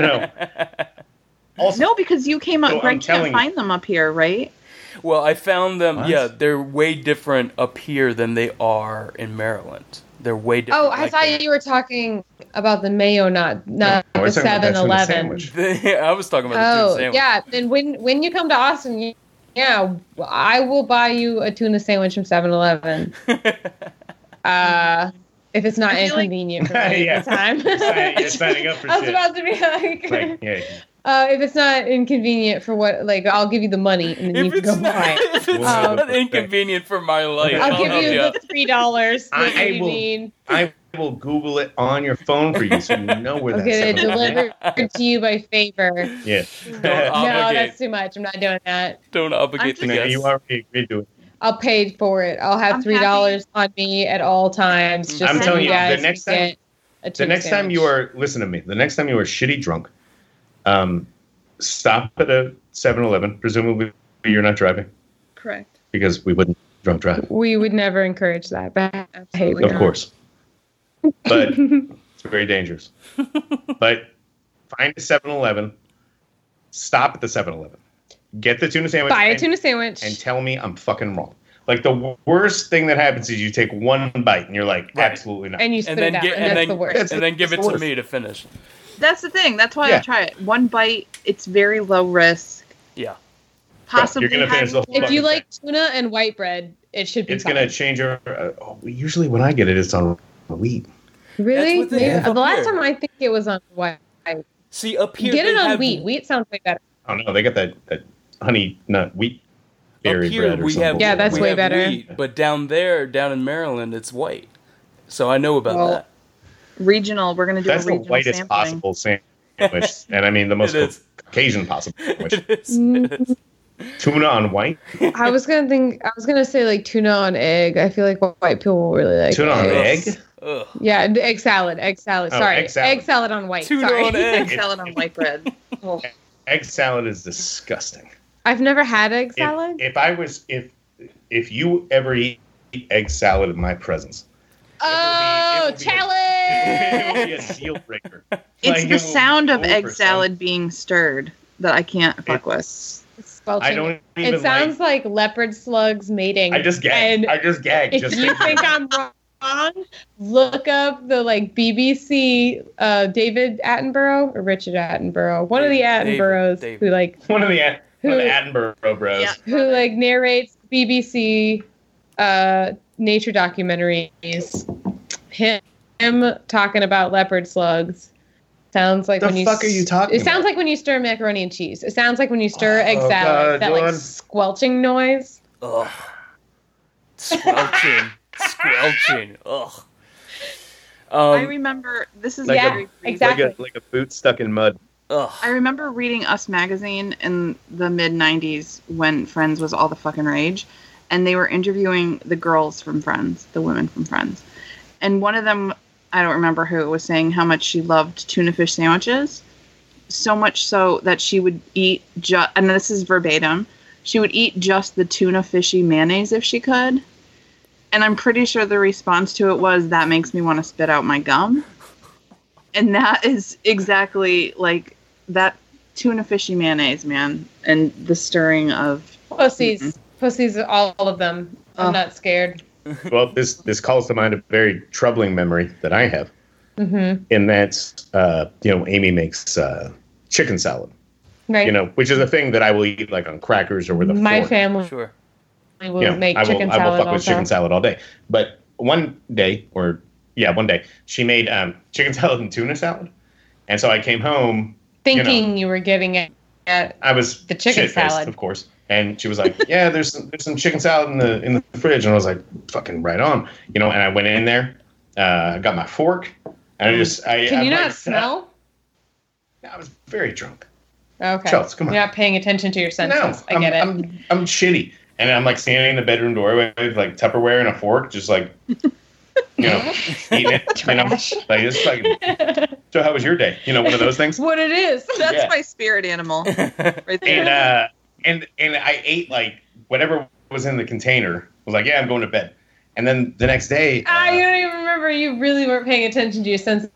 Speaker 3: know. Also,
Speaker 4: no, because you came up.
Speaker 3: No, I'm
Speaker 4: Greg
Speaker 3: telling
Speaker 4: can't
Speaker 3: you.
Speaker 4: find them up here, right?
Speaker 5: Well, I found them.
Speaker 3: What?
Speaker 5: Yeah, they're way different up here than they are in Maryland. They're way different.
Speaker 2: oh, I
Speaker 5: like
Speaker 2: thought
Speaker 5: they're-
Speaker 2: you were talking about the mayo, not not
Speaker 3: No, we're
Speaker 2: the
Speaker 3: talking about
Speaker 2: Seven
Speaker 3: that's in the
Speaker 2: Eleven.
Speaker 3: sandwich.
Speaker 5: I was talking about the
Speaker 2: Oh,
Speaker 5: tuna sandwich.
Speaker 2: yeah. And when when you come to Austin, you, yeah, I will buy you a tuna sandwich from Seven Eleven. uh, if it's not
Speaker 4: Mm-hmm. I feel like-
Speaker 2: inconvenient for me
Speaker 3: Yeah.
Speaker 2: at the time.
Speaker 3: Sign- you're signing up for
Speaker 2: I was
Speaker 3: shit.
Speaker 2: about to be like,
Speaker 3: It's like, yeah,
Speaker 2: uh, if it's not inconvenient for what, like, I'll give you the money and then you can
Speaker 5: If it's
Speaker 2: go
Speaker 5: not,
Speaker 2: buy it.
Speaker 5: if it's
Speaker 3: Wow.
Speaker 5: not inconvenient for my life,
Speaker 2: I'll give
Speaker 5: help
Speaker 2: you
Speaker 5: out.
Speaker 2: the three dollars that
Speaker 3: I
Speaker 2: you
Speaker 3: will-
Speaker 2: need.
Speaker 3: I will Google it on your phone for you, so you know where
Speaker 2: I'll
Speaker 3: that's.
Speaker 2: get it delivered to you by favor.
Speaker 3: Yeah,
Speaker 5: Don't
Speaker 3: Oh,
Speaker 2: No,
Speaker 5: obligate.
Speaker 2: that's too much. I'm not doing that.
Speaker 5: Don't obligate the
Speaker 4: I'm
Speaker 3: No,
Speaker 5: guests.
Speaker 3: you already agreed to it.
Speaker 2: I'll pay for it. I'll have
Speaker 4: I'm
Speaker 2: three dollars on me at all times. Just
Speaker 4: I'm
Speaker 2: so
Speaker 4: telling
Speaker 2: you
Speaker 4: you, the
Speaker 2: guys
Speaker 3: next
Speaker 2: can
Speaker 3: time-
Speaker 2: get a
Speaker 3: The
Speaker 2: tuna
Speaker 3: next time you
Speaker 2: sandwich.
Speaker 3: are, listen to me. The next time you are shitty drunk, um, stop at a 7-Eleven. Presumably, you're not driving
Speaker 4: Correct.
Speaker 3: because we wouldn't drunk drive,
Speaker 2: we would never encourage that behavior.
Speaker 4: Absolutely
Speaker 3: of
Speaker 4: Yeah.
Speaker 3: course. But it's very dangerous. but find a 7-Eleven. Stop at the 7-Eleven. Get the tuna sandwich.
Speaker 2: Buy a
Speaker 3: and-
Speaker 2: tuna sandwich.
Speaker 3: and tell me I'm fucking wrong. Like the worst thing that happens is you take one bite and you're like,
Speaker 5: Right.
Speaker 3: absolutely not.
Speaker 2: and you spit
Speaker 5: and then
Speaker 2: it out,
Speaker 5: get
Speaker 2: and, that's
Speaker 5: then,
Speaker 2: the worst.
Speaker 5: and then give it
Speaker 3: That's
Speaker 5: to
Speaker 3: the
Speaker 5: me to finish.
Speaker 4: That's the thing. That's why I
Speaker 3: Yeah.
Speaker 4: try it. One bite. It's very low risk.
Speaker 5: Yeah.
Speaker 4: Possibly.
Speaker 3: You're gonna
Speaker 4: high
Speaker 3: finish the whole
Speaker 4: reward.
Speaker 2: If you
Speaker 3: fucking
Speaker 2: like tuna and white bread, it should be
Speaker 3: it's
Speaker 2: fine.
Speaker 3: gonna change your. Uh, oh, usually when I get it, it's on wheat.
Speaker 2: really.
Speaker 5: That's what they
Speaker 2: Maybe-
Speaker 5: have
Speaker 2: the
Speaker 5: up
Speaker 2: last
Speaker 5: here.
Speaker 2: time I think it was on white.
Speaker 5: See up here,
Speaker 2: Get
Speaker 5: they
Speaker 2: it on
Speaker 5: have-
Speaker 2: wheat. Wheat sounds way better.
Speaker 3: I don't know. They got that that honey nut wheat
Speaker 5: Up
Speaker 3: berry
Speaker 5: here
Speaker 3: bread or
Speaker 5: we
Speaker 3: something.
Speaker 5: have
Speaker 2: Yeah, that's
Speaker 5: we
Speaker 2: way
Speaker 5: have
Speaker 2: better.
Speaker 5: wheat, but down there, down in Maryland, it's white. So I know about
Speaker 2: Well,
Speaker 5: that.
Speaker 4: regional. We're gonna do
Speaker 3: that's
Speaker 4: a
Speaker 3: the
Speaker 4: regional
Speaker 3: whitest
Speaker 4: sampling.
Speaker 3: possible sandwich, and I mean the most
Speaker 5: It is.
Speaker 3: Caucasian possible sandwich.
Speaker 5: It is- it is.
Speaker 3: Tuna on white,
Speaker 2: Mm, I was gonna think. I was gonna say like tuna on egg. I feel like white people will really like
Speaker 3: tuna on
Speaker 2: egg.
Speaker 3: egg.
Speaker 5: Ugh.
Speaker 2: Yeah, and egg salad. Egg salad.
Speaker 3: Oh,
Speaker 2: Sorry,
Speaker 3: egg
Speaker 2: egg
Speaker 3: salad.
Speaker 2: salad, on white.
Speaker 5: Tuna
Speaker 2: Sorry,
Speaker 5: on egg.
Speaker 4: Egg salad on white bread.
Speaker 3: Egg salad is disgusting.
Speaker 2: I've never had egg
Speaker 3: If-
Speaker 2: salad.
Speaker 3: If, I was if if you ever eat egg salad in my presence,
Speaker 2: oh,
Speaker 3: it will be- it will be a- it would
Speaker 2: challenge!
Speaker 3: be a deal breaker. Like,
Speaker 4: It's
Speaker 3: it
Speaker 4: the
Speaker 3: will
Speaker 4: sound of
Speaker 3: be
Speaker 4: egg
Speaker 3: 1%.
Speaker 4: salad being stirred that I can't fuck with.
Speaker 2: Squelching.
Speaker 3: I don't even
Speaker 2: It sounds like, leopard slugs mating.
Speaker 3: like. I just
Speaker 2: And
Speaker 3: gag. I just gag.
Speaker 2: if
Speaker 3: just
Speaker 2: you
Speaker 3: thinking
Speaker 2: think
Speaker 3: about
Speaker 2: I'm wrong, look up the like BBC uh, David Attenborough or Richard Attenborough, one of
Speaker 5: David,
Speaker 2: the
Speaker 5: David,
Speaker 2: Attenboroughs
Speaker 5: David.
Speaker 2: who like
Speaker 3: it. one of the At- one of the
Speaker 2: Who-
Speaker 3: Attenborough bros.
Speaker 4: Yeah.
Speaker 2: who like narrates BBC uh, nature documentaries. Him, him talking about leopard slugs sounds like
Speaker 3: The
Speaker 2: when you
Speaker 3: fuck are you talking
Speaker 2: It sounds
Speaker 3: about?
Speaker 2: like when you stir macaroni and cheese. It sounds like when you stir egg
Speaker 3: Oh,
Speaker 2: salad.
Speaker 3: God,
Speaker 2: that like
Speaker 3: Dawn.
Speaker 2: squelching noise.
Speaker 5: Ugh. Squelching. Squelching. Ugh.
Speaker 4: I
Speaker 5: Um,
Speaker 4: remember this is
Speaker 3: Like
Speaker 2: yeah,
Speaker 3: a-
Speaker 4: very brief.
Speaker 2: exactly.
Speaker 3: Like a like a boot stuck in mud.
Speaker 5: ugh.
Speaker 4: I remember reading Us magazine in the mid '90s when Friends was all the fucking rage, and they were interviewing the girls from Friends, the women from Friends, and one of them, I don't remember who, was saying how much she loved tuna fish sandwiches, so much so that she would eat just, and this is verbatim, she would eat just the tuna fishy mayonnaise if she could, and I'm pretty sure the response to it was that makes me want to spit out my gum. And that is exactly like that tuna fishy mayonnaise, man, and the stirring of
Speaker 2: Pussies, pussies, all of them. I'm
Speaker 4: Oh.
Speaker 2: not scared.
Speaker 3: Well, this this calls to mind a very troubling memory that I have,
Speaker 2: Mm-hmm.
Speaker 3: and that's uh, you know Amy makes uh, chicken salad,
Speaker 2: Right.
Speaker 3: you know, which is a thing that I will eat like on crackers or with a
Speaker 2: My
Speaker 3: fork.
Speaker 2: family
Speaker 5: Sure.
Speaker 2: will
Speaker 3: you know,
Speaker 2: make
Speaker 3: I will,
Speaker 2: chicken
Speaker 3: I will
Speaker 2: salad
Speaker 3: fuck
Speaker 2: also.
Speaker 3: with chicken salad all day. But one day, or yeah, one day, she made um, chicken salad and tuna salad, and so I came home.
Speaker 2: Thinking you, were getting it at
Speaker 3: I was
Speaker 2: The chicken
Speaker 3: shit-faced,
Speaker 2: salad.
Speaker 3: of course. And she was like, "Yeah, there's some, there's some chicken salad in the in the fridge," and I was like, "Fucking right on," you know. And I went in there, uh, got my fork, and I just I
Speaker 2: Can
Speaker 3: I
Speaker 2: you not
Speaker 3: wiped it out.
Speaker 2: smell?
Speaker 3: I was very drunk.
Speaker 2: Okay.
Speaker 3: Chels, come on.
Speaker 2: You're not paying attention to your senses. I
Speaker 3: I'm,
Speaker 2: get it.
Speaker 3: I'm, I'm shitty. And I'm like standing in the bedroom doorway with like Tupperware and a fork, just like, you know, eating it. And I'm like,
Speaker 2: Trash.
Speaker 3: it's like, so how was your day? You know, one of those
Speaker 2: It's
Speaker 3: things.
Speaker 2: what it is.
Speaker 4: that's
Speaker 3: Yeah.
Speaker 4: my spirit animal right there.
Speaker 3: And, uh, and, and I ate like whatever was in the container. I was like, yeah, I'm going to bed. And then the next day, uh,
Speaker 2: I don't even remember. You really weren't paying attention to your senses.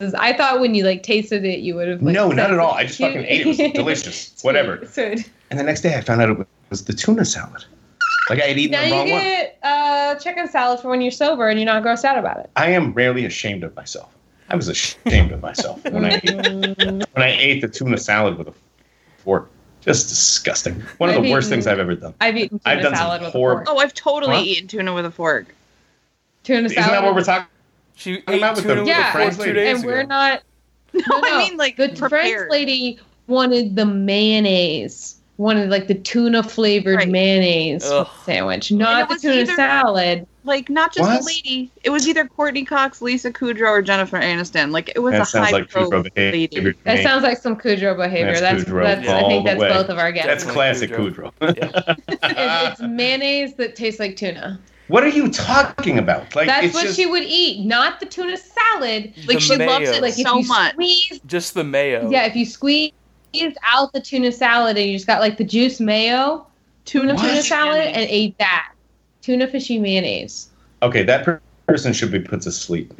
Speaker 2: I thought when you like tasted it, you would have. Like,
Speaker 3: no, not at
Speaker 2: sensed
Speaker 3: all. I just fucking ate it. It was delicious. Whatever.
Speaker 2: So
Speaker 3: And the next day I found out it was the tuna salad. Like I had eaten
Speaker 2: now
Speaker 3: the
Speaker 2: you
Speaker 3: wrong one.
Speaker 2: get uh, chicken salad for when you're sober and you're not grossed out about it.
Speaker 3: I am rarely ashamed of myself. I was ashamed of myself when I when I ate the tuna salad with a fork. Just disgusting. One of
Speaker 2: I've
Speaker 3: the worst
Speaker 2: eaten-
Speaker 3: things I've ever done.
Speaker 2: I've eaten tuna
Speaker 3: I've done some
Speaker 2: salad with
Speaker 3: horrible-
Speaker 2: a fork.
Speaker 4: oh, I've totally
Speaker 3: Huh?
Speaker 4: eaten tuna with a fork.
Speaker 2: Tuna
Speaker 3: Isn't that what we're talking?
Speaker 5: She ate
Speaker 3: I'm out with
Speaker 5: tuna
Speaker 3: the-
Speaker 5: with
Speaker 2: the
Speaker 5: a fork
Speaker 2: French
Speaker 5: two
Speaker 3: lady.
Speaker 5: days
Speaker 2: and we're
Speaker 5: ago.
Speaker 2: not.
Speaker 4: No,
Speaker 2: No, no.
Speaker 4: I mean like
Speaker 2: the French
Speaker 4: prepared.
Speaker 2: lady wanted the mayonnaise, wanted like the tuna flavored
Speaker 4: Right.
Speaker 2: mayonnaise
Speaker 5: Ugh.
Speaker 2: sandwich,
Speaker 4: And
Speaker 2: not
Speaker 4: it
Speaker 2: the
Speaker 4: was
Speaker 2: tuna
Speaker 4: either-
Speaker 2: salad.
Speaker 4: Like not just
Speaker 3: What?
Speaker 4: the lady. It was either Courtney Cox, Lisa Kudrow, or Jennifer Aniston. Like it was
Speaker 3: That
Speaker 4: a high
Speaker 3: sounds like
Speaker 4: profile
Speaker 3: Kudrow
Speaker 4: lady.
Speaker 3: behavior. to
Speaker 2: That
Speaker 3: me.
Speaker 2: sounds like some Kudrow behavior. That's,
Speaker 3: That's
Speaker 2: that's,
Speaker 3: Kudrow
Speaker 2: I
Speaker 3: all
Speaker 2: think
Speaker 3: the
Speaker 2: that's
Speaker 3: way.
Speaker 2: both of our
Speaker 3: That's Ah.
Speaker 2: guesses.
Speaker 3: classic Kudrow.
Speaker 2: it's, it's mayonnaise that tastes like tuna.
Speaker 3: what are you talking about? Like
Speaker 2: That's
Speaker 3: it's
Speaker 2: what
Speaker 3: just,
Speaker 2: she would eat, not the tuna salad.
Speaker 4: Like
Speaker 5: The
Speaker 4: she loves
Speaker 5: mayo.
Speaker 4: it
Speaker 2: Like if
Speaker 4: so
Speaker 2: you
Speaker 4: much.
Speaker 2: squeeze,
Speaker 5: Just the mayo.
Speaker 2: yeah, if you squeeze out the tuna salad and you just got like the juice mayo tuna
Speaker 3: What?
Speaker 2: tuna salad
Speaker 4: Mayonnaise.
Speaker 2: and ate that tuna fishy mayonnaise.
Speaker 3: okay. That per- person should be put to sleep.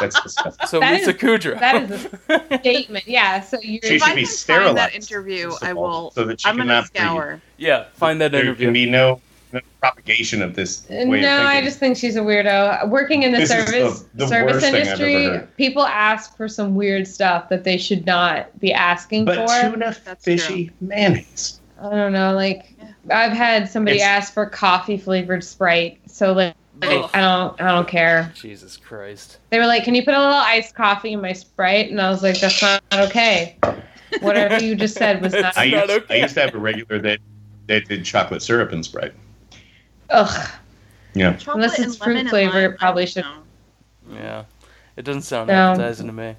Speaker 3: That's disgusting.
Speaker 5: So
Speaker 2: That
Speaker 5: Lisa
Speaker 2: is-
Speaker 5: Kudrow.
Speaker 2: That is a statement. Yeah, so you're
Speaker 3: She
Speaker 4: If I
Speaker 3: should be
Speaker 4: can find that
Speaker 3: sterilized.
Speaker 4: interview,
Speaker 3: first of
Speaker 4: I
Speaker 3: all,
Speaker 4: will.
Speaker 3: So that she
Speaker 4: I'm gonna
Speaker 3: cannot breathe.
Speaker 4: scour.
Speaker 5: yeah, find that
Speaker 3: There
Speaker 5: interview.
Speaker 3: can be no, no propagation of this. Way of
Speaker 2: No, I
Speaker 3: thinking.
Speaker 2: just think she's a weirdo. Working in the
Speaker 3: This is
Speaker 2: service
Speaker 3: the- the
Speaker 2: service
Speaker 3: worst thing I've ever
Speaker 2: industry,
Speaker 3: heard.
Speaker 2: people ask for some weird stuff that they should not be asking
Speaker 3: But
Speaker 2: for.
Speaker 3: tuna
Speaker 4: That's
Speaker 3: fishy mayonnaise.
Speaker 2: I don't know, like I've had somebody
Speaker 3: It's-
Speaker 2: ask for coffee flavored Sprite, so like,
Speaker 5: Ugh.
Speaker 2: I don't I don't care.
Speaker 5: Oh, Jesus Christ.
Speaker 2: They were like, "Can you put a little iced coffee in my Sprite?" And I was like, "That's not okay. Whatever you just said was not."
Speaker 3: I
Speaker 5: It's
Speaker 3: used,
Speaker 5: not okay.
Speaker 3: I used to have a regular that that did chocolate syrup and Sprite.
Speaker 2: Ugh.
Speaker 3: Yeah.
Speaker 4: Chocolate
Speaker 2: Unless
Speaker 4: and
Speaker 2: it's fruit
Speaker 4: lemon and
Speaker 2: flavor,
Speaker 4: lime,
Speaker 2: it probably
Speaker 4: I don't
Speaker 2: should-
Speaker 4: know.
Speaker 5: Yeah. It doesn't sound
Speaker 2: No.
Speaker 5: appetizing to me.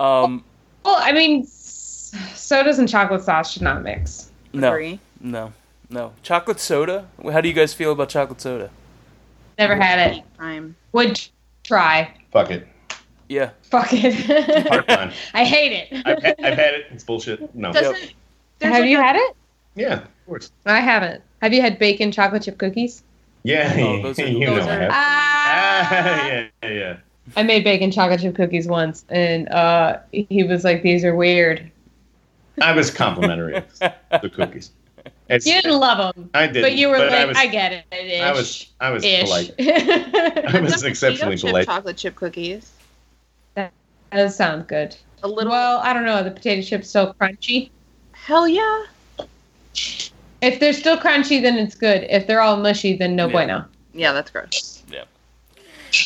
Speaker 5: Um,
Speaker 2: Well, I mean, s- sodas and chocolate sauce should not mix.
Speaker 5: no,
Speaker 4: Agree.
Speaker 5: no, no. Chocolate soda? How do you guys feel about chocolate soda?
Speaker 2: Never had it.
Speaker 4: Time.
Speaker 2: Would try.
Speaker 3: Fuck it.
Speaker 5: Yeah.
Speaker 2: Fuck it.
Speaker 3: Park line.
Speaker 2: I hate
Speaker 3: I've
Speaker 2: it.
Speaker 3: had, I've had it. It's bullshit. No.
Speaker 5: Does-
Speaker 4: Doesn't there's
Speaker 2: Have
Speaker 4: like
Speaker 2: you
Speaker 4: a-
Speaker 2: had it?
Speaker 3: Yeah, of course.
Speaker 2: I haven't. Have you had bacon chocolate chip cookies?
Speaker 3: Yeah,
Speaker 5: Oh, those are-
Speaker 3: you know
Speaker 4: those
Speaker 3: I
Speaker 4: are-
Speaker 3: have.
Speaker 2: Ah.
Speaker 3: Ah, yeah, yeah, yeah.
Speaker 2: I made bacon chocolate chip cookies once, and uh, he was like, "These are weird."
Speaker 3: I was complimentary of the cookies. It's,
Speaker 2: You didn't love them,
Speaker 3: I did,
Speaker 2: but you were like,
Speaker 3: I
Speaker 2: I,
Speaker 3: was,
Speaker 2: get it." Ish,
Speaker 3: I was, I was
Speaker 2: ish.
Speaker 3: polite. I
Speaker 2: that
Speaker 3: was
Speaker 4: Some
Speaker 3: exceptionally
Speaker 4: potato chip
Speaker 3: polite.
Speaker 4: Chocolate chip cookies.
Speaker 2: does sound good.
Speaker 4: A little.
Speaker 2: Well, I don't know. The potato chips still crunchy.
Speaker 4: hell yeah.
Speaker 2: If they're still crunchy, then it's good. If they're all mushy, then no
Speaker 5: Yeah.
Speaker 2: bueno.
Speaker 4: Yeah, that's gross.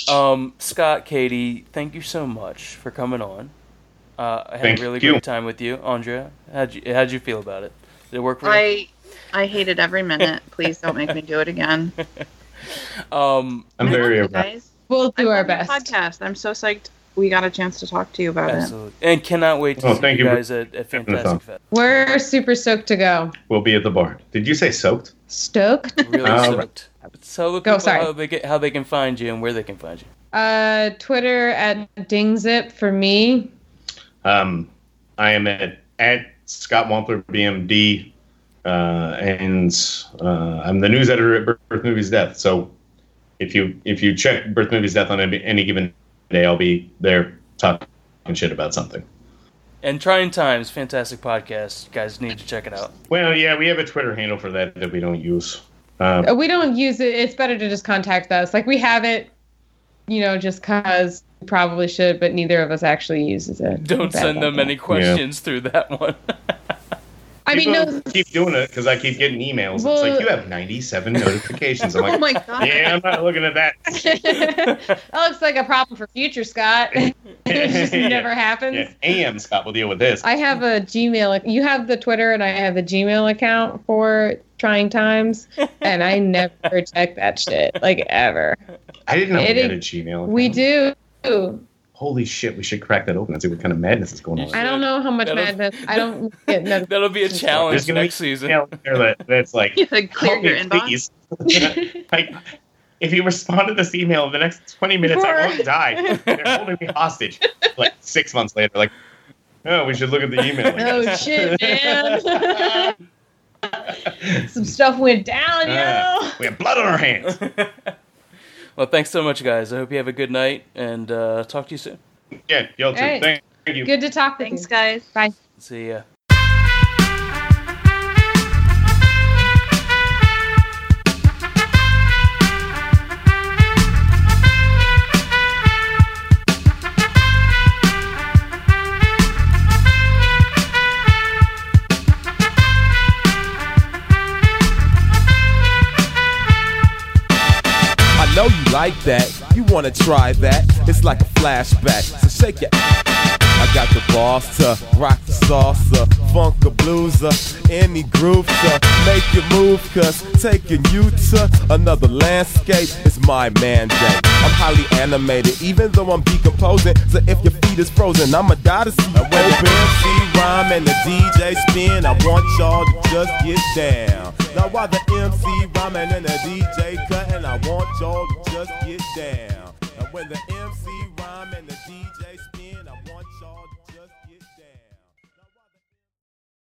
Speaker 5: Um, Scott, Katie, thank you so much for coming on. Uh, I had
Speaker 3: Thank
Speaker 5: a really
Speaker 3: you.
Speaker 5: great time with you, Andrea. How'd you How'd you feel about it? Did it work for you?
Speaker 4: I I hated every minute. Please don't make me do it again.
Speaker 5: um,
Speaker 3: I'm
Speaker 4: I love
Speaker 3: very
Speaker 4: you
Speaker 3: aware.
Speaker 4: guys.
Speaker 2: We'll do
Speaker 4: I
Speaker 2: our
Speaker 4: love your
Speaker 2: best.
Speaker 4: Podcast. I'm so psyched. We got a chance to talk to you about it.
Speaker 5: absolutely, and cannot wait to
Speaker 3: Oh,
Speaker 5: see
Speaker 3: thank
Speaker 5: you
Speaker 3: you Uh, for
Speaker 5: guys at, at
Speaker 3: setting this
Speaker 5: Fantastic
Speaker 3: up.
Speaker 5: Fest.
Speaker 2: We're super stoked to go.
Speaker 3: We'll be at the bar. Did you say soaked?
Speaker 2: Stoked?
Speaker 5: Really
Speaker 3: All
Speaker 5: stoked. Tell the
Speaker 2: Go,
Speaker 5: people
Speaker 2: sorry.
Speaker 5: how uh, they get, how they can find you and where they can find you.
Speaker 2: Uh, Twitter at Dingzip for me.
Speaker 3: Um, I am at, at Scott Wampler BMD, uh, and uh, I'm the news editor at Birth Movies Death. So if you if you check Birth Movies Death on any, any given day, I'll be there talking shit about something.
Speaker 5: And Trying Times, fantastic podcast. You guys need to check it out.
Speaker 3: Well, yeah, we have a Twitter handle for that that we don't use. Uh,
Speaker 2: Uh, We don't use it. It's better to just contact us. Like we have it, you know, just cause we probably should, but neither of us actually uses it. Bad
Speaker 5: Don't send
Speaker 2: about
Speaker 5: them
Speaker 2: that.
Speaker 5: any questions through that one.
Speaker 2: I mean,
Speaker 3: people
Speaker 2: no.
Speaker 3: keep doing it because I keep getting emails.
Speaker 2: Well-
Speaker 3: it's like you have 97 notifications. I'm
Speaker 4: Oh
Speaker 3: like,
Speaker 4: my god.
Speaker 3: yeah, I'm not looking at that.
Speaker 2: that looks like a problem for future Scott. it just
Speaker 3: Yeah.
Speaker 2: never happens.
Speaker 3: Yeah, AM Scott will deal with this.
Speaker 2: I have a Gmail. ac- You have the Twitter, and I have a Gmail account for trying times, and I never check that shit like ever.
Speaker 3: I didn't know
Speaker 2: It
Speaker 3: we had a
Speaker 2: is-
Speaker 3: Gmail. Account.
Speaker 2: We do. I
Speaker 3: Holy shit, we should crack that open and see what kind of madness is going on.
Speaker 2: don't know how much
Speaker 5: That'll-
Speaker 2: madness. I don't get nothing.
Speaker 5: That'll be a challenge
Speaker 3: There's gonna be
Speaker 5: next season.
Speaker 3: email there that- that's like,
Speaker 4: You gotta clear
Speaker 3: help
Speaker 4: your
Speaker 3: me,
Speaker 4: inbox.
Speaker 3: please. like, if you respond to this email in the next 20 minutes, I won't die. They're holding me hostage. Like six months later, like, oh, we should look at the email. I
Speaker 2: Oh
Speaker 3: guess.
Speaker 2: shit, man! Some stuff went down, yo.
Speaker 3: Uh, we have blood on our hands.
Speaker 5: Well, thanks so much, guys. I hope you have a good night, and uh, talk to you soon.
Speaker 3: Yeah, y'all too.
Speaker 2: Hey.
Speaker 3: Thank you.
Speaker 2: Good to talk. with you.
Speaker 4: Thanks, guys.
Speaker 2: Bye.
Speaker 5: See ya.
Speaker 7: I know you like that. You wanna try that. It's like a flashback. So shake your. I got the boss to rock the salsa, funk the blueser, any groove to make you move. Cause taking you to another landscape is my mandate. I'm highly animated, even though I'm decomposing. So if your feet is frozen, I'ma die to see you open. MC rhyme and the DJ spin. I want y'all to just get down. Now while the MC rhyming and the DJ cutting, I want y'all to just get down. And when the MC rhyme and the DJ